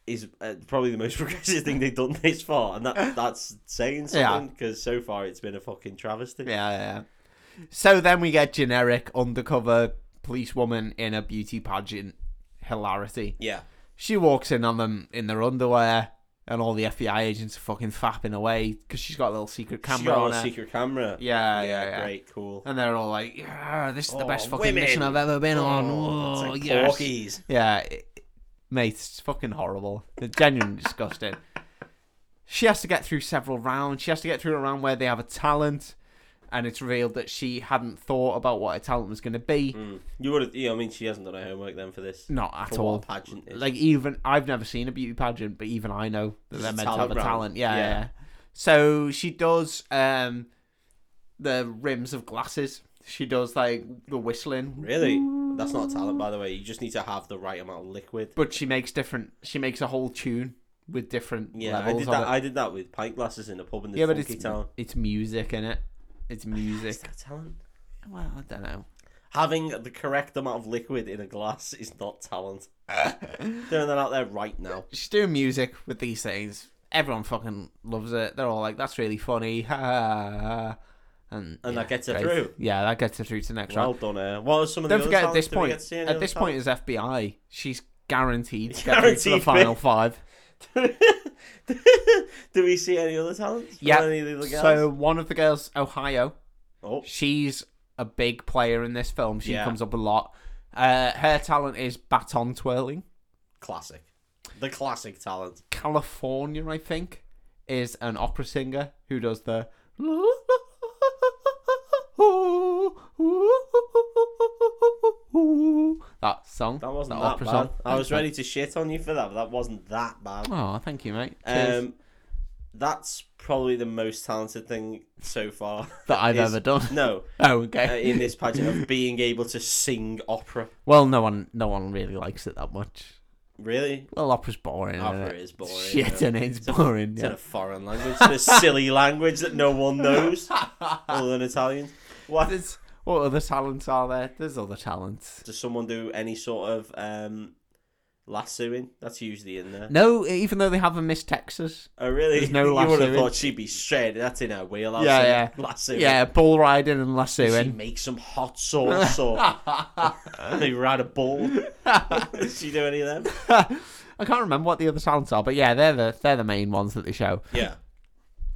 [SPEAKER 2] is uh, probably the most progressive thing they've done this far, and that that's saying
[SPEAKER 1] Yeah.
[SPEAKER 2] something because so far it's been a fucking travesty.
[SPEAKER 1] Yeah, yeah. So then we get generic undercover police woman in a beauty pageant hilarity.
[SPEAKER 2] Yeah.
[SPEAKER 1] She walks in on them in their underwear, and all the FBI agents are fucking fapping away because she's got a little secret
[SPEAKER 2] Camera
[SPEAKER 1] camera on her.
[SPEAKER 2] secret camera.
[SPEAKER 1] Yeah, yeah, yeah.
[SPEAKER 2] Great, cool.
[SPEAKER 1] And they're all like, "Yeah, this is the
[SPEAKER 2] Oh,
[SPEAKER 1] best fucking
[SPEAKER 2] women.
[SPEAKER 1] mission I've ever been on."
[SPEAKER 2] Oh,
[SPEAKER 1] Whoa,
[SPEAKER 2] it's like
[SPEAKER 1] yes.
[SPEAKER 2] porkies.
[SPEAKER 1] Yeah, it- it- mate, it's fucking horrible. It's genuinely disgusting. She has to get through several rounds. She has to get through a round where they have a talent, and it's revealed that she hadn't thought about what her talent was going to be.
[SPEAKER 2] Mm. You would have. Yeah, I mean, she hasn't done her homework then for this.
[SPEAKER 1] Not at
[SPEAKER 2] for
[SPEAKER 1] all.
[SPEAKER 2] What a pageant is.
[SPEAKER 1] Like even I've never seen a beauty pageant, but even I know that
[SPEAKER 2] It's
[SPEAKER 1] they're
[SPEAKER 2] a
[SPEAKER 1] meant to have
[SPEAKER 2] talent
[SPEAKER 1] a
[SPEAKER 2] round.
[SPEAKER 1] talent. Yeah,
[SPEAKER 2] Yeah.
[SPEAKER 1] yeah. yeah. So she does um the rims of glasses. She does like the whistling.
[SPEAKER 2] Really? That's not talent,
[SPEAKER 1] Mm.
[SPEAKER 2] by the way. You just need to have the right amount of liquid.
[SPEAKER 1] But she makes different. She makes a whole tune with different
[SPEAKER 2] Yeah, I
[SPEAKER 1] levels
[SPEAKER 2] did
[SPEAKER 1] of
[SPEAKER 2] that.
[SPEAKER 1] it.
[SPEAKER 2] I did that with pint glasses in a pub in the
[SPEAKER 1] yeah, but
[SPEAKER 2] funky
[SPEAKER 1] it's
[SPEAKER 2] town.
[SPEAKER 1] it's music in it. It's
[SPEAKER 2] Is
[SPEAKER 1] music.
[SPEAKER 2] that talent?
[SPEAKER 1] well, I don't know.
[SPEAKER 2] Having the correct amount of liquid in a glass is not talent. Throwing that out there right now.
[SPEAKER 1] She's doing music with these things. Everyone fucking loves it. They're all like, "That's really funny," ha, ha, ha. and
[SPEAKER 2] And
[SPEAKER 1] yeah,
[SPEAKER 2] that gets her
[SPEAKER 1] great.
[SPEAKER 2] through.
[SPEAKER 1] Yeah, that gets her through to the next
[SPEAKER 2] Well
[SPEAKER 1] round.
[SPEAKER 2] done, her. What are some of the
[SPEAKER 1] Don't
[SPEAKER 2] other
[SPEAKER 1] forget at
[SPEAKER 2] talents?
[SPEAKER 1] this
[SPEAKER 2] Did we
[SPEAKER 1] point.
[SPEAKER 2] get to see any
[SPEAKER 1] At
[SPEAKER 2] other
[SPEAKER 1] this point, is FBI. She's guaranteed to get through to the
[SPEAKER 2] Guaranteed,
[SPEAKER 1] final
[SPEAKER 2] mate.
[SPEAKER 1] five.
[SPEAKER 2] talent? Do we see any other talents? from
[SPEAKER 1] Yeah,
[SPEAKER 2] Any of the other
[SPEAKER 1] So
[SPEAKER 2] girls?
[SPEAKER 1] one of the girls, Ohio,
[SPEAKER 2] oh,
[SPEAKER 1] she's a big player in this film. She
[SPEAKER 2] Yeah.
[SPEAKER 1] comes up a lot. Uh, her talent is baton twirling.
[SPEAKER 2] classic. The classic talent.
[SPEAKER 1] California, I think, is an opera singer who does the. That song.
[SPEAKER 2] That wasn't
[SPEAKER 1] opera
[SPEAKER 2] that bad.
[SPEAKER 1] song.
[SPEAKER 2] I was ready to shit on you for that, but that wasn't that bad.
[SPEAKER 1] Oh, thank you, mate. Cheers.
[SPEAKER 2] Um, that's probably the most talented thing so far
[SPEAKER 1] that I've
[SPEAKER 2] is-
[SPEAKER 1] ever done.
[SPEAKER 2] No,
[SPEAKER 1] Oh,
[SPEAKER 2] uh,
[SPEAKER 1] okay.
[SPEAKER 2] in this pageant of being able to sing opera.
[SPEAKER 1] well, no one, no one really likes it that much.
[SPEAKER 2] Really,
[SPEAKER 1] Well, opera's boring. isn't
[SPEAKER 2] opera
[SPEAKER 1] it?
[SPEAKER 2] is boring.
[SPEAKER 1] Shit,
[SPEAKER 2] yeah.
[SPEAKER 1] and it's
[SPEAKER 2] a-
[SPEAKER 1] boring.
[SPEAKER 2] It's in
[SPEAKER 1] Yeah.
[SPEAKER 2] a foreign language, it's in a silly language that no one knows other than Italian. What
[SPEAKER 1] There's- what other talents are there? There's other talents.
[SPEAKER 2] does someone do? Any sort of um, lassoing? That's usually in there.
[SPEAKER 1] No, even though they haven't missed Texas.
[SPEAKER 2] Oh, really?
[SPEAKER 1] There's no
[SPEAKER 2] You would have
[SPEAKER 1] lassoing.
[SPEAKER 2] thought she'd be straight. That's in her wheelhouse.
[SPEAKER 1] Yeah,
[SPEAKER 2] isn't
[SPEAKER 1] yeah.
[SPEAKER 2] it? Lassoing.
[SPEAKER 1] Yeah, bull riding and
[SPEAKER 2] She
[SPEAKER 1] lassoing.
[SPEAKER 2] makes some hot sauce or they ride a bull. Did she do any of them?
[SPEAKER 1] I can't remember what the other talents are, but yeah, they're the they're the main ones that they show.
[SPEAKER 2] Yeah.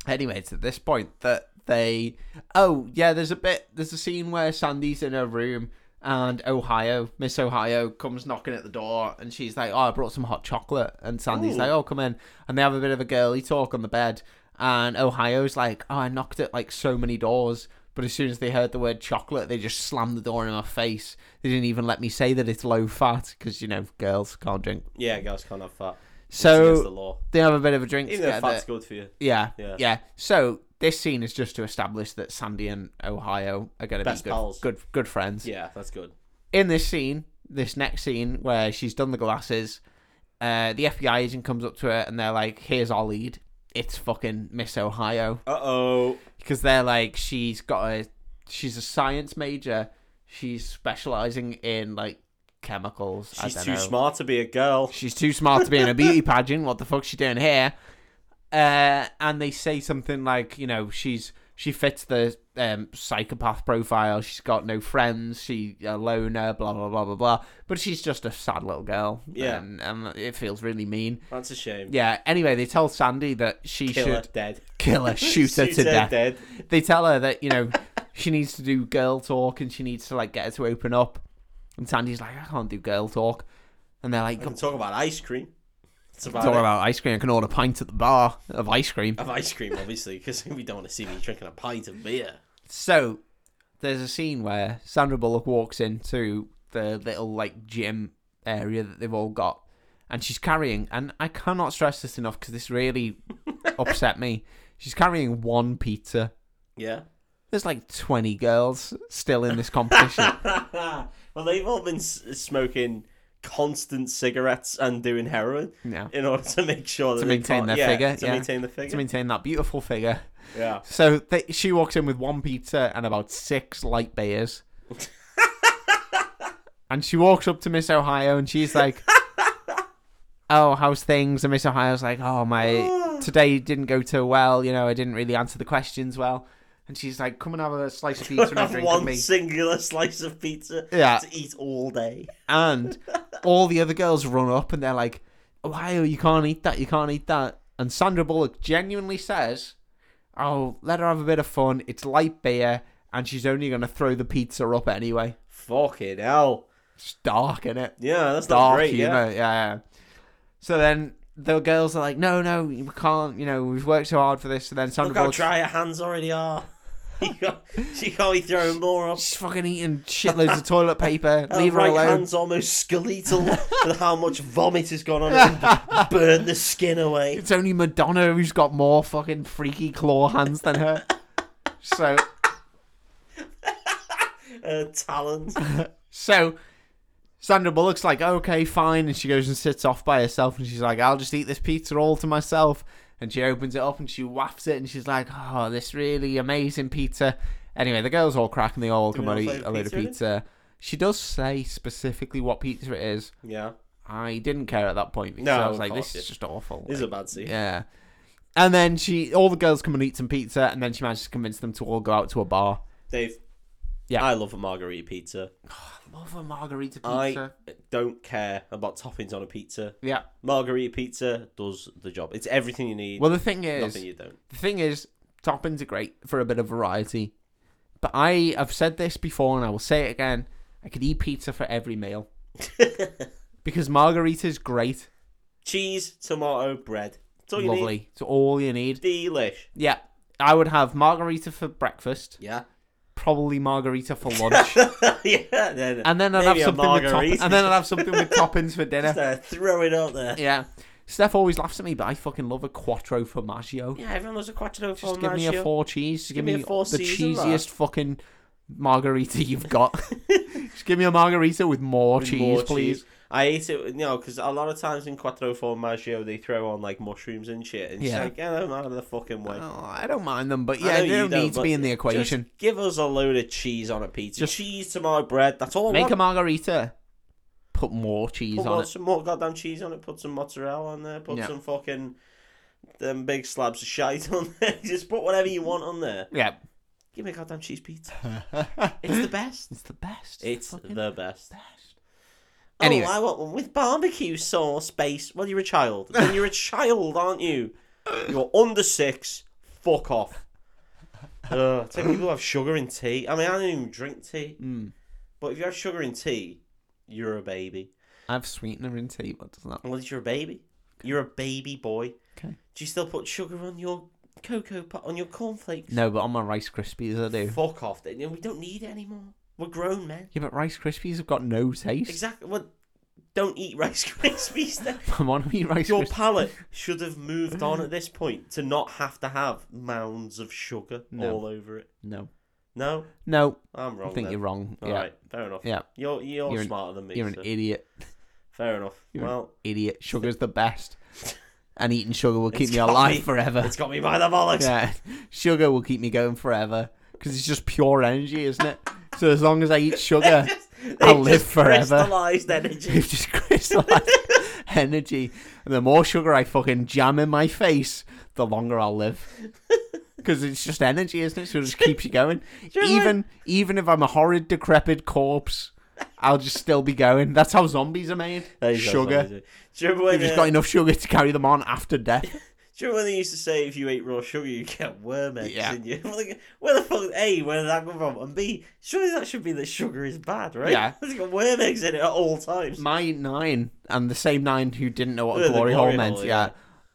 [SPEAKER 1] Anyway, it's at this point that they oh yeah, there's a bit there's a scene where Sandy's in her room and Ohio Miss Ohio comes knocking at the door and she's like, oh, I brought some hot chocolate, and Sandy's
[SPEAKER 2] Ooh.
[SPEAKER 1] like, oh, come in, and they have a bit of a girly talk on the bed, and Ohio's like, oh, I knocked at like so many doors. But as soon as they heard the word chocolate, they just slammed the door in my face. They didn't even let me say that it's low fat because, you know, girls can't drink.
[SPEAKER 2] Yeah, girls can't have fat. It's
[SPEAKER 1] So
[SPEAKER 2] against the law.
[SPEAKER 1] they have a bit of a drink
[SPEAKER 2] Even though
[SPEAKER 1] together.
[SPEAKER 2] fat's good for you.
[SPEAKER 1] yeah, yeah,
[SPEAKER 2] Yeah.
[SPEAKER 1] So this scene is just to establish that Sandy and Ohio are going to be
[SPEAKER 2] Best
[SPEAKER 1] good,
[SPEAKER 2] pals.
[SPEAKER 1] good, good friends.
[SPEAKER 2] Yeah, that's good.
[SPEAKER 1] In this scene, this next scene where she's done the glasses, uh, the FBI agent comes up to her and they're like, "Here's our lead. It's fucking Miss Ohio,"
[SPEAKER 2] Uh oh.
[SPEAKER 1] because they're like, she's got a, she's a science major. She's specializing in like chemicals. I
[SPEAKER 2] She's
[SPEAKER 1] don't
[SPEAKER 2] too
[SPEAKER 1] know.
[SPEAKER 2] smart to be a girl.
[SPEAKER 1] She's too smart to be in a beauty pageant. What the fuck's she doing here? Uh, and they say something like, you know, she's she fits the um, psychopath profile. She's got no friends. She a loner. Blah blah blah blah blah. But she's just a sad little girl.
[SPEAKER 2] Yeah.
[SPEAKER 1] and, and it feels really mean.
[SPEAKER 2] That's a shame.
[SPEAKER 1] Yeah. Anyway, they tell Sandy that she
[SPEAKER 2] Kill her
[SPEAKER 1] should
[SPEAKER 2] dead.
[SPEAKER 1] kill her, shoot her to death
[SPEAKER 2] dead.
[SPEAKER 1] they tell her that you know she needs to do girl talk and she needs to like get her to open up and sandy's like i can't do girl talk and they're like
[SPEAKER 2] We can talk about ice cream. It's about,
[SPEAKER 1] talk
[SPEAKER 2] it.
[SPEAKER 1] about ice cream i can order a pint at the bar of ice cream
[SPEAKER 2] Of ice cream, obviously, because we don't want to see me drinking a pint of beer.
[SPEAKER 1] so there's a scene where sandra bullock walks into the little like gym area that they've all got and she's carrying, and I cannot stress this enough because this really upset me. She's carrying one pizza.
[SPEAKER 2] Yeah.
[SPEAKER 1] There's like 20 girls still in this competition.
[SPEAKER 2] Ah, well, they've all been s- smoking constant cigarettes and doing heroin
[SPEAKER 1] Yeah.
[SPEAKER 2] in order to make sure that
[SPEAKER 1] To
[SPEAKER 2] they
[SPEAKER 1] maintain
[SPEAKER 2] can't-
[SPEAKER 1] their
[SPEAKER 2] yeah,
[SPEAKER 1] figure,
[SPEAKER 2] To
[SPEAKER 1] yeah.
[SPEAKER 2] maintain the figure.
[SPEAKER 1] to maintain that beautiful figure.
[SPEAKER 2] yeah.
[SPEAKER 1] So they, she walks in with one pizza and about six light beers. and she walks up to Miss Ohio and she's like, Oh, how's things? And Miss Ohio's like, Oh, my, today didn't go too well. You know, I didn't really answer the questions well. And she's like, Come and have a slice of pizza and a
[SPEAKER 2] Have
[SPEAKER 1] drink with
[SPEAKER 2] one
[SPEAKER 1] me.
[SPEAKER 2] singular slice of pizza
[SPEAKER 1] Yeah.
[SPEAKER 2] to eat all day.
[SPEAKER 1] And all the other girls run up and they're like, Ohio, you can't eat that, you can't eat that. And Sandra Bullock genuinely says, Oh, let her have a bit of fun. It's light beer, and she's only going to throw the pizza up anyway.
[SPEAKER 2] Fucking hell.
[SPEAKER 1] It's dark, innit?
[SPEAKER 2] Yeah, that's not
[SPEAKER 1] Dark
[SPEAKER 2] great. Yeah.
[SPEAKER 1] humor, yeah. yeah. So then the girls are like, No, no, we can't, you know, we've worked so hard for this. And then Sandra
[SPEAKER 2] Look how
[SPEAKER 1] Bullock,
[SPEAKER 2] dry her hands already are. You can't- she can't be throwing more up.
[SPEAKER 1] she's fucking eating shitloads of toilet paper.
[SPEAKER 2] Her
[SPEAKER 1] Leave her
[SPEAKER 2] right
[SPEAKER 1] alone.
[SPEAKER 2] hand's almost skeletal with how much vomit has gone on it and burned the skin away.
[SPEAKER 1] It's only Madonna who's got more fucking freaky claw hands than her. So
[SPEAKER 2] Uh, talons.
[SPEAKER 1] So Sandra Bullock's like, okay, fine, and she goes and sits off by herself, and she's like, I'll just eat this pizza all to myself. And she opens it up and she wafts it, and she's like, oh, this really amazing pizza. Anyway, the girls all crack and they all come
[SPEAKER 2] we
[SPEAKER 1] and
[SPEAKER 2] know what
[SPEAKER 1] eat a
[SPEAKER 2] flavour
[SPEAKER 1] load of
[SPEAKER 2] pizza it is?
[SPEAKER 1] pizza. She does say specifically what pizza it is.
[SPEAKER 2] Yeah.
[SPEAKER 1] I didn't care at that point because
[SPEAKER 2] No,
[SPEAKER 1] I was
[SPEAKER 2] of
[SPEAKER 1] like,
[SPEAKER 2] course,
[SPEAKER 1] this is
[SPEAKER 2] yeah.
[SPEAKER 1] just awful.
[SPEAKER 2] This is a bad scene.
[SPEAKER 1] yeah. And then she, all the girls come and eat some pizza, and then she manages to convince them to all go out to a bar.
[SPEAKER 2] Dave.
[SPEAKER 1] Yeah.
[SPEAKER 2] I love a margarita pizza.
[SPEAKER 1] Love a margarita
[SPEAKER 2] I
[SPEAKER 1] pizza.
[SPEAKER 2] don't care about toppings on a pizza.
[SPEAKER 1] Yeah.
[SPEAKER 2] Margarita pizza does the job. It's everything you need.
[SPEAKER 1] Well, the thing is,
[SPEAKER 2] nothing you don't.
[SPEAKER 1] The thing is, toppings are great for a bit of variety. But I have said this before and I will say it again. I could eat pizza for every meal. because margarita's great.
[SPEAKER 2] Cheese, tomato, bread. That's all you
[SPEAKER 1] lovely. It's all you need.
[SPEAKER 2] need. Delish.
[SPEAKER 1] Yeah. I would have margarita for breakfast,
[SPEAKER 2] Yeah.
[SPEAKER 1] probably margarita for lunch,
[SPEAKER 2] yeah. Then
[SPEAKER 1] and then I'd
[SPEAKER 2] Maybe a
[SPEAKER 1] have something with top-
[SPEAKER 2] margarita.
[SPEAKER 1] and then I'd have something with toppings for dinner.
[SPEAKER 2] just uh, throw it out there.
[SPEAKER 1] Yeah. Steph always laughs at me, but I fucking love a quattro formaggio.
[SPEAKER 2] Yeah, everyone loves a quattro
[SPEAKER 1] Just
[SPEAKER 2] formaggio.
[SPEAKER 1] give me a four cheese. Just give,
[SPEAKER 2] me a
[SPEAKER 1] me,
[SPEAKER 2] four
[SPEAKER 1] the
[SPEAKER 2] season,
[SPEAKER 1] cheesiest
[SPEAKER 2] lad.
[SPEAKER 1] fucking margarita you've got. just give me a margarita with more
[SPEAKER 2] With
[SPEAKER 1] cheese,
[SPEAKER 2] more
[SPEAKER 1] please.
[SPEAKER 2] cheese. I ate it, you know, because a lot of times in quattro formaggio they throw on like mushrooms and shit, and yeah. she's
[SPEAKER 1] Yeah.
[SPEAKER 2] like, "Get them out of the fucking way."
[SPEAKER 1] Oh, I don't mind them, but
[SPEAKER 2] I
[SPEAKER 1] yeah,
[SPEAKER 2] know
[SPEAKER 1] they
[SPEAKER 2] you
[SPEAKER 1] don't
[SPEAKER 2] don't,
[SPEAKER 1] need to
[SPEAKER 2] but
[SPEAKER 1] be in the
[SPEAKER 2] just
[SPEAKER 1] equation.
[SPEAKER 2] Give us a load of cheese on a pizza.
[SPEAKER 1] Just-
[SPEAKER 2] cheese to my bread. That's all I
[SPEAKER 1] Make
[SPEAKER 2] want.
[SPEAKER 1] a margarita. Put more cheese
[SPEAKER 2] put
[SPEAKER 1] on
[SPEAKER 2] more,
[SPEAKER 1] it.
[SPEAKER 2] some more goddamn cheese on it. Put some mozzarella on there. Put
[SPEAKER 1] Yeah.
[SPEAKER 2] some fucking them big slabs of shite on there. Just put whatever you want on there.
[SPEAKER 1] Yeah.
[SPEAKER 2] Give me a goddamn cheese pizza. It's the best.
[SPEAKER 1] It's the best.
[SPEAKER 2] It's
[SPEAKER 1] fucking
[SPEAKER 2] the best.
[SPEAKER 1] best. Anyway.
[SPEAKER 2] Oh, I want one with barbecue sauce base. Well, you're a child. Then you're a child, aren't you? You're under six. Fuck off. Ugh, it's like people who have sugar in tea. I mean, I don't even drink tea.
[SPEAKER 1] Mm.
[SPEAKER 2] But if you have sugar in tea, you're a baby.
[SPEAKER 1] I have sweetener in tea. What does that?
[SPEAKER 2] Well, you're a baby. You're a baby boy.
[SPEAKER 1] Okay.
[SPEAKER 2] Do you still put sugar on your cocoa pot on your cornflakes?
[SPEAKER 1] No, but on my Rice Krispies, I do.
[SPEAKER 2] Fuck off. Then we don't need it anymore. We're grown men.
[SPEAKER 1] Yeah, but Rice Krispies have got no taste.
[SPEAKER 2] Exactly. Well, don't eat Rice Krispies then.
[SPEAKER 1] I'm on me Rice
[SPEAKER 2] Your
[SPEAKER 1] Krispies.
[SPEAKER 2] palate should have moved on at this point to not have to have mounds of sugar
[SPEAKER 1] No.
[SPEAKER 2] all over it.
[SPEAKER 1] No.
[SPEAKER 2] No,
[SPEAKER 1] No,
[SPEAKER 2] I'm wrong.
[SPEAKER 1] I think
[SPEAKER 2] then.
[SPEAKER 1] you're wrong.
[SPEAKER 2] All
[SPEAKER 1] yeah.
[SPEAKER 2] right, fair enough.
[SPEAKER 1] Yeah.
[SPEAKER 2] You're you're,
[SPEAKER 1] You're an-
[SPEAKER 2] smarter than me.
[SPEAKER 1] You're an
[SPEAKER 2] so
[SPEAKER 1] idiot.
[SPEAKER 2] fair enough.
[SPEAKER 1] you're an
[SPEAKER 2] well,
[SPEAKER 1] idiot. Sugar's the best. And eating sugar will keep
[SPEAKER 2] It's
[SPEAKER 1] me
[SPEAKER 2] got
[SPEAKER 1] alive
[SPEAKER 2] me.
[SPEAKER 1] forever.
[SPEAKER 2] it's got me by the bollocks.
[SPEAKER 1] Yeah. Sugar will keep me going forever. Because it's just pure energy, isn't it? So as long as I eat sugar,
[SPEAKER 2] They've
[SPEAKER 1] I'll live
[SPEAKER 2] just
[SPEAKER 1] forever.
[SPEAKER 2] Crystallized energy.
[SPEAKER 1] it's just crystallized energy. And the more sugar I fucking jam in my face, the longer I'll live. Because it's just energy, isn't it? So it just keeps you going.
[SPEAKER 2] you know
[SPEAKER 1] Even even if I'm a horrid, decrepit corpse, I'll just still be going. That's how zombies are made.
[SPEAKER 2] That is
[SPEAKER 1] Sugar.
[SPEAKER 2] amazing. Do you remember when,
[SPEAKER 1] They've just
[SPEAKER 2] uh,
[SPEAKER 1] got enough sugar to carry them on after death.
[SPEAKER 2] do you remember when they used to say if you ate raw sugar you get worm eggs
[SPEAKER 1] Yeah.
[SPEAKER 2] in you? Like, where the fuck? A, where did that come from? And B, surely that should be that sugar is bad, right?
[SPEAKER 1] Yeah.
[SPEAKER 2] It's got worm eggs in it at all times.
[SPEAKER 1] My nine and the same nine who didn't know what
[SPEAKER 2] Yeah,
[SPEAKER 1] a
[SPEAKER 2] the
[SPEAKER 1] glory hole
[SPEAKER 2] glory
[SPEAKER 1] meant.
[SPEAKER 2] hole,
[SPEAKER 1] yeah.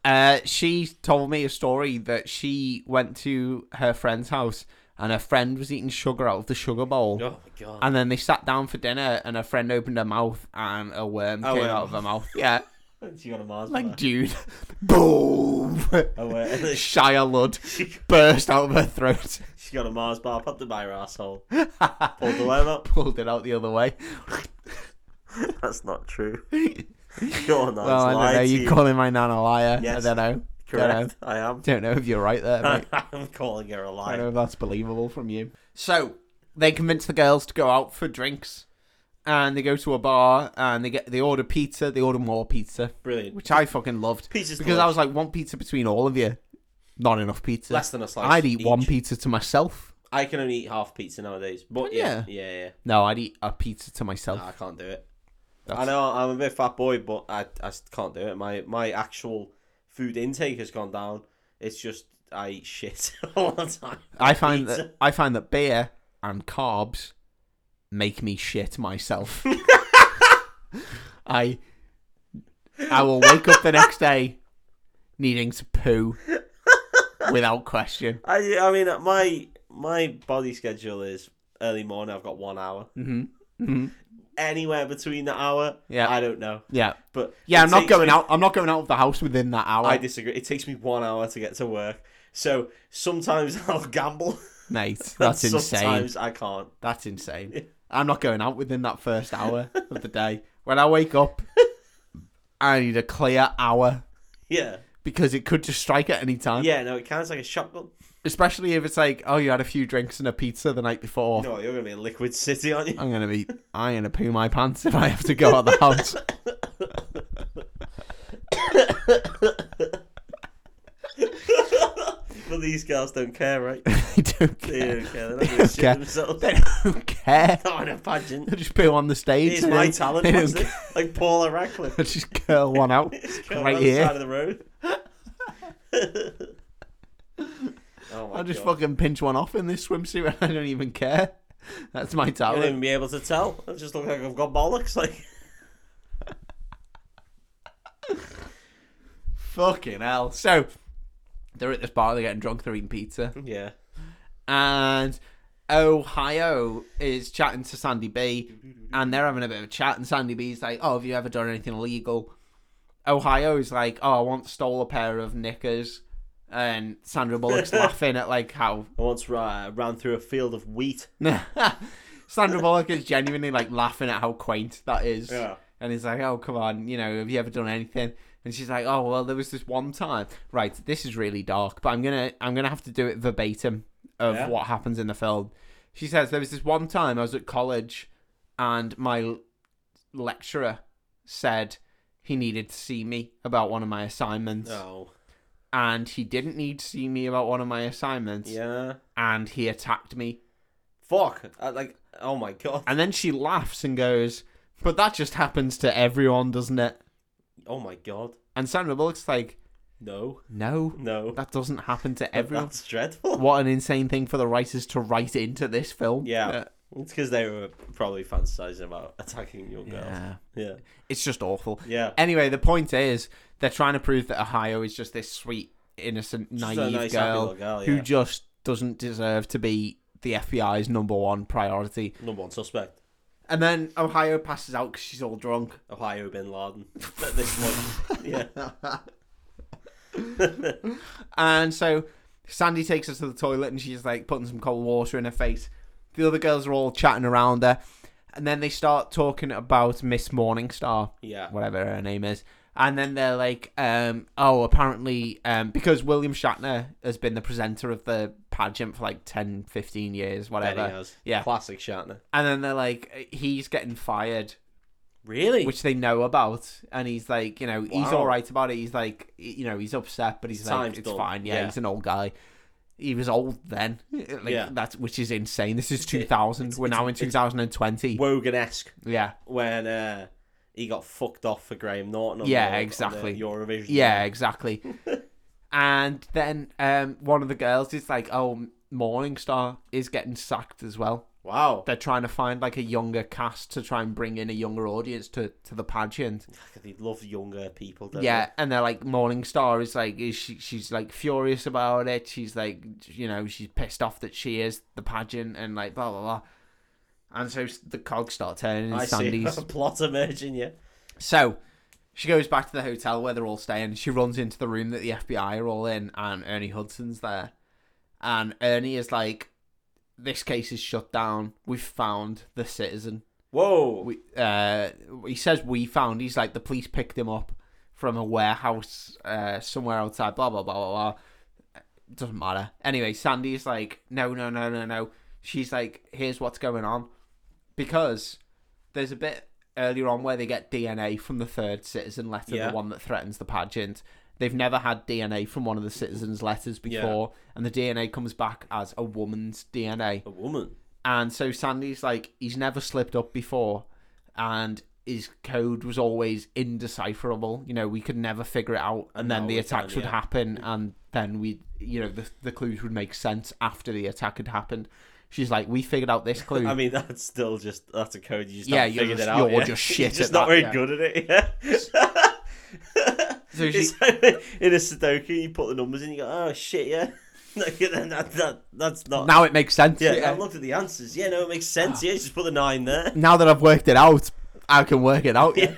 [SPEAKER 1] Uh, she told me a story that she went to her friend's house and her friend was eating sugar out of the sugar bowl.
[SPEAKER 2] Oh my god.
[SPEAKER 1] And then they sat down for dinner, and her friend opened her mouth, and a worm
[SPEAKER 2] A
[SPEAKER 1] came
[SPEAKER 2] worm.
[SPEAKER 1] out of her mouth. Yeah,
[SPEAKER 2] She got a Mars
[SPEAKER 1] Like
[SPEAKER 2] bar.
[SPEAKER 1] Dune. Boom!
[SPEAKER 2] Oh, wait.
[SPEAKER 1] Shia Lud burst out of her throat.
[SPEAKER 2] She got a Mars bar popped up by her asshole. Pulled the worm up.
[SPEAKER 1] Pulled it out the other way.
[SPEAKER 2] That's not true. Your nan's
[SPEAKER 1] well, I don't
[SPEAKER 2] lied
[SPEAKER 1] know.
[SPEAKER 2] to
[SPEAKER 1] You
[SPEAKER 2] you.
[SPEAKER 1] calling my nan a liar?
[SPEAKER 2] Yes.
[SPEAKER 1] I don't know.
[SPEAKER 2] Correct. I am.
[SPEAKER 1] Don't know if you're right there, mate.
[SPEAKER 2] I'm calling her a
[SPEAKER 1] I don't
[SPEAKER 2] liar.
[SPEAKER 1] know if that's believable from you. So they convince the girls to go out for drinks, and they go to a bar and they get they order pizza. They order more pizza,
[SPEAKER 2] Brilliant.
[SPEAKER 1] which I fucking loved
[SPEAKER 2] Pizza's
[SPEAKER 1] because I was like one pizza between all of you. Not enough pizza.
[SPEAKER 2] less than a slice.
[SPEAKER 1] I'd eat one
[SPEAKER 2] each.
[SPEAKER 1] pizza to myself.
[SPEAKER 2] I can only eat half pizza nowadays.
[SPEAKER 1] Oh,
[SPEAKER 2] But yeah, yeah, yeah. yeah.
[SPEAKER 1] No, I'd eat a pizza to myself.
[SPEAKER 2] Nah, I can't do it. I
[SPEAKER 1] That's-
[SPEAKER 2] know I'm a bit fat boy, but I, I just can't do it. My my actual food intake has gone down. It's just I eat shit all the time.
[SPEAKER 1] I find
[SPEAKER 2] Pizza.
[SPEAKER 1] that I find that beer and carbs make me shit myself. I I will wake up the next day needing to poo without question.
[SPEAKER 2] I I mean my my body schedule is early morning. I've got one hour.
[SPEAKER 1] hmm hmm
[SPEAKER 2] Anywhere between the hour,
[SPEAKER 1] Yeah.
[SPEAKER 2] I don't know.
[SPEAKER 1] Yeah,
[SPEAKER 2] But
[SPEAKER 1] yeah.
[SPEAKER 2] it
[SPEAKER 1] I'm not
[SPEAKER 2] takes
[SPEAKER 1] going
[SPEAKER 2] me-
[SPEAKER 1] out. I'm not going out of the house within that hour,
[SPEAKER 2] I disagree. It takes me one hour to get to work. So sometimes I'll gamble.
[SPEAKER 1] mate. That's insane.
[SPEAKER 2] Sometimes I can't.
[SPEAKER 1] That's insane. I'm not going out within that first hour of the day. When I wake up, I need a clear hour
[SPEAKER 2] Yeah.
[SPEAKER 1] because it could just strike at any time.
[SPEAKER 2] Yeah, no, it counts like a shotgun.
[SPEAKER 1] Especially if it's like, oh, you had a few drinks and a pizza the night before.
[SPEAKER 2] No, you're gonna be in Liquid City, aren't you?
[SPEAKER 1] I'm gonna be, I'm gonna poo my pants if I have to go out of the house.
[SPEAKER 2] But these girls don't care, right?
[SPEAKER 1] I don't
[SPEAKER 2] They
[SPEAKER 1] care.
[SPEAKER 2] don't care. They're not gonna shit
[SPEAKER 1] care.
[SPEAKER 2] themselves.
[SPEAKER 1] They don't care.
[SPEAKER 2] Not in a pageant.
[SPEAKER 1] I just poo on the stage.
[SPEAKER 2] Here's
[SPEAKER 1] and
[SPEAKER 2] my
[SPEAKER 1] they-
[SPEAKER 2] talent,
[SPEAKER 1] they don't
[SPEAKER 2] that's it.
[SPEAKER 1] care.
[SPEAKER 2] like Paula Radcliffe.
[SPEAKER 1] I just curl one out
[SPEAKER 2] Go
[SPEAKER 1] right
[SPEAKER 2] around the side
[SPEAKER 1] here.
[SPEAKER 2] of the road. oh my
[SPEAKER 1] I'll just
[SPEAKER 2] god!
[SPEAKER 1] fucking pinch one off in this swimsuit and I don't even care. That's my
[SPEAKER 2] I won't
[SPEAKER 1] talent.
[SPEAKER 2] even be able to tell. I just look like I've got bollocks. Like
[SPEAKER 1] Fucking hell. So, they're at this bar, they're getting drunk, they're eating pizza.
[SPEAKER 2] yeah,
[SPEAKER 1] and Ohio is chatting to Sandy B, and they're having a bit of a chat. And Sandy B's like, "Oh, have you ever done anything illegal?" Ohio is like, "Oh, I once stole a pair of knickers," and Sandra Bullock's laughing at like how
[SPEAKER 2] I once ra- ran through a field of wheat.
[SPEAKER 1] Sandra Bullock is genuinely like laughing at how quaint that is.
[SPEAKER 2] Yeah.
[SPEAKER 1] And he's like, "Oh, come on, you know, have you ever done anything?" And she's like, "Oh, well, there was this one time. Right, this is really dark, but I'm gonna, I'm gonna have to do it verbatim of
[SPEAKER 2] Yeah.
[SPEAKER 1] what happens in the film." She says, "There was this one time I was at college, and my l- lecturer said he needed to see me about one of my assignments,
[SPEAKER 2] No,
[SPEAKER 1] and he didn't need to see me about one of my assignments,
[SPEAKER 2] yeah,
[SPEAKER 1] and he attacked me."
[SPEAKER 2] fuck. I, like, oh my god.
[SPEAKER 1] And then she laughs and goes, "But that just happens to everyone, doesn't it?"
[SPEAKER 2] Oh my god.
[SPEAKER 1] And Sandra Bullock's like,
[SPEAKER 2] No,
[SPEAKER 1] "No,
[SPEAKER 2] no.
[SPEAKER 1] that doesn't happen to everyone."
[SPEAKER 2] That's dreadful.
[SPEAKER 1] What an insane thing for the writers to write into this film.
[SPEAKER 2] Yeah.
[SPEAKER 1] Uh,
[SPEAKER 2] It's because they were probably fantasizing about attacking your girls.
[SPEAKER 1] yeah.
[SPEAKER 2] Yeah.
[SPEAKER 1] It's just awful.
[SPEAKER 2] Yeah.
[SPEAKER 1] Anyway, the point is they're trying to prove that Ohio is just this sweet, innocent,
[SPEAKER 2] Just
[SPEAKER 1] naive
[SPEAKER 2] a nice, happy
[SPEAKER 1] girl
[SPEAKER 2] little girl.
[SPEAKER 1] who
[SPEAKER 2] Yeah.
[SPEAKER 1] just doesn't deserve to be the FBI's number one priority.
[SPEAKER 2] Number one suspect.
[SPEAKER 1] And then Ohio passes out because she's all drunk.
[SPEAKER 2] Ohio bin Laden. At this point. Yeah.
[SPEAKER 1] And so Sandy takes her to the toilet and she's like putting some cold water in her face. The other girls are all chatting around her. And then they start talking about Miss Morningstar,
[SPEAKER 2] Yeah.
[SPEAKER 1] whatever her name is. And then they're like, um, oh, apparently, um, because William Shatner has been the presenter of the pageant for like 10, 15 years,
[SPEAKER 2] Benny
[SPEAKER 1] whatever.
[SPEAKER 2] has.
[SPEAKER 1] Yeah.
[SPEAKER 2] Classic Shatner.
[SPEAKER 1] And then they're like, he's getting fired
[SPEAKER 2] Really?
[SPEAKER 1] which they know about, and he's like, you know, he's
[SPEAKER 2] Wow.
[SPEAKER 1] all right about it. He's like, you know, he's upset, but he's
[SPEAKER 2] Time's
[SPEAKER 1] like, it's
[SPEAKER 2] done.
[SPEAKER 1] fine. Yeah,
[SPEAKER 2] Yeah.
[SPEAKER 1] he's an old guy. He was old then. Like,
[SPEAKER 2] Yeah.
[SPEAKER 1] That's which is insane. This is 2000. We're now in 2020.
[SPEAKER 2] Wogan esque
[SPEAKER 1] Yeah,
[SPEAKER 2] when uh, he got fucked off for Graham Norton. on
[SPEAKER 1] Yeah,
[SPEAKER 2] the- on the
[SPEAKER 1] exactly.
[SPEAKER 2] Eurovision.
[SPEAKER 1] yeah, exactly. and then um, one of the girls is like, oh, Morningstar is getting sacked as well.
[SPEAKER 2] Wow.
[SPEAKER 1] They're trying to find like a younger cast to try and bring in a younger audience to to the pageant.
[SPEAKER 2] They love younger people, don't
[SPEAKER 1] yeah, and they're like Morningstar is like is she, she's like furious about it. She's like you know she's pissed off that she is the pageant and like blah blah blah. And so s- the cogs start turning
[SPEAKER 2] they?
[SPEAKER 1] in
[SPEAKER 2] I see.
[SPEAKER 1] Sandy's.
[SPEAKER 2] Plot emerging, yeah.
[SPEAKER 1] so She goes back to the hotel where they're all staying. She runs into the room that the FBI are all in, and Ernie Hudson's there. And Ernie is like, "This case is shut down. We've found the citizen."
[SPEAKER 2] Whoa.
[SPEAKER 1] we uh he says we found he's like the police picked him up from a warehouse uh somewhere outside blah blah blah blah blah doesn't matter anyway sandy's like no no no no no she's like here's what's going on because there's a bit earlier on where they get dna from the third citizen letter
[SPEAKER 2] Yeah.
[SPEAKER 1] the one that threatens the pageant they've never had dna from one of the citizens letters
[SPEAKER 2] Yeah.
[SPEAKER 1] before and the dna comes back as a woman's dna
[SPEAKER 2] a woman.
[SPEAKER 1] and so Sandy's like, he's never slipped up before, and his code was always indecipherable. You know, we could never figure it out, and,
[SPEAKER 2] And
[SPEAKER 1] then
[SPEAKER 2] now
[SPEAKER 1] the
[SPEAKER 2] we
[SPEAKER 1] attacks
[SPEAKER 2] can,
[SPEAKER 1] would
[SPEAKER 2] yeah.
[SPEAKER 1] happen, and then we, you know, the the clues would make sense after the attack had happened. She's like, we figured out this clue.
[SPEAKER 2] I mean, that's still just that's a code you just
[SPEAKER 1] Yeah,
[SPEAKER 2] haven't
[SPEAKER 1] you're
[SPEAKER 2] figured
[SPEAKER 1] just-
[SPEAKER 2] it out.
[SPEAKER 1] you're
[SPEAKER 2] yet.
[SPEAKER 1] just shit
[SPEAKER 2] just
[SPEAKER 1] at that,
[SPEAKER 2] not very
[SPEAKER 1] yeah.
[SPEAKER 2] good at it. Yeah.
[SPEAKER 1] so she,
[SPEAKER 2] It's in a Sudoku, you put the numbers in, you go, oh shit, yeah. Like, that, that, that, that's not.
[SPEAKER 1] now it makes sense.
[SPEAKER 2] yeah, I looked at the answers. Yeah, no, it makes sense. Yeah, just put the nine there.
[SPEAKER 1] Now that I've worked it out, I can work it out.
[SPEAKER 2] Yeah.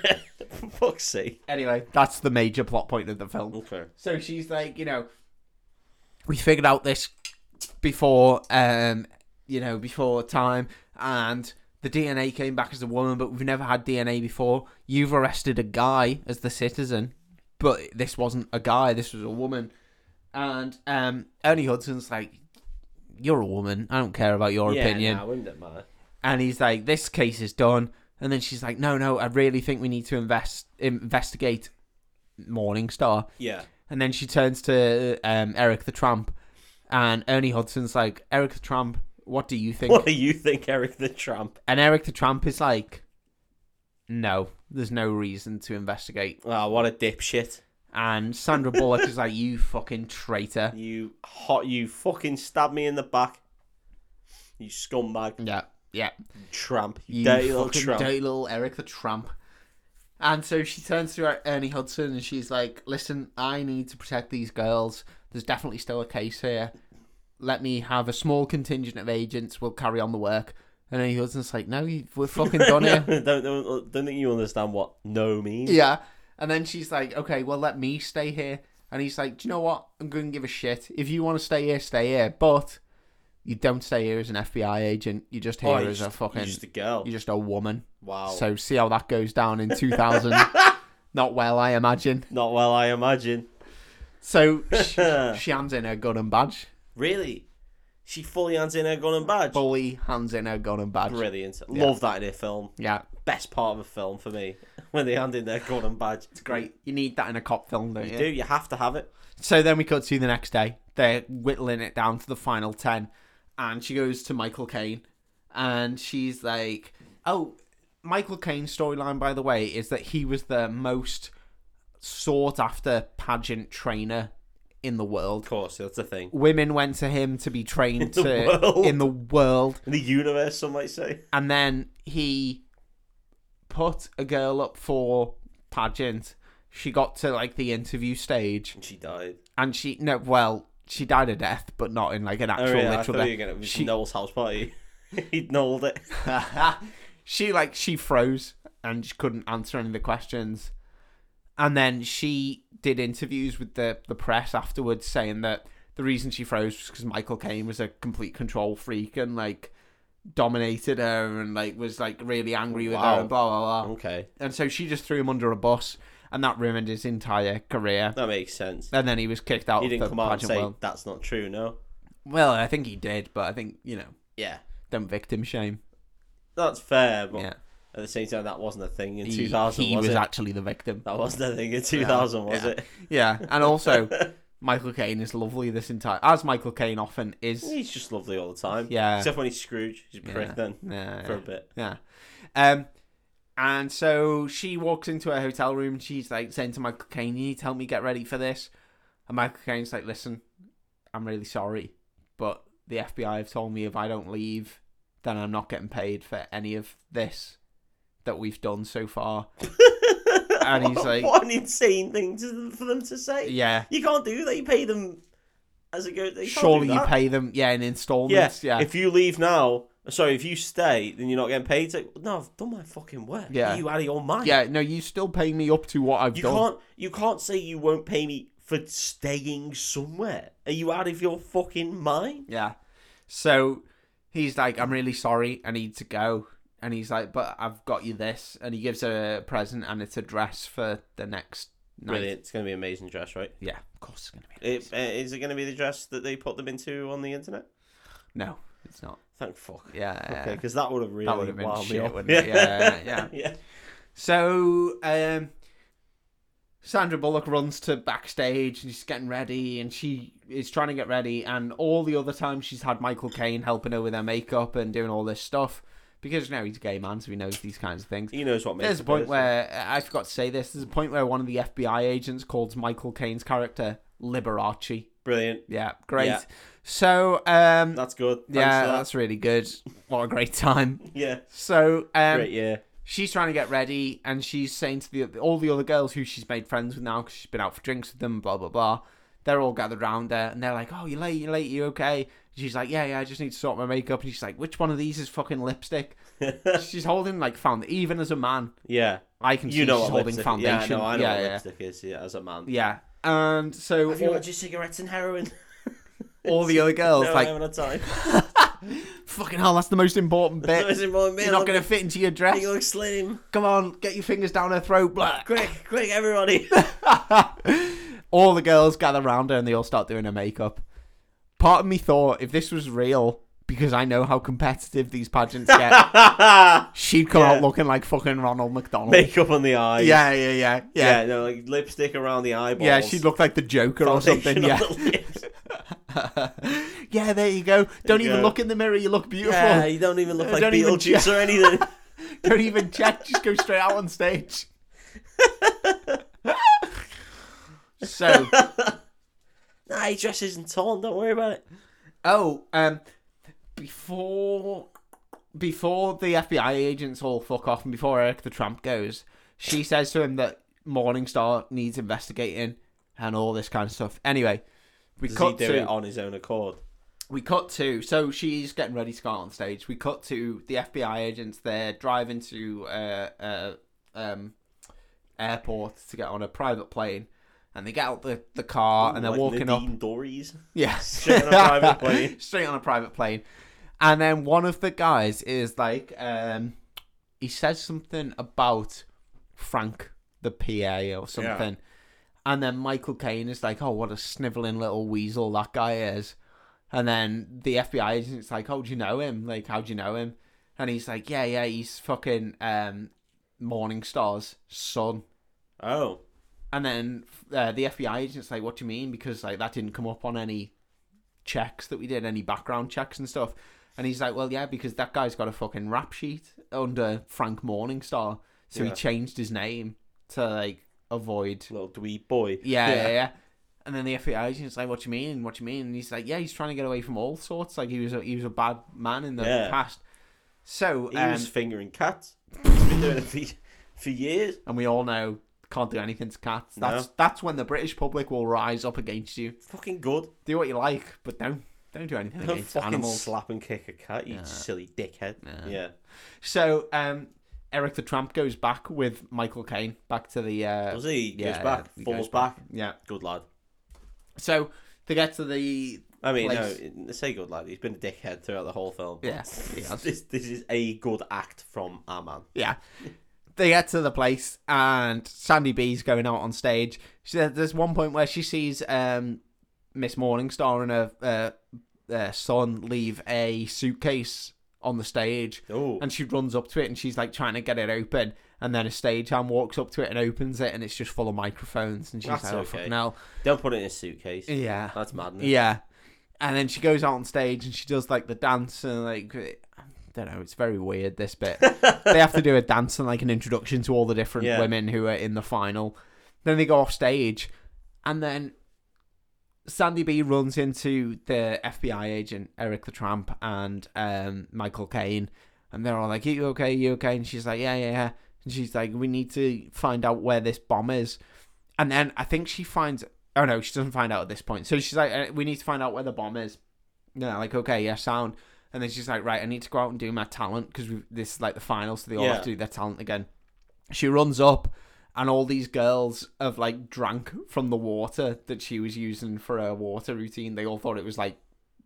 [SPEAKER 2] For fuck's sake.
[SPEAKER 1] Anyway, that's the major plot point of the film.
[SPEAKER 2] Okay.
[SPEAKER 1] So she's like, you know, we figured out this before, um, you know, before time, and the DNA came back as a woman, but we've never had DNA before. You've arrested a guy as the citizen, but this wasn't a guy, this was a woman. And um, Ernie Hudson's like, You're a woman. I don't care about your
[SPEAKER 2] yeah,
[SPEAKER 1] opinion
[SPEAKER 2] Nah, wouldn't it matter?
[SPEAKER 1] and he's like, "This case is done." And then she's like, "No, no, I really think we need to invest investigate Morningstar."
[SPEAKER 2] Yeah.
[SPEAKER 1] And then she turns to um, Eric the Tramp, and Ernie Hudson's like, "Eric the Tramp, what do you think?"
[SPEAKER 2] What do you think, Eric the Tramp?
[SPEAKER 1] And Eric the Tramp is like, "No, there's no reason to investigate."
[SPEAKER 2] Oh, what a dipshit.
[SPEAKER 1] And Sandra Bullock is like, "You fucking traitor!"
[SPEAKER 2] You hot, you fucking stabbed me in the back. You scumbag,
[SPEAKER 1] Yeah, yeah.
[SPEAKER 2] you tramp, you,
[SPEAKER 1] You
[SPEAKER 2] dirty little
[SPEAKER 1] fucking
[SPEAKER 2] tramp.
[SPEAKER 1] dirty little Eric the Tramp. And so she turns to Er- Ernie Hudson and she's like, "Listen, I need to protect these girls. There's definitely still a case here. Let me have a small contingent of agents. We'll carry on the work." And Ernie Hudson's like, "No, you- we're fucking done here."
[SPEAKER 2] don't, don't, don't think you understand what no means.
[SPEAKER 1] yeah. And then she's like, "Okay, well, let me stay here." And he's like, "Do you know what? I'm going to give a shit. If you want to stay here, stay here. But you don't stay here as an FBI agent. You're just here
[SPEAKER 2] Oh, you're
[SPEAKER 1] as a
[SPEAKER 2] just-
[SPEAKER 1] fucking.
[SPEAKER 2] You're just a girl.
[SPEAKER 1] you're just a woman."
[SPEAKER 2] Wow.
[SPEAKER 1] So see how that goes down in 2000. Not well, I imagine.
[SPEAKER 2] Not well, I imagine.
[SPEAKER 1] So she, she hands in her gun and badge.
[SPEAKER 2] Really? She fully hands in her gun and badge.
[SPEAKER 1] Fully hands in her gun and badge.
[SPEAKER 2] Brilliant. Love that in a film.
[SPEAKER 1] Yeah,
[SPEAKER 2] Best part of a film for me. When they hand in their gun and badge. It's
[SPEAKER 1] great. You need that in a cop film, don't you?
[SPEAKER 2] Do you have to have it?
[SPEAKER 1] So then we cut to the next day. They're whittling it down to the final 10. And she goes to Michael Caine. And she's like, oh, Michael Caine's storyline, by the way, is that he was the most sought after pageant trainer in the world.
[SPEAKER 2] Of course, that's a thing.
[SPEAKER 1] women went to him to be trained
[SPEAKER 2] the
[SPEAKER 1] to
[SPEAKER 2] world.
[SPEAKER 1] in the world
[SPEAKER 2] In the universe, some might say.
[SPEAKER 1] and then he put a girl up for pageant she got to like the interview stage
[SPEAKER 2] And she died.
[SPEAKER 1] and she no well she died a death but not in like an
[SPEAKER 2] Oh,
[SPEAKER 1] actual
[SPEAKER 2] really? I
[SPEAKER 1] literal
[SPEAKER 2] thought
[SPEAKER 1] death
[SPEAKER 2] you were going to it was
[SPEAKER 1] She-
[SPEAKER 2] Noel's house party. He'd knolled it.
[SPEAKER 1] she like she froze and she couldn't answer any of the questions and then she did interviews with the the press afterwards saying that the reason she froze was because michael caine was a complete control freak and like dominated her and like was like really angry with her
[SPEAKER 2] Wow.
[SPEAKER 1] and blah blah blah
[SPEAKER 2] Okay.
[SPEAKER 1] and so she just threw him under a bus and that ruined his entire career
[SPEAKER 2] That makes sense.
[SPEAKER 1] and then he was kicked out
[SPEAKER 2] He
[SPEAKER 1] of the
[SPEAKER 2] didn't come out and
[SPEAKER 1] pageant
[SPEAKER 2] say,
[SPEAKER 1] world
[SPEAKER 2] that's not true, no?
[SPEAKER 1] well i think he did but i think you know
[SPEAKER 2] Yeah.
[SPEAKER 1] don't victim shame
[SPEAKER 2] That's fair, but
[SPEAKER 1] yeah
[SPEAKER 2] at the same time, that wasn't a thing in
[SPEAKER 1] he,
[SPEAKER 2] 2000,
[SPEAKER 1] he
[SPEAKER 2] was,
[SPEAKER 1] was
[SPEAKER 2] it?
[SPEAKER 1] actually the victim
[SPEAKER 2] That wasn't a thing in 2000, was
[SPEAKER 1] yeah.
[SPEAKER 2] it?
[SPEAKER 1] Yeah, and also Michael Caine is lovely this entire as Michael Caine often is.
[SPEAKER 2] He's just lovely all the time.
[SPEAKER 1] Yeah.
[SPEAKER 2] Except when he's Scrooge. He's a prick
[SPEAKER 1] Yeah.
[SPEAKER 2] then
[SPEAKER 1] Yeah,
[SPEAKER 2] for a bit.
[SPEAKER 1] yeah. Um, and so she walks into her hotel room. and She's like saying to Michael Caine, "You need to help me get ready for this." And Michael Caine's like, "Listen, I'm really sorry, but the FBI have told me if I don't leave, then I'm not getting paid for any of this that we've done so far." And he's
[SPEAKER 2] what,
[SPEAKER 1] like-
[SPEAKER 2] what an insane thing to, for them to say.
[SPEAKER 1] Yeah,
[SPEAKER 2] You can't do that. You pay them as it goes. You can't
[SPEAKER 1] surely
[SPEAKER 2] do
[SPEAKER 1] you
[SPEAKER 2] that.
[SPEAKER 1] pay them. Yeah, in
[SPEAKER 2] Yeah.
[SPEAKER 1] installments. Yeah,
[SPEAKER 2] If you leave now, Sorry, if you stay, then you're not getting paid. It's like, no, I've done my fucking work.
[SPEAKER 1] Yeah.
[SPEAKER 2] Are you out of your mind?
[SPEAKER 1] Yeah, no, you still pay me up to what I've
[SPEAKER 2] You
[SPEAKER 1] done.
[SPEAKER 2] can't you can't say you won't pay me for staying somewhere. Are you out of your fucking mind?
[SPEAKER 1] Yeah. So he's like, I'm really sorry. I need to go. And he's like, but I've got you this. And he gives her a present and it's a dress for the next night.
[SPEAKER 2] Brilliant. It's gonna be an amazing dress, right?
[SPEAKER 1] Yeah, of course it's going to be.
[SPEAKER 2] It, uh, is it gonna be the dress that they put them into on the internet?
[SPEAKER 1] No, it's not.
[SPEAKER 2] Thank fuck.
[SPEAKER 1] Yeah.
[SPEAKER 2] Okay, because that would have really
[SPEAKER 1] would've been
[SPEAKER 2] wound me
[SPEAKER 1] shit,
[SPEAKER 2] up.
[SPEAKER 1] wouldn't it? Yeah, yeah.
[SPEAKER 2] yeah.
[SPEAKER 1] So, um, Sandra Bullock runs to backstage and she's getting ready and she is trying to get ready. And all the other times she's had Michael Caine helping her with her makeup and doing all this stuff because, you know, he's a gay man, so he knows these kinds of things.
[SPEAKER 2] He knows what makes
[SPEAKER 1] There's a
[SPEAKER 2] it
[SPEAKER 1] point
[SPEAKER 2] worse.
[SPEAKER 1] where I forgot to say this. There's a point where one of the FBI agents calls Michael Caine's character Liberace.
[SPEAKER 2] brilliant.
[SPEAKER 1] Yeah, great.
[SPEAKER 2] Yeah.
[SPEAKER 1] So, um,
[SPEAKER 2] That's good. Thanks
[SPEAKER 1] yeah,
[SPEAKER 2] for that.
[SPEAKER 1] that's really good. What a great time.
[SPEAKER 2] yeah.
[SPEAKER 1] So, um,
[SPEAKER 2] Great, yeah.
[SPEAKER 1] she's trying to get ready, and she's saying to the all the other girls who she's made friends with now because she's been out for drinks with them. Blah blah blah. They're all gathered round her, and they're like, "Oh, you're late. You're late. You okay?" She's like, "Yeah, yeah. I just need to sort my makeup." And she's like, "Which one of these is fucking lipstick?" she's holding like found even as a man.
[SPEAKER 2] Yeah.
[SPEAKER 1] I can see
[SPEAKER 2] You know
[SPEAKER 1] she's
[SPEAKER 2] what
[SPEAKER 1] holding
[SPEAKER 2] lipstick.
[SPEAKER 1] foundation.
[SPEAKER 2] Yeah, I know, I know
[SPEAKER 1] yeah,
[SPEAKER 2] what
[SPEAKER 1] yeah.
[SPEAKER 2] lipstick is yeah, as a man.
[SPEAKER 1] Yeah. And so
[SPEAKER 2] Have you
[SPEAKER 1] all,
[SPEAKER 2] had your cigarettes and heroin?
[SPEAKER 1] all the other girls
[SPEAKER 2] no, I
[SPEAKER 1] like,
[SPEAKER 2] haven't had time.
[SPEAKER 1] fucking hell, that's the most important bit.
[SPEAKER 2] It's in my
[SPEAKER 1] You're
[SPEAKER 2] mail.
[SPEAKER 1] not going to fit into your dress.
[SPEAKER 2] You look slim.
[SPEAKER 1] Come on, get your fingers down her throat. Blah.
[SPEAKER 2] Quick, quick, everybody.
[SPEAKER 1] all the girls gather round her and they all start doing her makeup. Part of me thought if this was real, because I know how competitive these pageants get, she'd come out
[SPEAKER 2] Yeah.
[SPEAKER 1] looking like fucking Ronald McDonald.
[SPEAKER 2] Makeup on the eyes.
[SPEAKER 1] yeah, yeah, yeah, yeah.
[SPEAKER 2] Yeah, no, like lipstick around the eyeballs.
[SPEAKER 1] Yeah, she'd look like the Joker or something.
[SPEAKER 2] Foundation on
[SPEAKER 1] Yeah.
[SPEAKER 2] the lips.
[SPEAKER 1] yeah, there you go. Don't
[SPEAKER 2] you
[SPEAKER 1] even
[SPEAKER 2] go.
[SPEAKER 1] look in the mirror. You look beautiful.
[SPEAKER 2] yeah, you don't even look
[SPEAKER 1] I
[SPEAKER 2] like
[SPEAKER 1] don't even
[SPEAKER 2] Beetlejuice or anything.
[SPEAKER 1] Don't even check. Just go straight out on stage. so,
[SPEAKER 2] nah, your dress isn't torn. Don't worry about it.
[SPEAKER 1] oh, um, before before the FBI agents all fuck off and before Eric the Tramp goes, she says to him that Morningstar needs investigating and all this kind of stuff. Anyway, we
[SPEAKER 2] Does he
[SPEAKER 1] cut
[SPEAKER 2] do
[SPEAKER 1] to
[SPEAKER 2] it on his own accord?
[SPEAKER 1] we cut to so she's getting ready to go out on stage. We cut to the FBI agents. They're driving to uh, uh um airport to get on a private plane, and they get out the, the car and they're
[SPEAKER 2] Like
[SPEAKER 1] walking up.
[SPEAKER 2] Nadine Dorries.
[SPEAKER 1] Yeah,
[SPEAKER 2] Straight on a private plane.
[SPEAKER 1] Straight on a private plane, and then one of the guys is like, um, he says something about Frank the PA or something, and then Michael Caine is like, "Oh, what a sniveling little weasel that guy is," and then the FBI agent's like, "Oh, do you know him? Like, how do you know him?" And he's like, "Yeah, yeah, he's fucking um, Morningstar's son."
[SPEAKER 2] Oh,
[SPEAKER 1] And then uh, the FBI agent's like, "What do you mean?" Because like that didn't come up on any checks that we did, any background checks and stuff. And he's like, "Well, yeah, because that guy's got a fucking rap sheet under Frank Morningstar, so he
[SPEAKER 2] Yeah.
[SPEAKER 1] changed his name to like avoid."
[SPEAKER 2] little dweeb boy.
[SPEAKER 1] Yeah, yeah, yeah. And then the FBI agent's like, "What do you mean? What do you mean?" And he's like, "Yeah, he's trying to get away from all sorts. Like he was a, he was a bad man in the
[SPEAKER 2] Yeah.
[SPEAKER 1] past." So
[SPEAKER 2] He
[SPEAKER 1] um,
[SPEAKER 2] was fingering cats. He's been doing it for, for years.
[SPEAKER 1] and we all know can't do anything to cats. That's that's when the British public will rise up against you.
[SPEAKER 2] Fucking good.
[SPEAKER 1] do what you like, but don't don't do anything
[SPEAKER 2] Don't
[SPEAKER 1] against
[SPEAKER 2] fucking
[SPEAKER 1] animals.
[SPEAKER 2] slap and kick a cat, you
[SPEAKER 1] Yeah.
[SPEAKER 2] silly dickhead.
[SPEAKER 1] Yeah.
[SPEAKER 2] Yeah.
[SPEAKER 1] so um, Eric the Tramp goes back with Michael Caine back to the uh,
[SPEAKER 2] Does he?
[SPEAKER 1] yeah,
[SPEAKER 2] goes back,
[SPEAKER 1] he goes
[SPEAKER 2] falls back.
[SPEAKER 1] yeah.
[SPEAKER 2] Good lad.
[SPEAKER 1] So they get to the
[SPEAKER 2] I mean,
[SPEAKER 1] Place.
[SPEAKER 2] no, say good lad. He's been a dickhead throughout the whole film.
[SPEAKER 1] yeah yes.
[SPEAKER 2] This, this is a good act from our man.
[SPEAKER 1] yeah. They get to the place and Sandy B's going out on stage. She, there's one point where she sees um, Miss Morningstar and her uh, uh, son leave a suitcase on the stage
[SPEAKER 2] Oh,
[SPEAKER 1] and she runs up to it and she's like trying to get it open and then a stagehand walks up to it and opens it and it's just full of microphones and she's
[SPEAKER 2] That's
[SPEAKER 1] like oh
[SPEAKER 2] okay.
[SPEAKER 1] fucking hell
[SPEAKER 2] don't put it in a suitcase.
[SPEAKER 1] yeah
[SPEAKER 2] That's madness.
[SPEAKER 1] yeah and then she goes out on stage and she does like the dance and like I don't know it's very weird this bit they have to do a dance and like an introduction to all the different
[SPEAKER 2] Yeah.
[SPEAKER 1] women who are in the final then they go off stage and then Sandy B runs into the FBI agent Eric the Tramp and um, Michael Caine, and they're all like, "You okay? You okay?" And she's like, "Yeah, yeah, yeah." And she's like, "We need to find out where this bomb is." And then I think she finds. Oh no, she doesn't find out at this point. So she's like, "Uh, "We need to find out where the bomb is." No, like, okay, yeah, sound. And then she's like, right, I need to go out and do my talent because this is like the finals, so they all
[SPEAKER 2] Yeah.
[SPEAKER 1] have to do their talent again. She runs up, and all these girls have like drank from the water that she was using for her water routine. They all thought it was like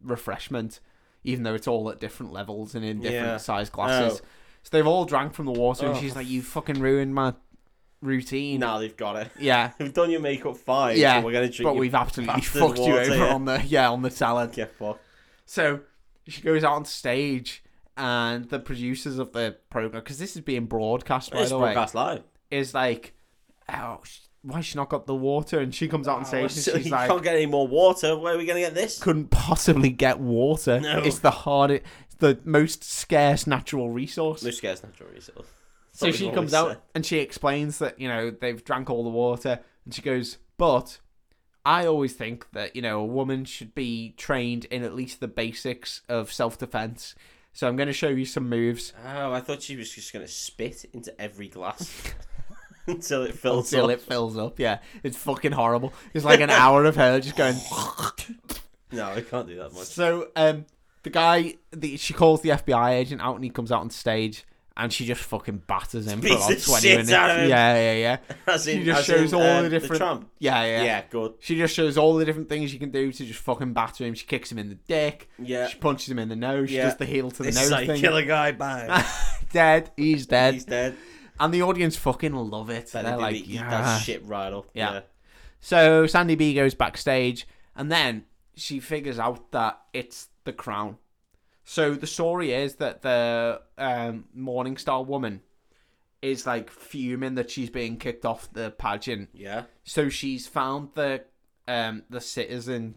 [SPEAKER 1] refreshment, even though it's all at different levels and in different
[SPEAKER 2] Yeah.
[SPEAKER 1] sized glasses.
[SPEAKER 2] Oh.
[SPEAKER 1] So they've all drank from the water, and
[SPEAKER 2] Oh.
[SPEAKER 1] she's like, you fucking ruined my routine.
[SPEAKER 2] Now they've got it.
[SPEAKER 1] Yeah.
[SPEAKER 2] We've done your makeup fine.
[SPEAKER 1] Yeah,
[SPEAKER 2] but we're gonna drink.
[SPEAKER 1] But
[SPEAKER 2] your
[SPEAKER 1] we've absolutely
[SPEAKER 2] bastard
[SPEAKER 1] fucked you
[SPEAKER 2] water,
[SPEAKER 1] over
[SPEAKER 2] yeah.
[SPEAKER 1] on the yeah on the salad.
[SPEAKER 2] Get fucked.
[SPEAKER 1] So she goes out on stage, and the producers of the program, because this is being broadcast by
[SPEAKER 2] It's
[SPEAKER 1] the way,
[SPEAKER 2] broadcast live.
[SPEAKER 1] is like, oh, sh- why has she not got the water? And she comes out on stage
[SPEAKER 2] Oh, So
[SPEAKER 1] and she's
[SPEAKER 2] you
[SPEAKER 1] like,
[SPEAKER 2] can't get any more water. Where are we gonna get this?
[SPEAKER 1] couldn't possibly get water.
[SPEAKER 2] No.
[SPEAKER 1] It's the hardest, it's the most scarce natural resource.
[SPEAKER 2] No scares natural resource.
[SPEAKER 1] So
[SPEAKER 2] That's
[SPEAKER 1] she
[SPEAKER 2] what
[SPEAKER 1] comes
[SPEAKER 2] we
[SPEAKER 1] out
[SPEAKER 2] said.
[SPEAKER 1] and she explains that, you know, they've drank all the water. And she goes, But I always think that, you know, a woman should be trained in at least the basics of self defense. So I'm going to show you some moves
[SPEAKER 2] Oh, I thought she was just gonna spit into every glass until it fills
[SPEAKER 1] until
[SPEAKER 2] up.
[SPEAKER 1] it fills up. Yeah, it's fucking horrible. It's like an hour of her just going.
[SPEAKER 2] No, I can't do that much.
[SPEAKER 1] So um, the guy, the, she calls the FBI agent out, and he comes out on stage, and she just fucking batters him
[SPEAKER 2] Beats
[SPEAKER 1] for
[SPEAKER 2] the
[SPEAKER 1] about twenty
[SPEAKER 2] shit
[SPEAKER 1] minutes.
[SPEAKER 2] out of him.
[SPEAKER 1] Yeah, yeah, yeah.
[SPEAKER 2] As
[SPEAKER 1] She
[SPEAKER 2] in-
[SPEAKER 1] just
[SPEAKER 2] as
[SPEAKER 1] shows
[SPEAKER 2] in,
[SPEAKER 1] all
[SPEAKER 2] um,
[SPEAKER 1] the different.
[SPEAKER 2] Trump.
[SPEAKER 1] Yeah, yeah,
[SPEAKER 2] Yeah. good.
[SPEAKER 1] She just shows all the different things you can do to just fucking batter him. She kicks him in the dick.
[SPEAKER 2] Yeah.
[SPEAKER 1] She punches him in the nose. She
[SPEAKER 2] Yeah.
[SPEAKER 1] does the heel to the
[SPEAKER 2] This
[SPEAKER 1] nose
[SPEAKER 2] is like
[SPEAKER 1] thing.
[SPEAKER 2] kill a guy, bang.
[SPEAKER 1] dead. He's dead.
[SPEAKER 2] He's dead.
[SPEAKER 1] And the audience fucking love it.
[SPEAKER 2] Better
[SPEAKER 1] They're
[SPEAKER 2] did
[SPEAKER 1] like,
[SPEAKER 2] they eat
[SPEAKER 1] yeah.
[SPEAKER 2] that shit right up.
[SPEAKER 1] Yeah.
[SPEAKER 2] Yeah.
[SPEAKER 1] So Sandy B goes backstage, and then she figures out that it's the crown. So the story is that the um, Morningstar woman is like fuming that she's being kicked off the pageant.
[SPEAKER 2] Yeah.
[SPEAKER 1] So she's found the um, the citizen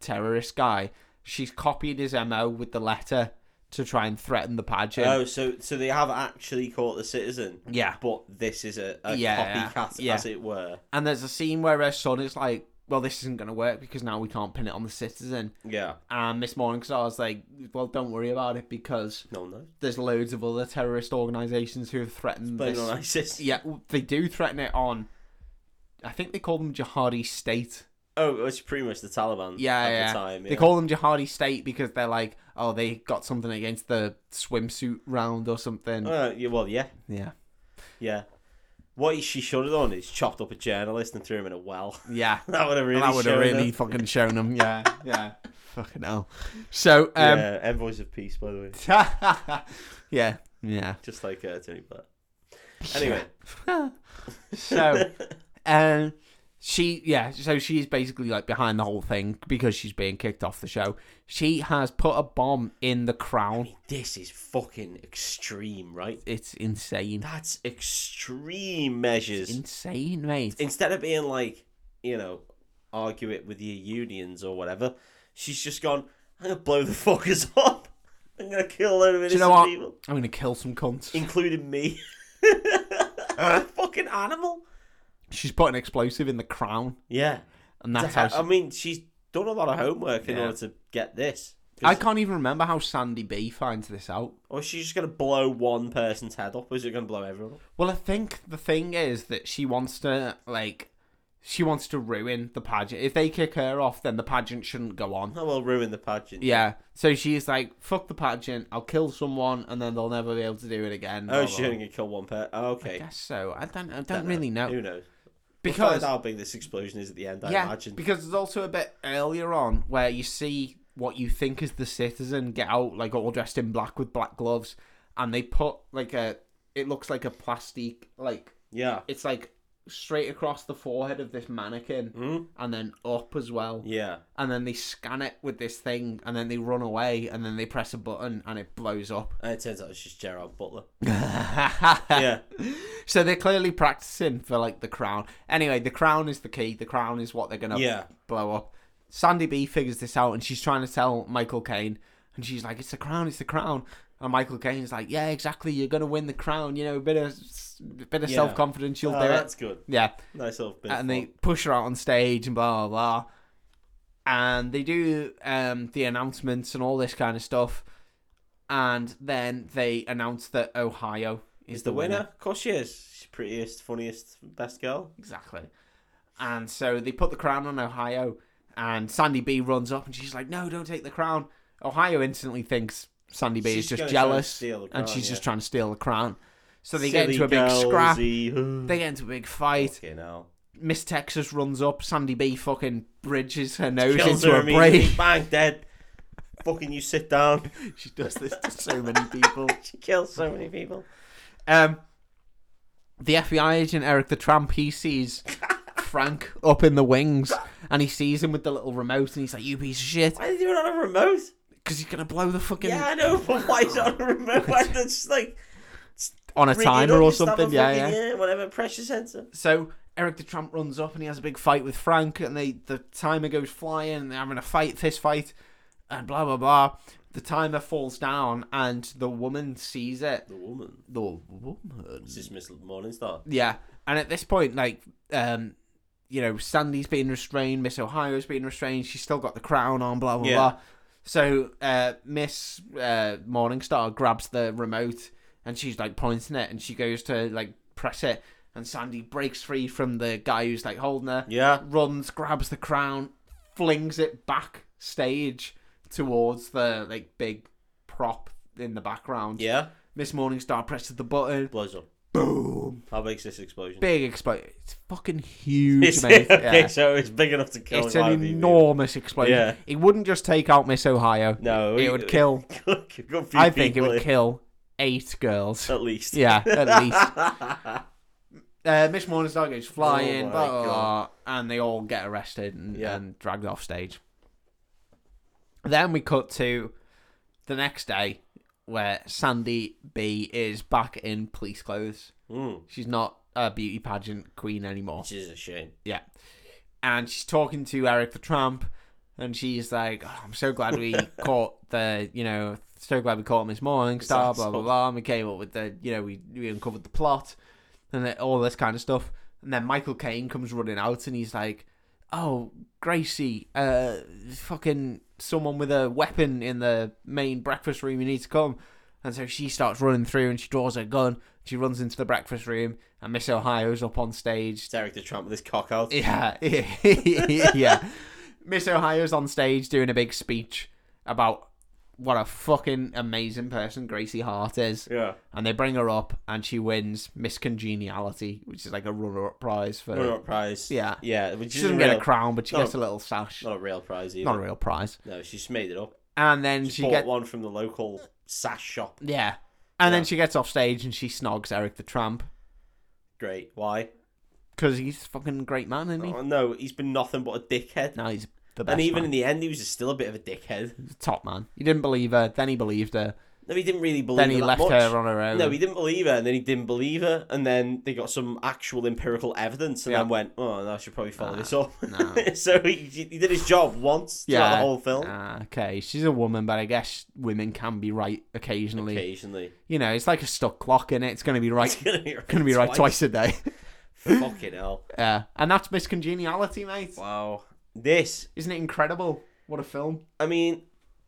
[SPEAKER 1] terrorist guy. She's copied his mo with the letter to try and threaten the pageant.
[SPEAKER 2] Oh, so so they have actually caught the citizen,
[SPEAKER 1] yeah.
[SPEAKER 2] but this is a, a
[SPEAKER 1] Yeah,
[SPEAKER 2] copycat,
[SPEAKER 1] yeah.
[SPEAKER 2] as it were.
[SPEAKER 1] And there's a scene where her son is like, "Well, this isn't going to work because now we can't pin it on the citizen."
[SPEAKER 2] Yeah.
[SPEAKER 1] And Miss Morningstar's like, well, don't worry about it because
[SPEAKER 2] No, no.
[SPEAKER 1] there's loads of other terrorist organisations who have threatened
[SPEAKER 2] Blame it
[SPEAKER 1] this.
[SPEAKER 2] on ISIS.
[SPEAKER 1] Yeah, w- they do threaten it on. I think they call them jihadi state.
[SPEAKER 2] Oh, it's pretty much the Taliban.
[SPEAKER 1] Yeah,
[SPEAKER 2] at
[SPEAKER 1] yeah.
[SPEAKER 2] The time, yeah.
[SPEAKER 1] They call them jihadi state because they're like, oh, they got something against the swimsuit round or something.
[SPEAKER 2] Uh, yeah, well, yeah,
[SPEAKER 1] yeah,
[SPEAKER 2] yeah. What she should have done is chopped up a journalist and threw him in a well.
[SPEAKER 1] yeah.
[SPEAKER 2] that would have really.
[SPEAKER 1] that would have
[SPEAKER 2] shown
[SPEAKER 1] really
[SPEAKER 2] her.
[SPEAKER 1] fucking shown them. Yeah, yeah. Fucking hell. So, um,
[SPEAKER 2] yeah, envoys of peace, by the way,
[SPEAKER 1] yeah, yeah.
[SPEAKER 2] just like uh, Tony Blair. Anyway,
[SPEAKER 1] so um she yeah so she's basically like behind the whole thing because she's being kicked off the show she has put a bomb in the crown
[SPEAKER 2] this is fucking extreme, right?
[SPEAKER 1] it's insane
[SPEAKER 2] That's extreme measures.
[SPEAKER 1] insane mate
[SPEAKER 2] Instead of being like, you know, argue it with your unions or whatever, she's just gone. I'm gonna blow the fuckers up. I'm gonna kill a load of innocent
[SPEAKER 1] you know what?
[SPEAKER 2] people.
[SPEAKER 1] i'm gonna kill some cunts
[SPEAKER 2] including me. fucking animal.
[SPEAKER 1] she's put an explosive in the crown
[SPEAKER 2] Yeah.
[SPEAKER 1] and that's
[SPEAKER 2] I,
[SPEAKER 1] how she,
[SPEAKER 2] mean, she's done a lot of homework in
[SPEAKER 1] Yeah.
[SPEAKER 2] order to get this.
[SPEAKER 1] i can't even remember how sandy b finds this out
[SPEAKER 2] Or is she just going to blow one person's head off? Or is it going to blow everyone up?
[SPEAKER 1] Well, I think the thing is that she wants to like she wants to ruin the pageant. If they kick her off, then the pageant shouldn't go on.
[SPEAKER 2] That will Oh, ruin the pageant.
[SPEAKER 1] Yeah. So she's like, "Fuck the pageant. I'll kill someone, and then they'll never be able to do it again."
[SPEAKER 2] Oh,
[SPEAKER 1] blah,
[SPEAKER 2] she's
[SPEAKER 1] blah.
[SPEAKER 2] only going to kill one person. Oh, okay.
[SPEAKER 1] Guess so. I don't. I don't,
[SPEAKER 2] Don't
[SPEAKER 1] really know
[SPEAKER 2] Who knows? we'll
[SPEAKER 1] because
[SPEAKER 2] find out how big this explosion is at the end, I
[SPEAKER 1] yeah,
[SPEAKER 2] imagine.
[SPEAKER 1] because there's also a bit earlier on where you see what you think is the citizen get out like all dressed in black with black gloves, and they put like a. It looks like a plastic like
[SPEAKER 2] yeah.
[SPEAKER 1] it's like straight across the forehead of this mannequin
[SPEAKER 2] Mm?
[SPEAKER 1] and then up as well
[SPEAKER 2] Yeah.
[SPEAKER 1] and then they scan it with this thing and then they run away and then they press a button and it blows up
[SPEAKER 2] And it turns out it's just Gerard Butler.
[SPEAKER 1] yeah
[SPEAKER 2] yeah.
[SPEAKER 1] so they're clearly practicing for like the crown anyway the crown is the key the crown is what they're gonna
[SPEAKER 2] Yeah.
[SPEAKER 1] blow up sandy b figures this out and she's trying to tell michael caine and she's like it's the crown it's the crown and michael caine's like yeah exactly you're gonna win the crown you know a bit of bit of
[SPEAKER 2] Yeah.
[SPEAKER 1] self-confidence you'll
[SPEAKER 2] Oh,
[SPEAKER 1] do it
[SPEAKER 2] that's good.
[SPEAKER 1] yeah
[SPEAKER 2] Nice little bit. of
[SPEAKER 1] and
[SPEAKER 2] fun.
[SPEAKER 1] they push her out on stage and blah blah blah and they do um, the announcements and all this kind of stuff and then they announce that ohio is,
[SPEAKER 2] is the winner. Of course she is. She's prettiest, funniest, best girl.
[SPEAKER 1] exactly and so they put the crown on ohio and sandy b runs up and she's like no don't take the crown ohio instantly thinks Sandy B is
[SPEAKER 2] She's
[SPEAKER 1] just
[SPEAKER 2] gonna try and
[SPEAKER 1] jealous,
[SPEAKER 2] steal the
[SPEAKER 1] and
[SPEAKER 2] crown,
[SPEAKER 1] she's
[SPEAKER 2] yeah.
[SPEAKER 1] just trying to steal the crown. So they get into a big scrap. They get into a big fight.
[SPEAKER 2] okay, now.
[SPEAKER 1] Miss Texas runs up. Sandy B fucking bridges her nose
[SPEAKER 2] Kills
[SPEAKER 1] into
[SPEAKER 2] her
[SPEAKER 1] a break.
[SPEAKER 2] immediately. Bang, dead. Fucking you sit down.
[SPEAKER 1] she does this to so many people.
[SPEAKER 2] She kills so many people.
[SPEAKER 1] Um, the FBI agent Eric the Tramp, he sees Frank up in the wings, and he sees him with the little remote, and he's like, "You piece of shit,"
[SPEAKER 2] Why did you do it on a remote?
[SPEAKER 1] because he's gonna blow the fucking
[SPEAKER 2] Yeah, I know, but why is it on a remote? Why did it just like
[SPEAKER 1] on a
[SPEAKER 2] ring it up
[SPEAKER 1] timer or
[SPEAKER 2] just have a
[SPEAKER 1] something. Yeah, yeah.
[SPEAKER 2] fucking, whatever pressure sensor.
[SPEAKER 1] So Eric the Tramp runs up and he has a big fight with Frank, and they the timer goes flying, and they're having a fight, fist fight, and blah blah blah. The timer falls down, and the woman sees it.
[SPEAKER 2] The woman.
[SPEAKER 1] The woman.
[SPEAKER 2] Is this Miss Morningstar?
[SPEAKER 1] Yeah, and at this point, like, um, you know, Sandy's being restrained, Miss Ohio's being restrained. She's still got the crown on, blah blah
[SPEAKER 2] Yeah.
[SPEAKER 1] blah. So uh, Miss uh, Morningstar grabs the remote and she's like pointing it, and she goes to like press it, and Sandy breaks free from the guy who's like holding her,
[SPEAKER 2] Yeah.
[SPEAKER 1] runs, grabs the crown, flings it back stage towards the like big prop in the background.
[SPEAKER 2] Yeah.
[SPEAKER 1] Miss Morningstar presses the button,
[SPEAKER 2] Blows up.
[SPEAKER 1] boom
[SPEAKER 2] How big's this explosion?
[SPEAKER 1] big explosion. It's fucking huge,
[SPEAKER 2] It's,
[SPEAKER 1] mate.
[SPEAKER 2] okay,
[SPEAKER 1] Yeah.
[SPEAKER 2] so it's big enough to kill
[SPEAKER 1] It's
[SPEAKER 2] a lot
[SPEAKER 1] an
[SPEAKER 2] of people.
[SPEAKER 1] enormous explosion.
[SPEAKER 2] Yeah.
[SPEAKER 1] It wouldn't just take out Miss Ohio.
[SPEAKER 2] No,
[SPEAKER 1] It would kill.
[SPEAKER 2] Good few
[SPEAKER 1] I think it
[SPEAKER 2] people Oh.
[SPEAKER 1] would
[SPEAKER 2] in,
[SPEAKER 1] kill eight girls.
[SPEAKER 2] At least.
[SPEAKER 1] Yeah, at least. Uh, Miss Morningstar goes flying,
[SPEAKER 2] Oh my
[SPEAKER 1] blah, blah,
[SPEAKER 2] God.
[SPEAKER 1] blah, and they all get arrested and,
[SPEAKER 2] Yeah.
[SPEAKER 1] and dragged off stage. Then we cut to the next day where Sandy B is back in police clothes.
[SPEAKER 2] Mm,
[SPEAKER 1] She's not a beauty pageant queen anymore.
[SPEAKER 2] which is a shame.
[SPEAKER 1] Yeah. And she's talking to Eric the Tramp, and she's like, oh, I'm so glad we caught the, you know, so glad we caught Miss Morningstar, blah, blah,
[SPEAKER 2] asshole.
[SPEAKER 1] blah. And we came up with the, you know, we, we uncovered the plot and then all this kind of stuff. And then Michael Caine comes running out and he's like, oh, Gracie, uh, fucking someone with a weapon in the main breakfast room, you need to come. And so she starts running through and she draws her gun. She runs into the breakfast room, and Miss Ohio's up on stage
[SPEAKER 2] It's Eric the Tramp with his cock out.
[SPEAKER 1] yeah, yeah. Miss Ohio's on stage doing a big speech about what a fucking amazing person Gracie Hart is,
[SPEAKER 2] yeah.
[SPEAKER 1] and they bring her up, and she wins Miss Congeniality, which is like a runner-up prize for.
[SPEAKER 2] Runner up prize.
[SPEAKER 1] Yeah.
[SPEAKER 2] Yeah. Which
[SPEAKER 1] She doesn't
[SPEAKER 2] isn't real,
[SPEAKER 1] get a crown, but she
[SPEAKER 2] not
[SPEAKER 1] gets
[SPEAKER 2] a-
[SPEAKER 1] a little sash.
[SPEAKER 2] Not a real prize either.
[SPEAKER 1] Not a real prize.
[SPEAKER 2] No, she just made it up.
[SPEAKER 1] And then
[SPEAKER 2] She
[SPEAKER 1] she
[SPEAKER 2] bought
[SPEAKER 1] gets
[SPEAKER 2] one from the local sash shop.
[SPEAKER 1] yeah, and
[SPEAKER 2] Yeah.
[SPEAKER 1] then she gets off stage and she snogs Eric the Tramp
[SPEAKER 2] Great. Why?
[SPEAKER 1] because he's a fucking great man, isn't he?
[SPEAKER 2] Oh, no, he's been nothing but a dickhead.
[SPEAKER 1] Now he's the best.
[SPEAKER 2] and even in
[SPEAKER 1] man.
[SPEAKER 2] the end, he was just still a bit of a dickhead.
[SPEAKER 1] the top man. He didn't believe her, then he believed her,
[SPEAKER 2] No, he didn't really believe
[SPEAKER 1] then
[SPEAKER 2] her
[SPEAKER 1] he
[SPEAKER 2] that
[SPEAKER 1] left
[SPEAKER 2] much.
[SPEAKER 1] her on her own.
[SPEAKER 2] No, he didn't believe her, and then he didn't believe her, and then they got some actual empirical evidence, and
[SPEAKER 1] Yeah.
[SPEAKER 2] then went, "Oh, no, I should probably follow
[SPEAKER 1] Nah,
[SPEAKER 2] this up."
[SPEAKER 1] nah.
[SPEAKER 2] so he, he did his job once throughout the whole film.
[SPEAKER 1] Ah, okay, she's a woman, but I guess women can be right occasionally.
[SPEAKER 2] Occasionally,
[SPEAKER 1] You know, it's like a stuck clock in it. It's going to be right.
[SPEAKER 2] it's gonna be right,
[SPEAKER 1] Going to be right twice a day.
[SPEAKER 2] Fucking hell!
[SPEAKER 1] Yeah, and that's Miss Congeniality, mate.
[SPEAKER 2] Wow, this.
[SPEAKER 1] Isn't it incredible? What a film.
[SPEAKER 2] I mean,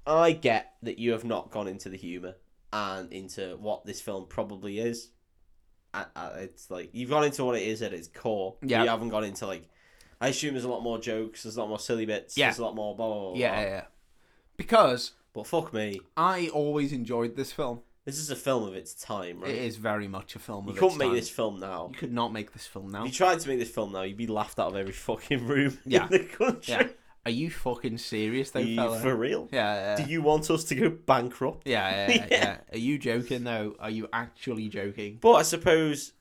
[SPEAKER 2] I get that you have not gone into the humor and into what this film probably is. I, I, it's like you've gone into what it is at its core. but
[SPEAKER 1] Yeah.
[SPEAKER 2] you haven't gone into like. I assume there's a lot more jokes. There's a lot more silly bits.
[SPEAKER 1] Yeah.
[SPEAKER 2] There's a lot more blah blah blah. blah.
[SPEAKER 1] Yeah, yeah, yeah. Because
[SPEAKER 2] But fuck me.
[SPEAKER 1] I always enjoyed this film.
[SPEAKER 2] This is a film of its time, right?
[SPEAKER 1] It is very much a film.
[SPEAKER 2] You
[SPEAKER 1] of its
[SPEAKER 2] couldn't make
[SPEAKER 1] time.
[SPEAKER 2] this film now.
[SPEAKER 1] You could not make this film now.
[SPEAKER 2] If you tried to make this film now, you'd be laughed out of every fucking room
[SPEAKER 1] Yeah.
[SPEAKER 2] in the country.
[SPEAKER 1] Yeah. Are you fucking serious, though,
[SPEAKER 2] Are you
[SPEAKER 1] fella?
[SPEAKER 2] for real?
[SPEAKER 1] Yeah, yeah.
[SPEAKER 2] Do you want us to go bankrupt?
[SPEAKER 1] Yeah, yeah, yeah,
[SPEAKER 2] Yeah.
[SPEAKER 1] yeah. Are you joking though? Are you actually joking?
[SPEAKER 2] But I suppose,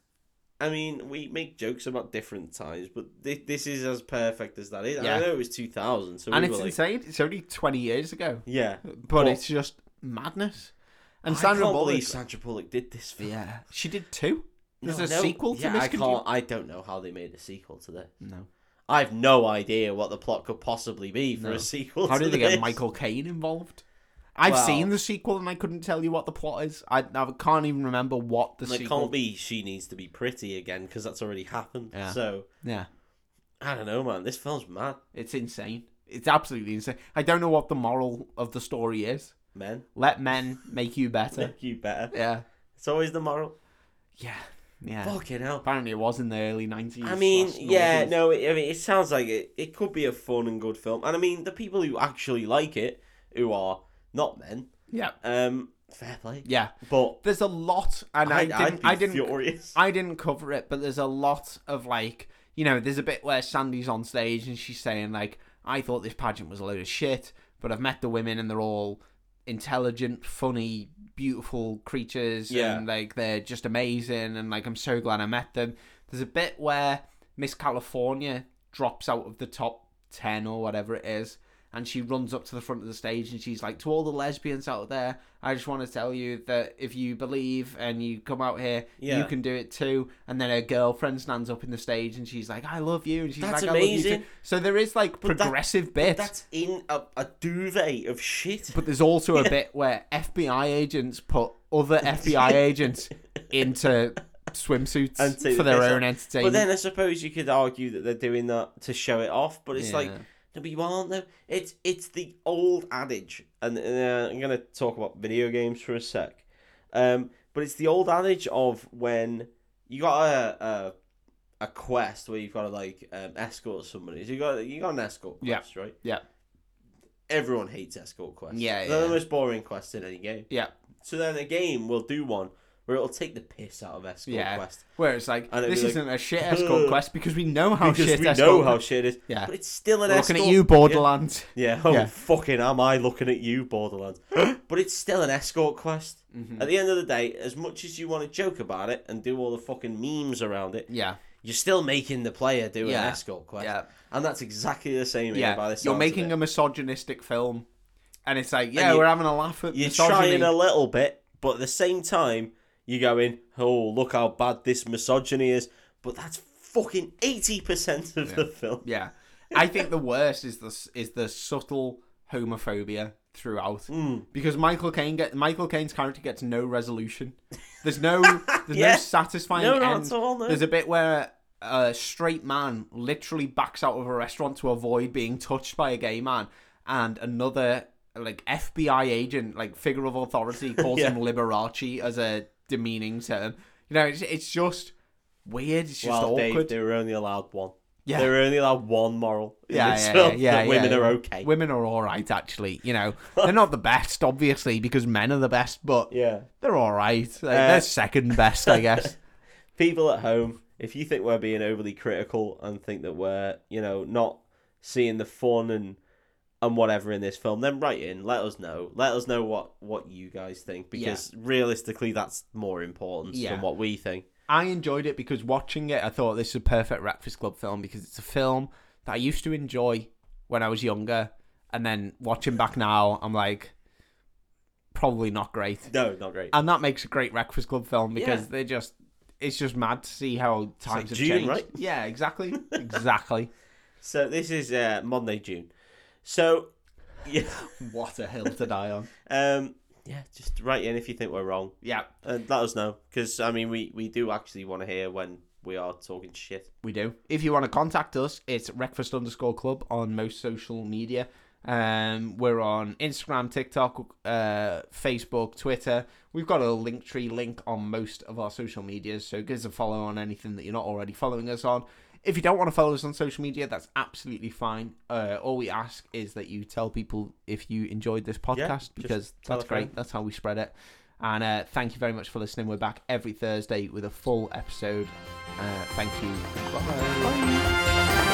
[SPEAKER 2] I mean, we make jokes about different times, but thi- this is as perfect as that is.
[SPEAKER 1] Yeah.
[SPEAKER 2] I know it was 2000, so
[SPEAKER 1] and
[SPEAKER 2] we
[SPEAKER 1] it's
[SPEAKER 2] were like,
[SPEAKER 1] insane. It's only twenty years ago.
[SPEAKER 2] yeah.
[SPEAKER 1] but
[SPEAKER 2] But-
[SPEAKER 1] it's just madness. And
[SPEAKER 2] I
[SPEAKER 1] Sandra
[SPEAKER 2] can't
[SPEAKER 1] Bullock,
[SPEAKER 2] believe Sandra Bullock did this film.
[SPEAKER 1] yeah, she did too. There's
[SPEAKER 2] No,
[SPEAKER 1] a
[SPEAKER 2] no,
[SPEAKER 1] sequel to
[SPEAKER 2] yeah,
[SPEAKER 1] Miss
[SPEAKER 2] I
[SPEAKER 1] Conge-
[SPEAKER 2] can't. I don't know how they made a sequel to this.
[SPEAKER 1] No.
[SPEAKER 2] I have no idea what the plot could possibly be for
[SPEAKER 1] No.
[SPEAKER 2] a sequel.
[SPEAKER 1] How
[SPEAKER 2] to
[SPEAKER 1] did they get
[SPEAKER 2] this.
[SPEAKER 1] Michael Caine involved? I've
[SPEAKER 2] Well-
[SPEAKER 1] seen the sequel and I couldn't tell you what the plot is. I, I can't even remember what the
[SPEAKER 2] And it
[SPEAKER 1] sequel.
[SPEAKER 2] can't be she needs to be pretty again because that's already happened.
[SPEAKER 1] Yeah.
[SPEAKER 2] So
[SPEAKER 1] Yeah,
[SPEAKER 2] I don't know, man. This film's mad,
[SPEAKER 1] it's insane. It's absolutely insane. I don't know what the moral of the story is.
[SPEAKER 2] men.
[SPEAKER 1] Let men make you better.
[SPEAKER 2] Make you better.
[SPEAKER 1] yeah,
[SPEAKER 2] It's always the moral.
[SPEAKER 1] yeah, yeah.
[SPEAKER 2] Fucking hell.
[SPEAKER 1] Apparently, it was in the early nineties.
[SPEAKER 2] I mean, yeah, no. It, I mean, it sounds like it. It could be a fun and good film, and I mean, the people who actually like it, who are not men,
[SPEAKER 1] Yeah.
[SPEAKER 2] Um, fair play.
[SPEAKER 1] Yeah.
[SPEAKER 2] But
[SPEAKER 1] There's a lot, and I,
[SPEAKER 2] I, I, would
[SPEAKER 1] didn't.
[SPEAKER 2] be
[SPEAKER 1] I didn't.
[SPEAKER 2] furious.
[SPEAKER 1] I didn't cover it, but there's a lot of like, you know, there's a bit where Sandy's on stage and she's saying like, I thought this pageant was a load of shit, but I've met the women and they're all intelligent, funny, beautiful creatures,
[SPEAKER 2] Yeah.
[SPEAKER 1] and like they're just amazing, and like I'm so glad I met them. There's a bit where Miss California drops out of the top ten or whatever it is. And she runs up to the front of the stage and she's like, To all the lesbians out there, I just want to tell you that if you believe and you come out here,
[SPEAKER 2] Yeah.
[SPEAKER 1] you can do it too. And then her girlfriend stands up in the stage and she's like, I love you. And she's
[SPEAKER 2] That's
[SPEAKER 1] like, I love you
[SPEAKER 2] amazing.
[SPEAKER 1] too. So there is like
[SPEAKER 2] that-
[SPEAKER 1] progressive bits.
[SPEAKER 2] That's in a, a duvet of shit.
[SPEAKER 1] But there's also a bit where FBI agents put other FBI agents into swimsuits
[SPEAKER 2] And take
[SPEAKER 1] for
[SPEAKER 2] the
[SPEAKER 1] their
[SPEAKER 2] piss
[SPEAKER 1] own
[SPEAKER 2] out.
[SPEAKER 1] entertainment.
[SPEAKER 2] But then I suppose you could argue that they're doing that to show it off, but it's like
[SPEAKER 1] Yeah.
[SPEAKER 2] no, but you aren't though. It's it's the old adage, and uh, I'm gonna talk about video games for a sec. Um, but it's the old adage of when you got a a, a quest where you've got to like um, escort somebody. So you got you got an escort
[SPEAKER 1] Yeah.
[SPEAKER 2] quest, right?
[SPEAKER 1] Yeah.
[SPEAKER 2] Everyone hates escort quests.
[SPEAKER 1] Yeah,
[SPEAKER 2] They're the
[SPEAKER 1] yeah.
[SPEAKER 2] most boring quest in any game.
[SPEAKER 1] yeah,
[SPEAKER 2] So then a game will do one where it'll take the piss out of escort
[SPEAKER 1] Yeah.
[SPEAKER 2] quest.
[SPEAKER 1] where it's like
[SPEAKER 2] And it'd
[SPEAKER 1] this
[SPEAKER 2] be like,
[SPEAKER 1] isn't a shit escort quest because we know how
[SPEAKER 2] because
[SPEAKER 1] Oh, shit
[SPEAKER 2] we
[SPEAKER 1] escort.
[SPEAKER 2] know how shit it is.
[SPEAKER 1] Yeah.
[SPEAKER 2] But it's still an
[SPEAKER 1] Looking at
[SPEAKER 2] escort.
[SPEAKER 1] you, Borderlands.
[SPEAKER 2] Yeah. Oh
[SPEAKER 1] Yeah.
[SPEAKER 2] fucking am I looking at you, Borderlands. but it's still an escort quest.
[SPEAKER 1] Mm-hmm.
[SPEAKER 2] At the end of the day, as much as you want to joke about it and do all the fucking memes around it,
[SPEAKER 1] Yeah,
[SPEAKER 2] you're still making the player do
[SPEAKER 1] Yeah.
[SPEAKER 2] an escort quest.
[SPEAKER 1] Yeah.
[SPEAKER 2] And that's exactly the same here by
[SPEAKER 1] yeah.
[SPEAKER 2] the sounds
[SPEAKER 1] You're
[SPEAKER 2] of
[SPEAKER 1] making
[SPEAKER 2] it.
[SPEAKER 1] a misogynistic film, and it's like, yeah,
[SPEAKER 2] you-
[SPEAKER 1] we're having a laugh at
[SPEAKER 2] You're
[SPEAKER 1] misogyny.
[SPEAKER 2] trying a little bit, but at the same time, you're going, oh, look how bad this misogyny is. But that's fucking 80% of the film.
[SPEAKER 1] Yeah, I think the worst is the is the subtle homophobia throughout
[SPEAKER 2] Hmm.
[SPEAKER 1] because Michael Caine get Michael Caine's character gets no resolution. There's no there's
[SPEAKER 2] Yeah.
[SPEAKER 1] no satisfying
[SPEAKER 2] No,
[SPEAKER 1] end.
[SPEAKER 2] not at all, no.
[SPEAKER 1] There's a bit where a straight man literally backs out of a restaurant to avoid being touched by a gay man, and another like FBI agent, like figure of authority, calls him Liberace as a demeaning term. You know, it's it's just weird. It's just
[SPEAKER 2] Well,
[SPEAKER 1] awkward.
[SPEAKER 2] Dave, they were only allowed one.
[SPEAKER 1] Yeah.
[SPEAKER 2] They were only allowed one moral. in
[SPEAKER 1] yeah,
[SPEAKER 2] this
[SPEAKER 1] yeah,
[SPEAKER 2] film,
[SPEAKER 1] yeah,
[SPEAKER 2] uh, that
[SPEAKER 1] yeah,
[SPEAKER 2] women
[SPEAKER 1] yeah.
[SPEAKER 2] are okay.
[SPEAKER 1] Women are all right, actually. You know, they're not the best, obviously, because men are the best, but
[SPEAKER 2] Yeah. Uh,
[SPEAKER 1] they're all right. They- they're second best, I guess.
[SPEAKER 2] People at home, if you think we're being overly critical and think that we're, you know, not seeing the fun and and whatever in this film, then write in. Let us know. Let us know what what you guys think because realistically, that's more important
[SPEAKER 1] Yeah.
[SPEAKER 2] than what we think.
[SPEAKER 1] I enjoyed it because watching it, I thought this is a perfect Breakfast Club film because it's a film that I used to enjoy when I was younger, and then watching back now, I'm like, probably not great.
[SPEAKER 2] No, not great.
[SPEAKER 1] And that makes a great Breakfast Club film because
[SPEAKER 2] Yeah.
[SPEAKER 1] they just. It's just mad to see how times have
[SPEAKER 2] June,
[SPEAKER 1] changed.
[SPEAKER 2] right?
[SPEAKER 1] Yeah, exactly. exactly.
[SPEAKER 2] So this is uh, Monday, June. So yeah,
[SPEAKER 1] What a hill to die on.
[SPEAKER 2] um, yeah, just write in if you think we're wrong.
[SPEAKER 1] Yeah,
[SPEAKER 2] and Uh, let us know because I mean we we do actually want to hear when we are talking shit.
[SPEAKER 1] we do. If you want to contact us, it's breakfast underscore club on most social media. Um, we're on Instagram, TikTok, uh, Facebook, Twitter. We've got a link tree link on most of our social medias, so give us a follow on anything that you're not already following us on. If you don't want to follow us on social media, that's absolutely fine. Uh, all we ask is that you tell people if you enjoyed this podcast
[SPEAKER 2] just
[SPEAKER 1] because
[SPEAKER 2] tell a
[SPEAKER 1] that's great.
[SPEAKER 2] friend.
[SPEAKER 1] That's how we spread it. And uh, thank you very much for listening. We're back every Thursday with a full episode. Uh, thank you. Bye.